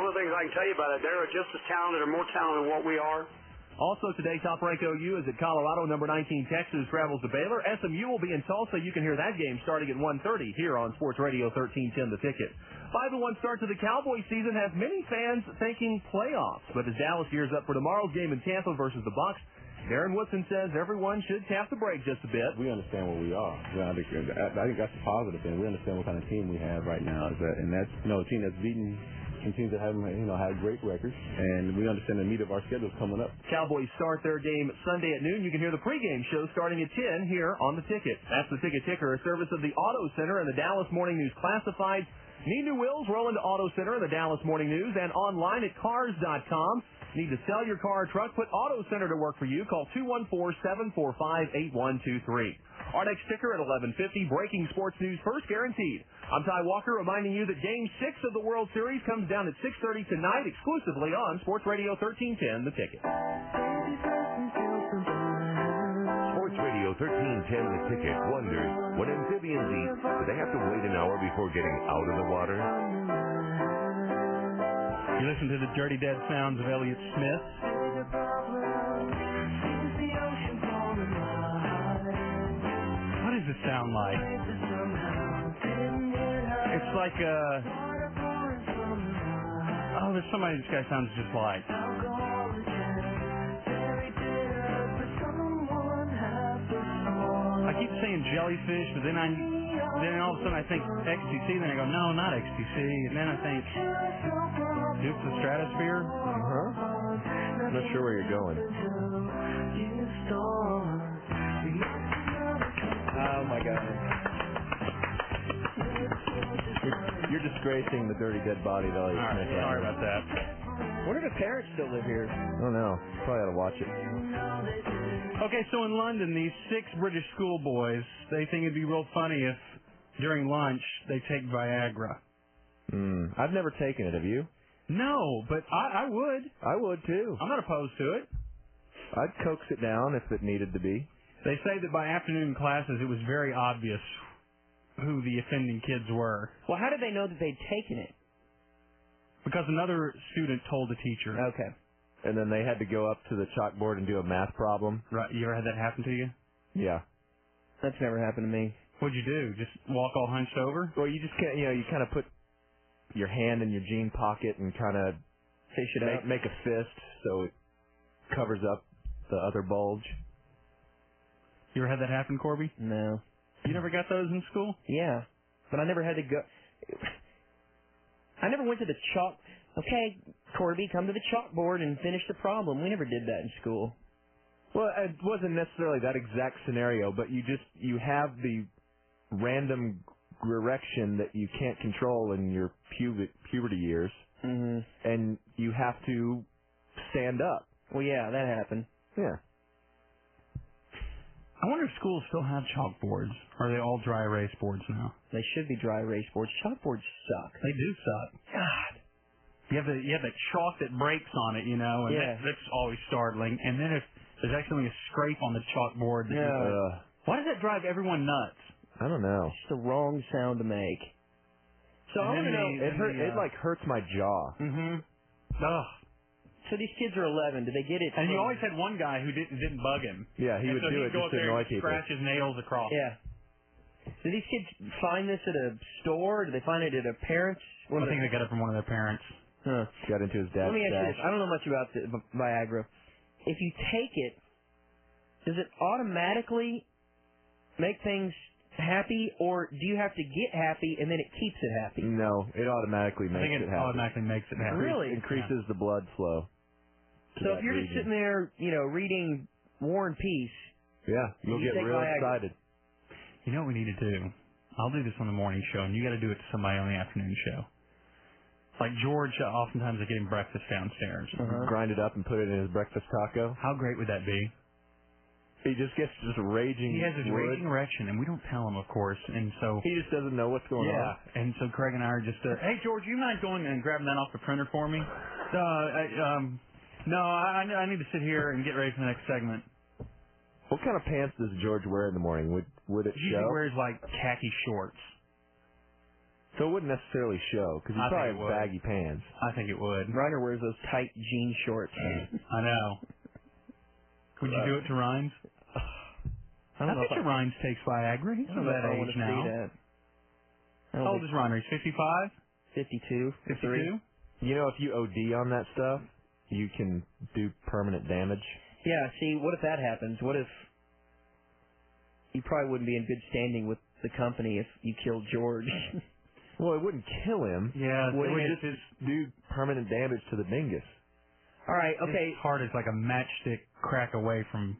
one of the things I can tell you about it, they're just as talented or more talented than what we are. Also today, top rank OU is at Colorado. Number 19 Texas travels to Baylor. SMU will be in Tulsa. You can hear that game starting at 1:30 here on Sports Radio 1310. The Ticket. Five and one start to the Cowboy season has many fans thinking playoffs, but as Dallas gears up for tomorrow's game in Tampa versus the Bucks, Darren Woodson says everyone should tap the brake just a bit. We understand where we are. You know, Oh, I think, I think that's the positive thing. We understand what kind of team we have right now, is that, and that's you know a team that's beaten continues to have you know have great records, and we understand the meat of our schedules coming up. Cowboys start their game Sunday at noon. You can hear the pregame show starting at 10 here on The Ticket. That's The Ticket Ticker, a service of the Auto Center and the Dallas Morning News Classified. Need new wheels? Roll into Auto Center and the Dallas Morning News and online at cars.com. Need to sell your car or truck? Put Auto Center to work for you. Call 214-745-8123. Our next ticker at 1150, breaking sports news first guaranteed. I'm Ty Walker reminding you that game six of the World Series comes down at 6.30 tonight exclusively on Sports Radio 1310, The Ticket. Sports Radio 1310 The Ticket wonders when amphibians eat, do they have to wait an hour before getting out of the water? You listen to the dirty dead sounds of Elliott Smith. What does it sound like? It's like uh oh, there's somebody this guy sounds just like. I keep saying jellyfish, but then I then all of a sudden I think XTC, then I go no, not XTC, and then I think Duke the Stratosphere. I'm not sure where you're going. Oh my God. You're, you're disgracing the dirty dead body of Elliot All right, Smith. right sorry now. about that. Wonder if his parents still live here. I don't know. Oh, Probably ought to watch it. Okay, so in London, these six British schoolboys, they think it'd be real funny if during lunch they take Viagra. Mm. I've never taken it. Have you? No, but I, I would. I would too. I'm not opposed to it. I'd coax it down if it needed to be. They say that by afternoon classes, it was very obvious who the offending kids were Well, how did they know that they'd taken it? because another student told the teacher. Okay. And then they had to go up to the chalkboard and do a math problem. Right. You ever had that happen to you? Yeah. That's never happened to me. What'd you do? Just walk all hunched over? Well, you just can't. You know, you kind of put your hand in your jean pocket and kind of fish it make, make a fist so it covers up the other bulge. You ever had that happen, Corby? No. You never got those in school? Yeah, but I never had to go. I never went to the chalk. Okay, Corby, come to the chalkboard and finish the problem. We never did that in school. Well, it wasn't necessarily that exact scenario, but you just you have the random erection that you can't control in your pubi- puberty years, and you have to stand up. Mm-hmm. Well, yeah, that happened. Yeah. I wonder if schools still have chalkboards. Or are they all dry erase boards now? They should be dry erase boards. Chalkboards suck. They do suck. God. You have the you have the chalk that breaks on it, you know, and Yeah. that, that's always startling. And then if there's actually a scrape on the chalkboard, that- Yeah. why does that drive everyone nuts? I don't know. It's the wrong sound to make. So I want to know. it hurt, uh, it like hurts my jaw. Mm-hmm. Ugh. So these kids are 11. Do they get it? And you from- always had one guy who didn't didn't bug him. Yeah, he And would so do he'd it go just up to there annoy and people. Scratch his nails across. Yeah. Do these kids find this at a store? Do they find it at a parent's? I think they got it from one of their parents. Huh. Got into his dad's Let me ask you stash. this. I don't know much about the Vi- Viagra. If you take it, does it automatically make things happy, or do you have to get happy and then it keeps it happy? No, it automatically I makes think it it happen. automatically makes it happen. Increase- Really? Increases the blood flow. to So that if you're just region. sitting there, you know, reading War and Peace, Yeah, you'll you get take real Viagra. excited. You know what we need to do? I'll do this on the morning show, and you got to do it to somebody on the afternoon show. Like George, uh, oftentimes is getting breakfast downstairs. Grind it up and put it in his breakfast taco. Uh-huh. How great would that be? He just gets this raging. He has this wood. raging erection, and we don't tell him, of course, and so He just doesn't know what's going yeah. on. And so Craig and I are just, uh, hey George, you mind going and grabbing that off the printer for me? Uh, I, um, no, I, I I need to sit here and get ready for the next segment. What kind of pants does George wear in the morning? Would would it He usually show? wears like khaki shorts. so it wouldn't necessarily show because I he's think probably it would. has baggy pants. I think it would. Reiner wears those tight jean shorts. I know. Would you do it to Rhines? I don't know bet if I- you Rhines takes Viagra. He's I of don't know that if I wanna age see now. that. I don't How old think- is Reiner? He's 55? 52. 52? You know, if you OD on that stuff, you can do permanent damage. Yeah, see, what if that happens? What if you probably wouldn't be in good standing with the company if you killed George? Well, it wouldn't kill him. Yeah, it would it's just do permanent damage to the dingus. All right, okay. His heart is like a matchstick crack away from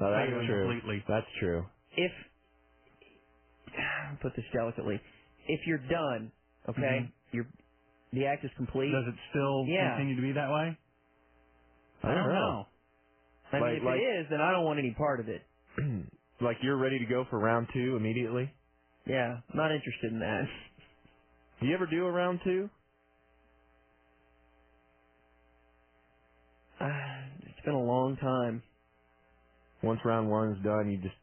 No, that's failing true. completely. That's true. if put this delicately, if you're done, okay, Mm-hmm. you're the act is complete. Does it still yeah. continue to be that way? I don't know. I mean, Like- if like- it is, then I don't want any part of it. like you're ready to go for round two immediately. Yeah, not interested in that. Do you ever do a round two? Uh, it's been a long time. Once round one's done, you just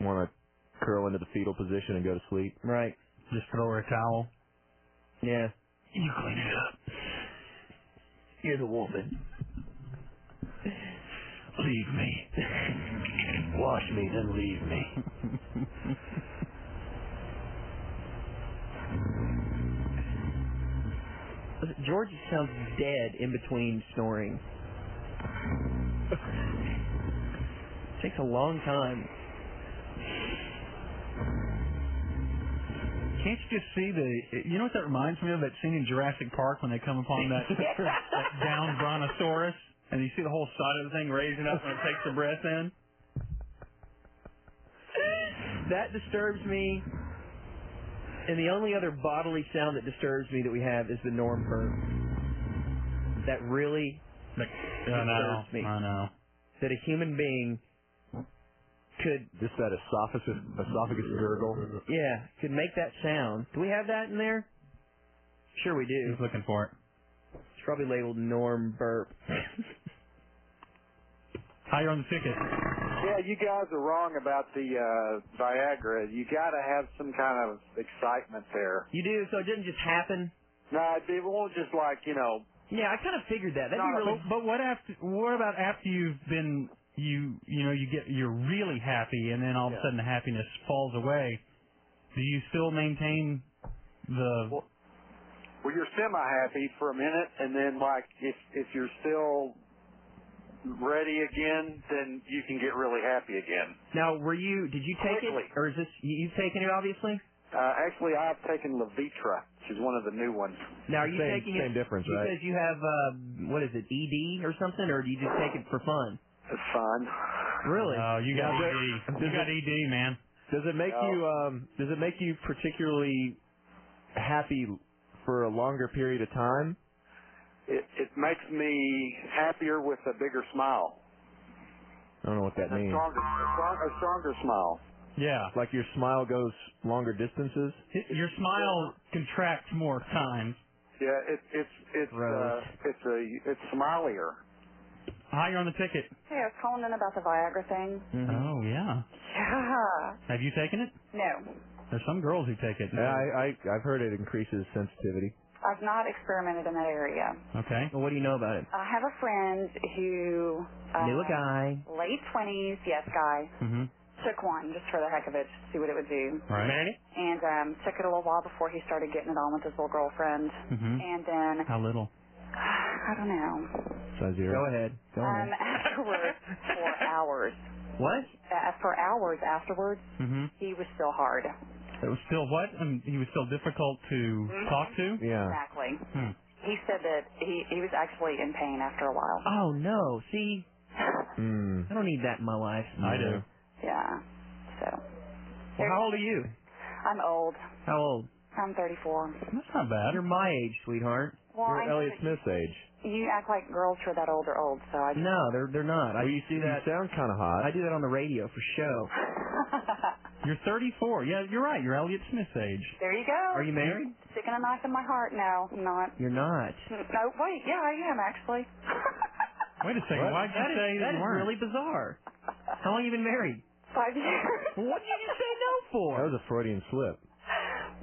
want to curl into the fetal position and go to sleep. Right. Just throw her a towel. Yeah. You clean it up. You're the woman. Leave me. Wash me, then leave me. George sounds dead in between snoring. takes a long time. Can't you just see the? You know what that reminds me of? That scene in Jurassic Park when they come upon that, that down brontosaurus, and you see the whole side of the thing raising up when it takes the breath in. That disturbs me. And the only other bodily sound that disturbs me that we have is the norm perm. That really Like, I know. disturbs me. I know. That a human being could Just that esophagus esophagus gurgle. yeah, could make that sound. Do we have that in there? Sure we do. He's looking for it. It's probably labeled norm burp. Higher on the ticket. Yeah, you guys are wrong about the uh, Viagra. You got to have some kind of excitement there. You do, so it didn't just happen. No, it'd be well, just like you know. Yeah, I kind of figured that. That'd be really But, but what after? What about after you've been you you know you get you're really happy and then all of a sudden the happiness falls away? Do you still maintain the? Well, you're semi-happy for a minute, and then like if if you're still ready again, then you can get really happy again. Now, were you? Did you take it, or is this you- you've taken it? Obviously. Uh, actually, I've taken Levitra, which is one of the new ones. Now, are you um, E taking it because you have uh, what is it, ED or something, or do you just take it for fun? It's fun. Really? Oh, you got ED. You got ED, man. Does it make you um does it make you particularly happy for a longer period of time? It it makes me happier with a bigger smile, I don't know what that means. stronger, a strong- a stronger smile. Yeah. Like your smile goes longer distances? Your smile contracts more times. Yeah, it, it's it's uh, Gross. it's a it's smilier. Hi, you're on the ticket. Hey, I was calling in about the Viagra thing. Mm-hmm. Oh yeah. Yeah. Have you taken it? No, There's some girls who take it. Yeah, I, I I've heard it increases sensitivity. I've not experimented in that area. Okay. Well, what do you know about it? I have a friend who uh, Knew a guy. late twenties, yes, guy, Mm-hmm. took one just for the heck of it, just to see what it would do, Right. and um, took it a little while before he started getting it on with his little girlfriend, Mhm. and then How little? I don't know. Size zero. Go ahead. Go Um, afterwards, for hours, What? uh, for hours afterwards, Mm-hmm. he was still hard. It was still what? I mean, he was still difficult to Mm-hmm. talk to. Exactly. Hmm. He said that he he was actually in pain after a while. Oh no! See, I don't need that in my life. I do. Yeah. So Well, how old are you? I'm old. How old? I'm 34. That's not bad. You're my age, sweetheart. Well, I know that Smith's age. you act like girls who are that old are old, so I. No, they're they're not. I Well, you see that? You sound kind of hot. I do that on the radio for show. You're 34. Yeah, you're right. You're Elliot Smith's age. There you go. Are you married? Sticking a knife in my heart? No, I'm not. You're not. No, wait. Yeah, I am actually. Wait a second. What? Why'd you That is- say that you is weren't? really bizarre. How long you been married? Five years. What did you say no for? That was a Freudian slip.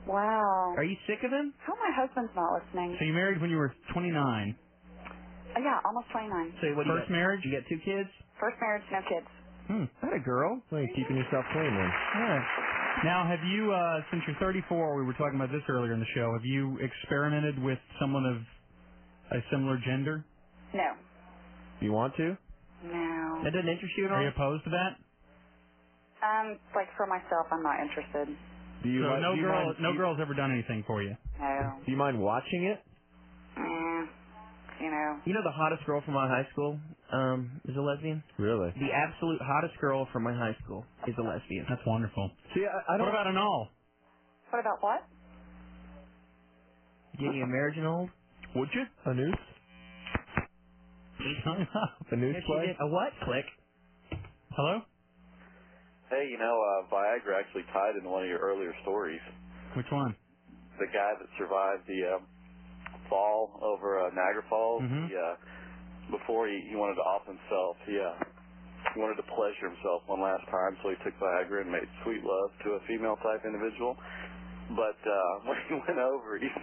Wow. Are you sick of him? How my husband's not listening. So you married when you were 29. Uh, yeah, almost 29. So what? First marriage? You got two kids? First marriage, no kids. Hmm. That a girl. Well, you're keeping yourself clean then. Yeah. Now, have you, uh, since you're 34, we were talking about this earlier in the show, have you experimented with someone of a similar gender? No. You want to? No. That doesn't interest you at all. Are you opposed to that? Um, like for myself, I'm not interested. Do you so like- no do you girl, mind- no do you- girl's ever done anything for you. No. Do you mind watching it? Eh, you know. You know the hottest girl from my high school um, is a lesbian. Really? The absolute hottest girl from my high school is a lesbian. That's wonderful. See, I, I What about an all? What about what? Getting a marriage and old? Would you? A noose? a noose Yes, she play? did. A what? Click. Hello? Hey, you know, uh, Viagra actually tied into one of your earlier stories. Which one? The guy that survived the um, fall over uh, Niagara Falls, Mhm. he, uh, before he, he wanted to off himself, he, uh, he wanted to pleasure himself one last time, so he took Viagra and made sweet love to a female type individual. But uh, when he went over, he.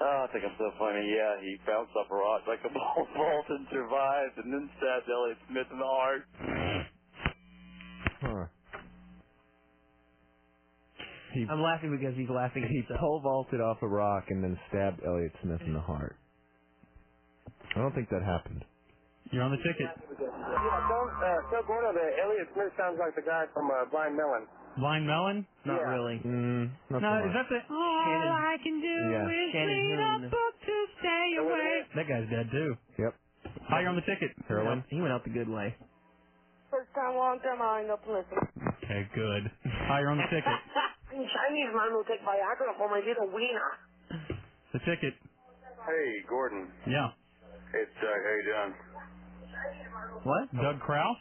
Oh, I think I'm so funny. Yeah, he bounced off a rock like a ball vault and survived, and then stabbed Elliot Smith in the heart. Huh. I'm laughing because he's laughing. He pole vaulted off a rock and then stabbed Elliot Smith in the heart. I don't think that happened. You're on the ticket. Yeah, Phil, uh, Phil Gordo, the Elliot Smith sounds like the guy from uh, Blind Melon. Blind Melon? Not Yeah. really. Mm, not no, so is much. that the all Shannon- I can do Yeah. is Shannon read Hoon. a book to stay away? That guy's dead too. Yep. Hi, you're on the ticket. Heroin. He went out the good way. First time, long time, I ain't up listen. Okay, good. Hi, you're on the ticket. I'm Chinese man will take Viagra for my little wiener. The ticket. Hey, Gordon. Yeah. It's Doug. How you doing? What? Doug Krause?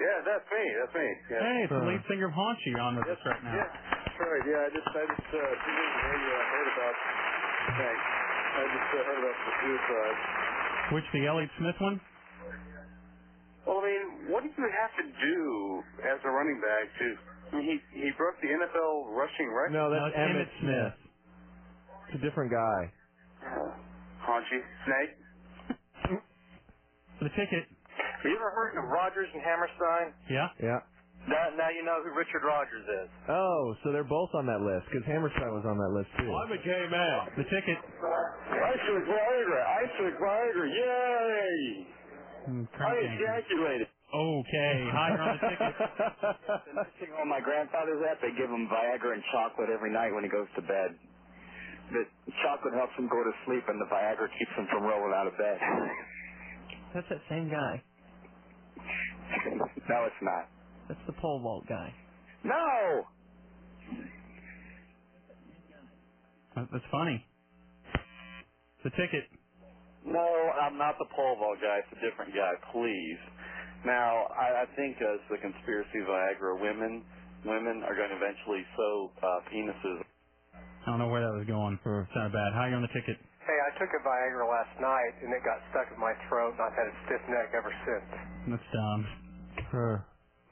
Yeah, that's me. That's me. Yeah. Hey, it's the lead singer of Haunt You on with us right now. Yeah, that's right. Yeah, I just, I just, uh, tuned in to the radio. I heard about. Thanks. I just uh, heard about the suicide. Which the Elliot Smith one? Well, I mean, what do you have to do as a running back to? I mean, he he broke the NFL rushing record. No, that's Emmett Smith. It's a different guy. Haunchy. Snake. The ticket. Have you ever heard of Rogers and Hammerstein? Yeah. Yeah. Now, now you know who Richard Rogers is. Oh, so they're both on that list because Hammerstein was on that list too. a gay man. Oh, The ticket. I took Viagra. I took Viagra. Yay! Hmm, I ejaculated. Okay. Hi, you're on the ticket. Thing on my grandfather's at, they give him Viagra and chocolate every night when he goes to bed. But chocolate helps him go to sleep, and the Viagra keeps him from rolling out of bed. That's that same guy. no, it's not. That's the pole vault guy. No. That- That's funny. The ticket. No, I'm not the pole vault guy. It's a different guy, please. Now, I, I think as the conspiracy of Viagra, women women are going to eventually sew uh, penises. I don't know where that was going. Sounded bad. How are you on the ticket? Hey, I took a Viagra last night and it got stuck in my throat and I've had a stiff neck ever since. That's dumb.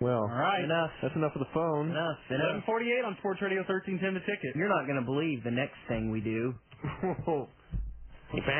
Well, All right. Enough. That's enough of the phone. Enough. Enough. 1148 on Sports Radio 1310 The Ticket. You're not going to believe the next thing we do. Let's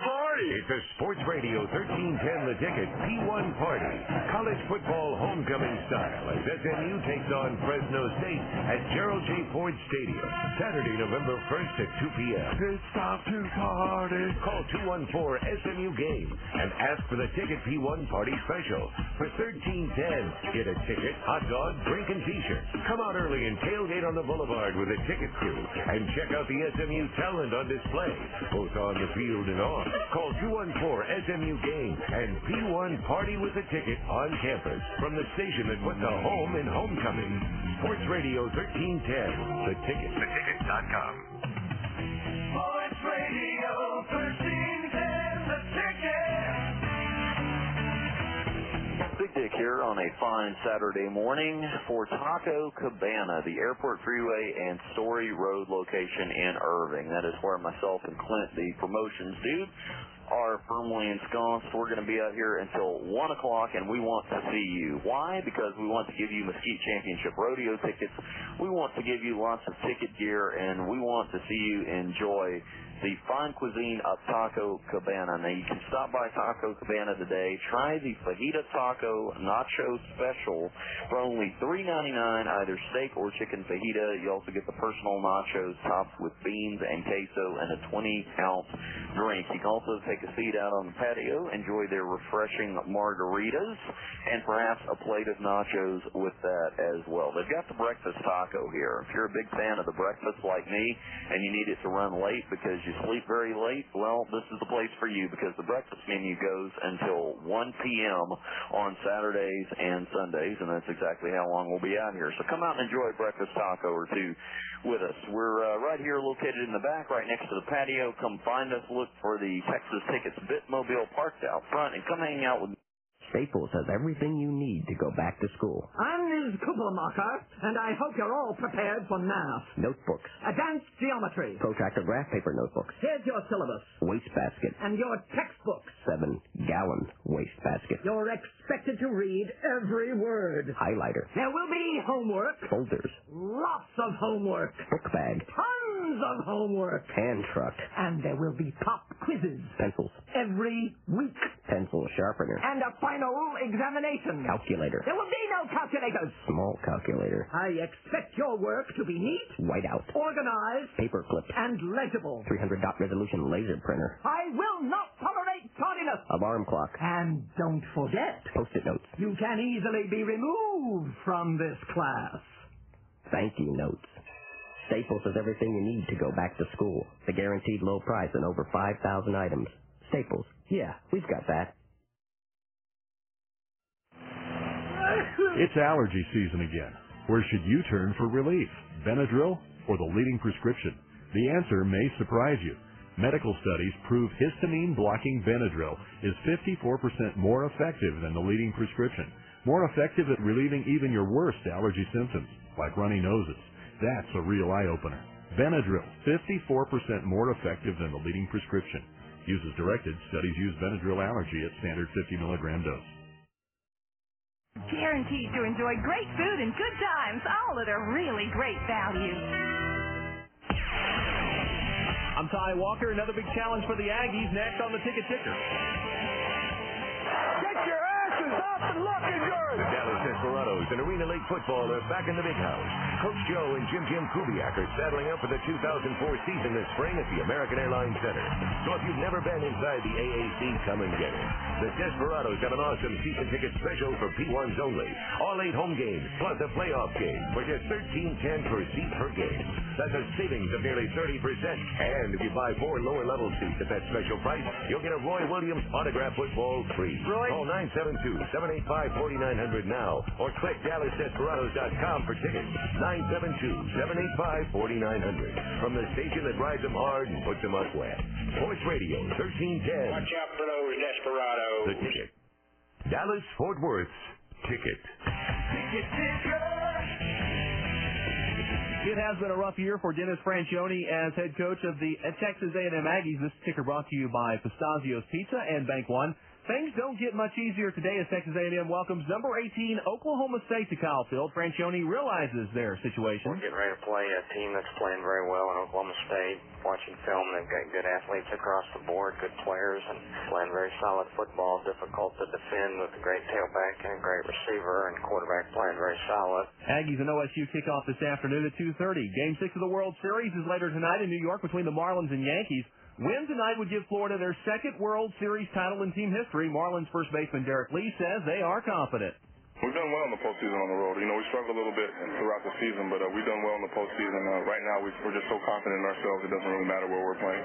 party! It's a Sports Radio 1310 The Ticket P1 party. College football homecoming style as SMU takes on Fresno State at Gerald J. Ford Stadium. Saturday, November 1st at 2 p.m. It's time to party. Call 214-SMU-GAME and ask for the Ticket P1 party special. For 1310 get a ticket, hot dog, drink, and t-shirt. Come out early and tailgate on the boulevard with the ticket crew and check out the SMU talent on display, both on the field and off. Call 214-SMU-GAME and P1 Party with a Ticket on campus from the station that puts a home in homecoming. Sports Radio 1310, The Ticket. TheTicket.com. Sports Radio 1310, the ticket. Big Dick here on a fine Saturday morning for Taco Cabana, the Airport Freeway and Story Road location in Irving. That is where myself and Clint, the promotions dude, are firmly ensconced. We're going to be out here until 1 o'clock and we want to see you. Why? Because we want to give you Mesquite Championship rodeo tickets. We want to give you lots of ticket gear and we want to see you enjoy the fine cuisine of Taco Cabana. Now you can stop by Taco Cabana today. Try the fajita taco nacho special for only $3.99, either steak or chicken fajita. You also get the personal nachos topped with beans and queso and a 20 ounce drink. You can also take a seat out on the patio, enjoy their refreshing margaritas, and perhaps a plate of nachos with that as well. They've got the breakfast taco here. If you're a big fan of the breakfast like me and you need it to run late because you sleep very late, well, this is the place for you because the breakfast menu goes until 1 p.m. on Saturdays and Sundays, and that's exactly how long we'll be out here. So come out and enjoy breakfast taco or two with us. We're uh, right here located in the back, right next to the patio. Come find us. Look for the Texas Tickets Bitmobile parked out front, and come hang out with Staples has everything you need to go back to school. I'm Ms. Kublamacher, and I hope you're all prepared for math, Notebooks, advanced geometry. protractor graph paper notebooks, Here's your syllabus wastebasket, and your textbooks. seven gallon wastebasket, You're expected to read every word. highlighter, There will be homework, folders, lots of homework, book bag, tons of homework, hand truck, and there will be pop quizzes pencils, every week, pencil sharpener, and a final examination. calculator, There will be no calculators. small calculator, I expect your work to be neat, whiteout, organized, paper clip, and legible. 300 dot resolution laser printer, I will not tolerate tardiness. alarm clock, And don't forget, post-it notes, you can easily be removed from this class. thank you notes. Staples has everything you need to go back to school. The guaranteed low price on over 5,000 items. Staples. Yeah, we've got that. It's allergy season again. Where should you turn for relief? Benadryl or the leading prescription? The answer may surprise you. Medical studies prove histamine blocking Benadryl is 54% more effective than the leading prescription. More effective at relieving even your worst allergy symptoms, like runny noses. That's a real eye opener. Benadryl, 54% more effective than the leading prescription. Use as directed. Studies use Benadryl allergy at standard 50 milligram dose. Guaranteed to enjoy great food and good times, all at a really great value. I'm Ty Walker. Another big challenge for the Aggies next on the ticket ticker. Get your asses up and look at yours. The Dallas Desperados and Arena Lake Football are back in the big house. Coach Joe and Jim Jim Kubiak are saddling up for the 2004 season this spring at the American Airlines Center. So if you've never been inside the AAC, come and get it. The Desperados have an awesome season ticket special for P1s only. All eight home games, plus a playoff game for just $13.10 per seat per game. That's a savings of nearly 30%. And if you buy four lower level seats at that special price, you'll get a Roy Williams autograph football free. Roy? Call 972-785-4900 now or click DallasDesperados.com for tickets. 972-785-4900. From the station that rides them hard and puts them up wet. Sports Radio 1310. Watch out for those desperados. The ticket. Dallas Fort Worth's ticket. It has been a rough year for Dennis Franchione as head coach of the uh, Texas A&M Aggies. This ticker brought to you by Pistazio's Pizza and Bank One. Things don't get much easier today as Texas A&M welcomes number 18 Oklahoma State to Kyle Field. Franchione realizes their situation. We're getting ready to play a team that's playing very well in Oklahoma State. Watching film, they've got good athletes across the board, good players, and playing very solid football. Difficult to defend with a great tailback and a great receiver, and quarterback playing very solid. Aggies and OSU kick off this afternoon at 2.30. Game 6 of the World Series is later tonight in New York between the Marlins and Yankees. Win tonight would give Florida their second World Series title in team history. Marlins first baseman Derek Lee says they are confident. We've done well in the postseason on the road. You know, we struggled a little bit throughout the season, but uh, we've done well in the postseason. Uh, right now, we, we're just so confident in ourselves, it doesn't really matter where we're playing.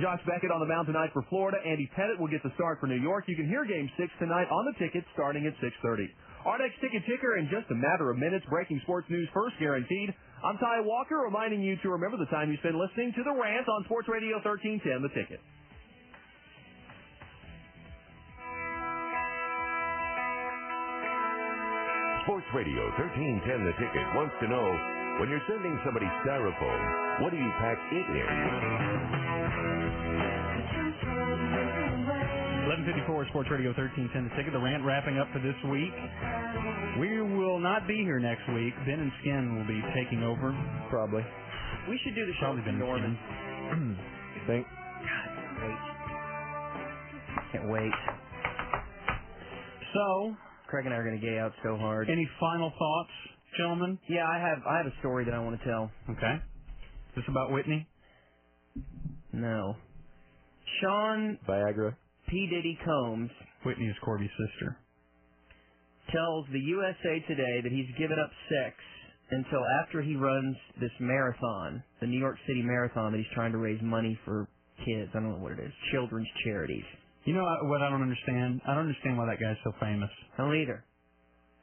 Josh Beckett on the mound tonight for Florida. Andy Pettit will get the start for New York. You can hear Game 6 tonight on the ticket starting at 6.30. Our next ticket ticker in just a matter of minutes. Breaking sports news first, guaranteed. I'm Ty Walker reminding you to remember the time you spend listening to The Rant on Sports Radio 1310, The Ticket. Sports Radio 1310 The Ticket wants to know when you're sending somebody styrofoam, what do you pack it in? 1154 Sports Radio 1310 The Ticket. The rant wrapping up for this week. We will not be here next week. Ben and Skin will be taking over. Probably. We should do the show Probably from Ben Norman. and Skin. Think. Wait. Can't wait. So, Craig and I are going to gay out so hard. Any final thoughts, gentlemen? Yeah, I have. I have a story that I want to tell. Okay. Is this about Whitney? No. Sean Viagra. P. Diddy Combs Whitney is Corby's sister. tells the USA Today that he's given up sex until after he runs this marathon, the New York City Marathon that he's trying to raise money for kids. I don't know what it is. Children's charities. You know uh, what I don't understand? I don't understand why that guy's so famous. I don't either.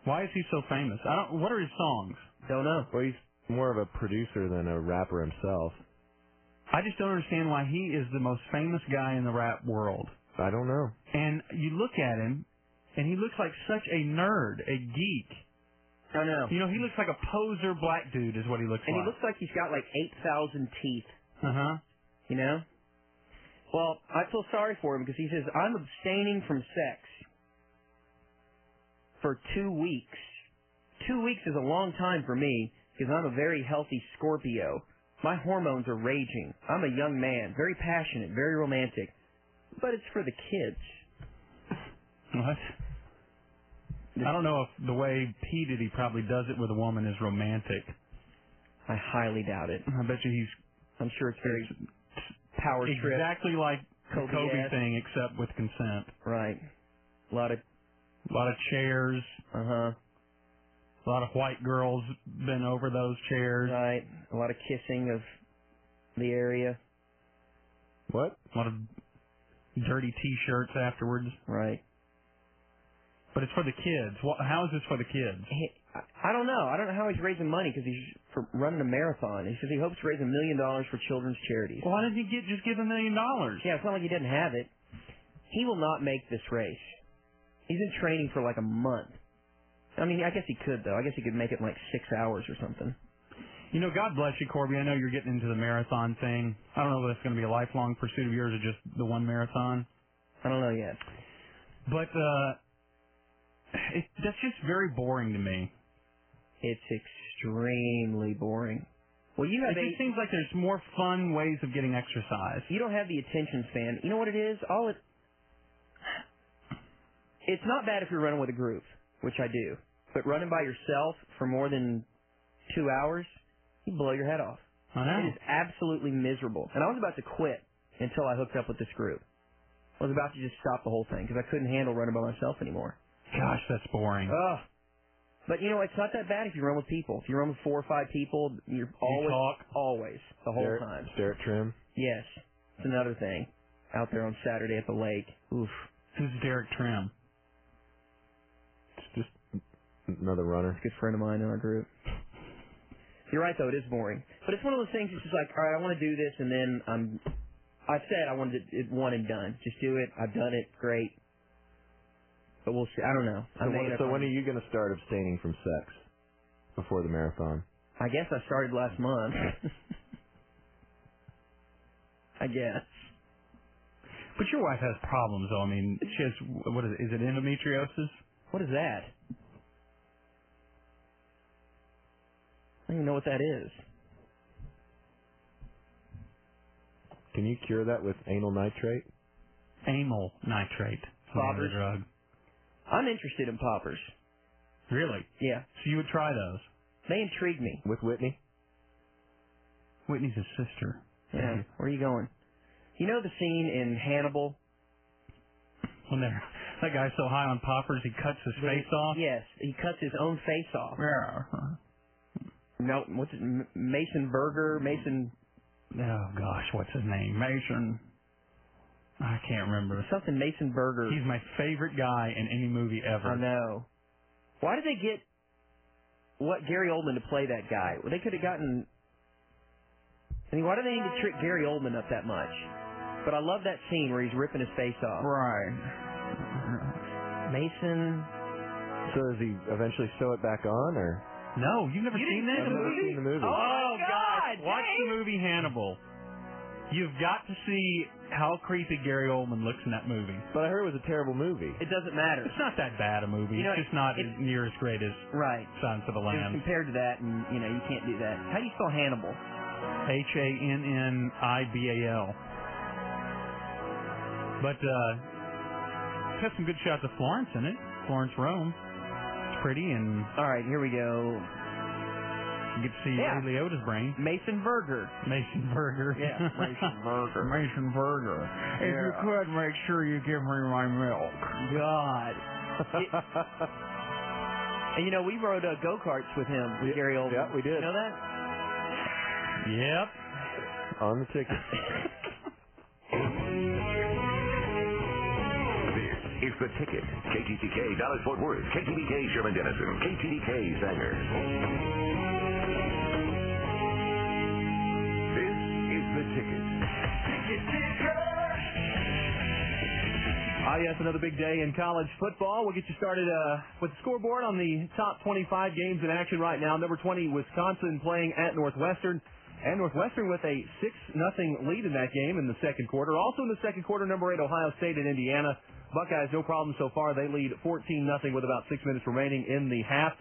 Why is he so famous? I don't. What are his songs? Don't know. Well, he's more of a producer than a rapper himself. I just don't understand why he is the most famous guy in the rap world. I don't know. And you look at him, and he looks like such a nerd, a geek. I know. You know, he looks like a poser black dude is what he looks And he like. looks like he's got like 8,000 teeth, uh huh. you know? Well, I feel sorry for him because he says, I'm abstaining from sex for two weeks. Two weeks is a long time for me because I'm a very healthy Scorpio. My hormones are raging. I'm a young man, very passionate, very romantic. But it's for the kids. What? I don't know if the way P Diddy probably does it with a woman is romantic. I highly doubt it. I bet you he's. I'm sure it's very power trip. Exactly like the Kobe Kobe ass. thing, except with consent. Right. A lot of. A lot of chairs. Uh huh. A lot of white girls been over those chairs. Right. A lot of kissing of the area. What? A lot of dirty T-shirts afterwards. Right. But it's for the kids. Wha- How is this for the kids? He, I- I don't know. I don't know how he's raising money because he's for running a marathon. He says he hopes to raise a million dollars for children's charities. Why didn't he get just give a million dollars? Yeah, it's not like he didn't have it. He will not make this race. He's in training for like a month. I mean, I guess he could though. I guess he could make it in like six hours or something. You know, God bless you, Corby. I know you're getting into the marathon thing. I don't know if it's going to be a lifelong pursuit of yours or just the one marathon. I don't know yet. But uh it, that's just very boring to me. It's extremely boring. Well, you have it eight, just seems like there's more fun ways of getting exercise. you don't have the attention span. You know what it is? All it It's not bad if you're running with a group, which I do. But running by yourself for more than 2 hours, you blow your head off. I know. It is absolutely miserable. And I was about to quit until I hooked up with this group. I was about to just stop the whole thing because I couldn't handle running by myself anymore. Gosh, that's boring. Ugh. But you know, it's not that bad if you run with people. If you run with four or five people, you're always talk. always the whole stare, time. Stare at trim. Yes, it's another thing. Out there on Saturday at the lake. Oof. Who's Derek Trim? Just another runner. Good friend of mine in our group. You're right though, it is boring. But it's one of those things. It's just like, all right, I want to do this, and then I'm. I said I wanted it, it one and done. Just do it. I've done it. Great. But we'll see. I don't know. I So, may when, end up so on- when are you going to start abstaining from sex before the marathon? I guess I started last month. I guess. But your wife has problems, though. I mean, she has what is it? Is it endometriosis? What is that? I don't even know what that is. Can you cure that with anal nitrate? Amyl nitrate. It's the name of the Poppers? drug. I'm interested in poppers. Really? Yeah. So you would try those? They intrigue me. With Whitney? Whitney's a sister. Mm-hmm. Yeah. Where are you going? You know the scene in Hannibal? When they're, that guy's so high on poppers, he cuts his face off. Yes, he cuts his own face off. Yeah. uh-huh. No, what's it? M- Mason Berger? Mason? Oh gosh, what's his name? Mason. I can't remember. Something Mason Berger. He's my favorite guy in any movie ever. I know. Why did they get what Gary Oldman to play that guy? Well, they could have gotten. I mean, why do they need to trick Gary Oldman up that much? But I love that scene where he's ripping his face off. Right. Mason. So does he eventually sew it back on, or? No, you've never You seen didn't that see the I've never movie? seen the movie. Oh, Oh, gosh. Watch the movie Hannibal. You've got to see how creepy Gary Oldman looks in that movie. But I heard it was a terrible movie. It doesn't matter. It's not that bad a movie. You know, it's just not it- as near as great as Right. Silence of the It was Lambs. compared to that, and you know you can't do that. How do you spell Hannibal? H A N N I B A L. But uh it's got some good shots of Florence in it. Florence Rome. It's pretty and All right, here we go. you get to see Yeah. Ray Liotta's brain. Mason Berger. Mason Berger. Yeah, Mason Berger. Mason Berger. If you Yeah. could make sure you give me my milk. God. and you know we rode uh, go karts with him, with Gary Oldman. yeah, we did. You know that? Yep. On the ticket. This is The Ticket. KTTK Dallas Fort Worth. KTDK Sherman Denison. KTDK Sanger. This is The Ticket. Ah, yes, another big day in college football. We'll get you started uh, with the scoreboard on the top 25 games in action right now. Number 20, Wisconsin playing at Northwestern. And Northwestern with a 6 nothing lead in that game in the second quarter. Also in the second quarter, number 8, Ohio State and Indiana. Buckeyes, no problem so far. They lead 14 nothing with about six minutes remaining in the half.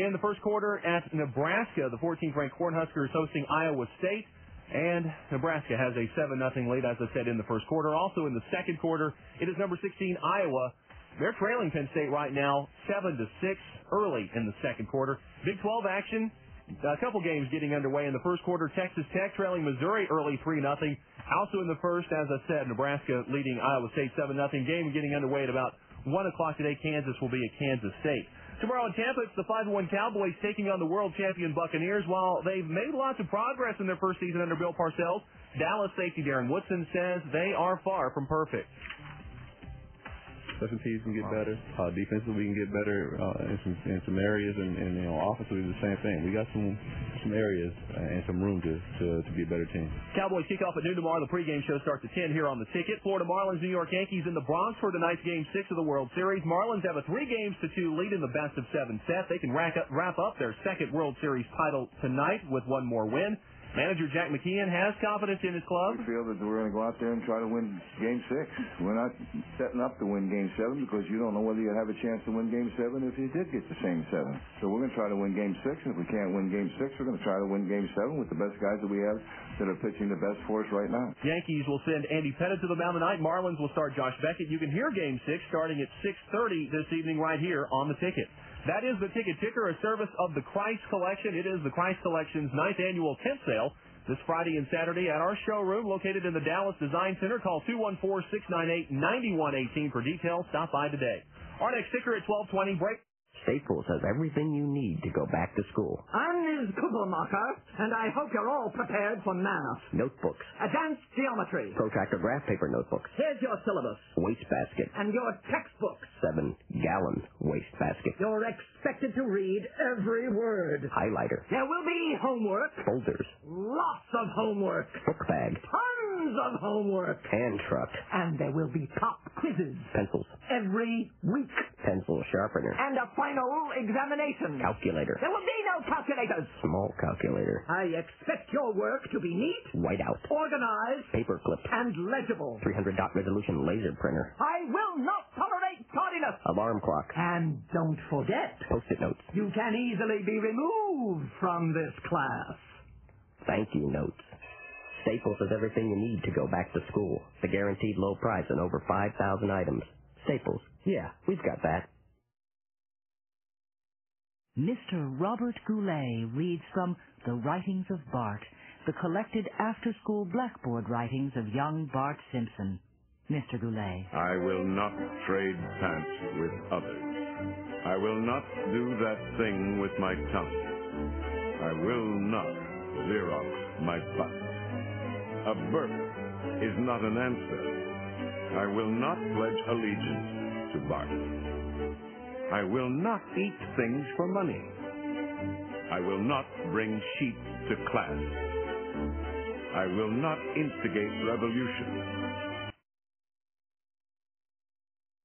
In the first quarter at Nebraska, the 14th ranked Cornhuskers hosting Iowa State. And Nebraska has a 7 nothing lead, as I said, in the first quarter. Also in the second quarter, it is number 16, Iowa. They're trailing Penn State right now, 7 to 6, early in the second quarter. Big 12 action, a couple games getting underway in the first quarter. Texas Tech trailing Missouri early 3 nothing. Also in the first, as I said, Nebraska leading Iowa State 7 nothing. Game getting underway at about 1 o'clock today. Kansas will be at Kansas State. Tomorrow in Tampa, it's the 5-1 Cowboys taking on the world champion Buccaneers. While they've made lots of progress in their first season under Bill Parcells, Dallas safety Darren Woodson says they are far from perfect. Special teams can get better. Uh, defensively, we can get better uh, in, some, in some areas, and, and you know, offensively, the same thing. We got some some areas uh, and some room to to, to be a better team. Cowboys kick off at noon tomorrow. The pregame show starts at 10 here on the ticket. Florida Marlins, New York Yankees in the Bronx for tonight's Game 6 of the World Series. Marlins have a three games to two lead in the best of seven set. They can rack up, wrap up their second World Series title tonight with one more win. Manager Jack McKeon has confidence in his club. We feel that we're going to go out there and try to win Game Six. We're not setting up to win Game Seven because you don't know whether you have a chance to win Game Seven if you did get the same seven. So we're going to try to win Game Six, and if we can't win Game Six, we're going to try to win Game Seven with the best guys that we have that are pitching the best for us right now. Yankees will send Andy Pettit to the mound tonight. Marlins will start Josh Beckett. You can hear Game 6 starting at 6.30 this evening right here on The Ticket. That is The Ticket Ticker, a service of the Christ Collection. It is the Christ Collection's ninth annual tent sale this Friday and Saturday at our showroom located in the Dallas Design Center. Call 214-698-9118 for details. Stop by today. Our next ticker at 1220. Break. Staples has everything you need to go back to school. I'm Ms. Kugelmacher, and I hope you're all prepared for math, Notebooks, advanced geometry. protractor graph paper notebooks, Here's your syllabus wastebasket, and your textbooks. seven gallon wastebasket, You're expected to read every word. highlighter, There will be homework, folders, lots of homework, book bag, tons of homework, hand truck, and there will be pop quizzes pencils, every week, pencil sharpener, and a final examination. calculator, There will be no calculators. small calculator, I expect your work to be neat, whiteout, organized, paperclip, and legible. 300 dot resolution laser printer, I will not tolerate tardiness. alarm clock, And don't forget, post-it notes, you can easily be removed from this class. thank you notes. Staples has everything you need to go back to school. The guaranteed low price on over 5,000 items. Staples. Yeah, we've got that. Mr. Robert Goulet reads from The Writings of Bart, the collected after-school blackboard writings of young Bart Simpson. Mr. Goulet. I will not trade pants with others. I will not do that thing with my tongue. I will not Xerox my butt. A burp is not an answer. I will not pledge allegiance to Bart. I will not eat things for money. I will not bring sheep to class. I will not instigate revolution.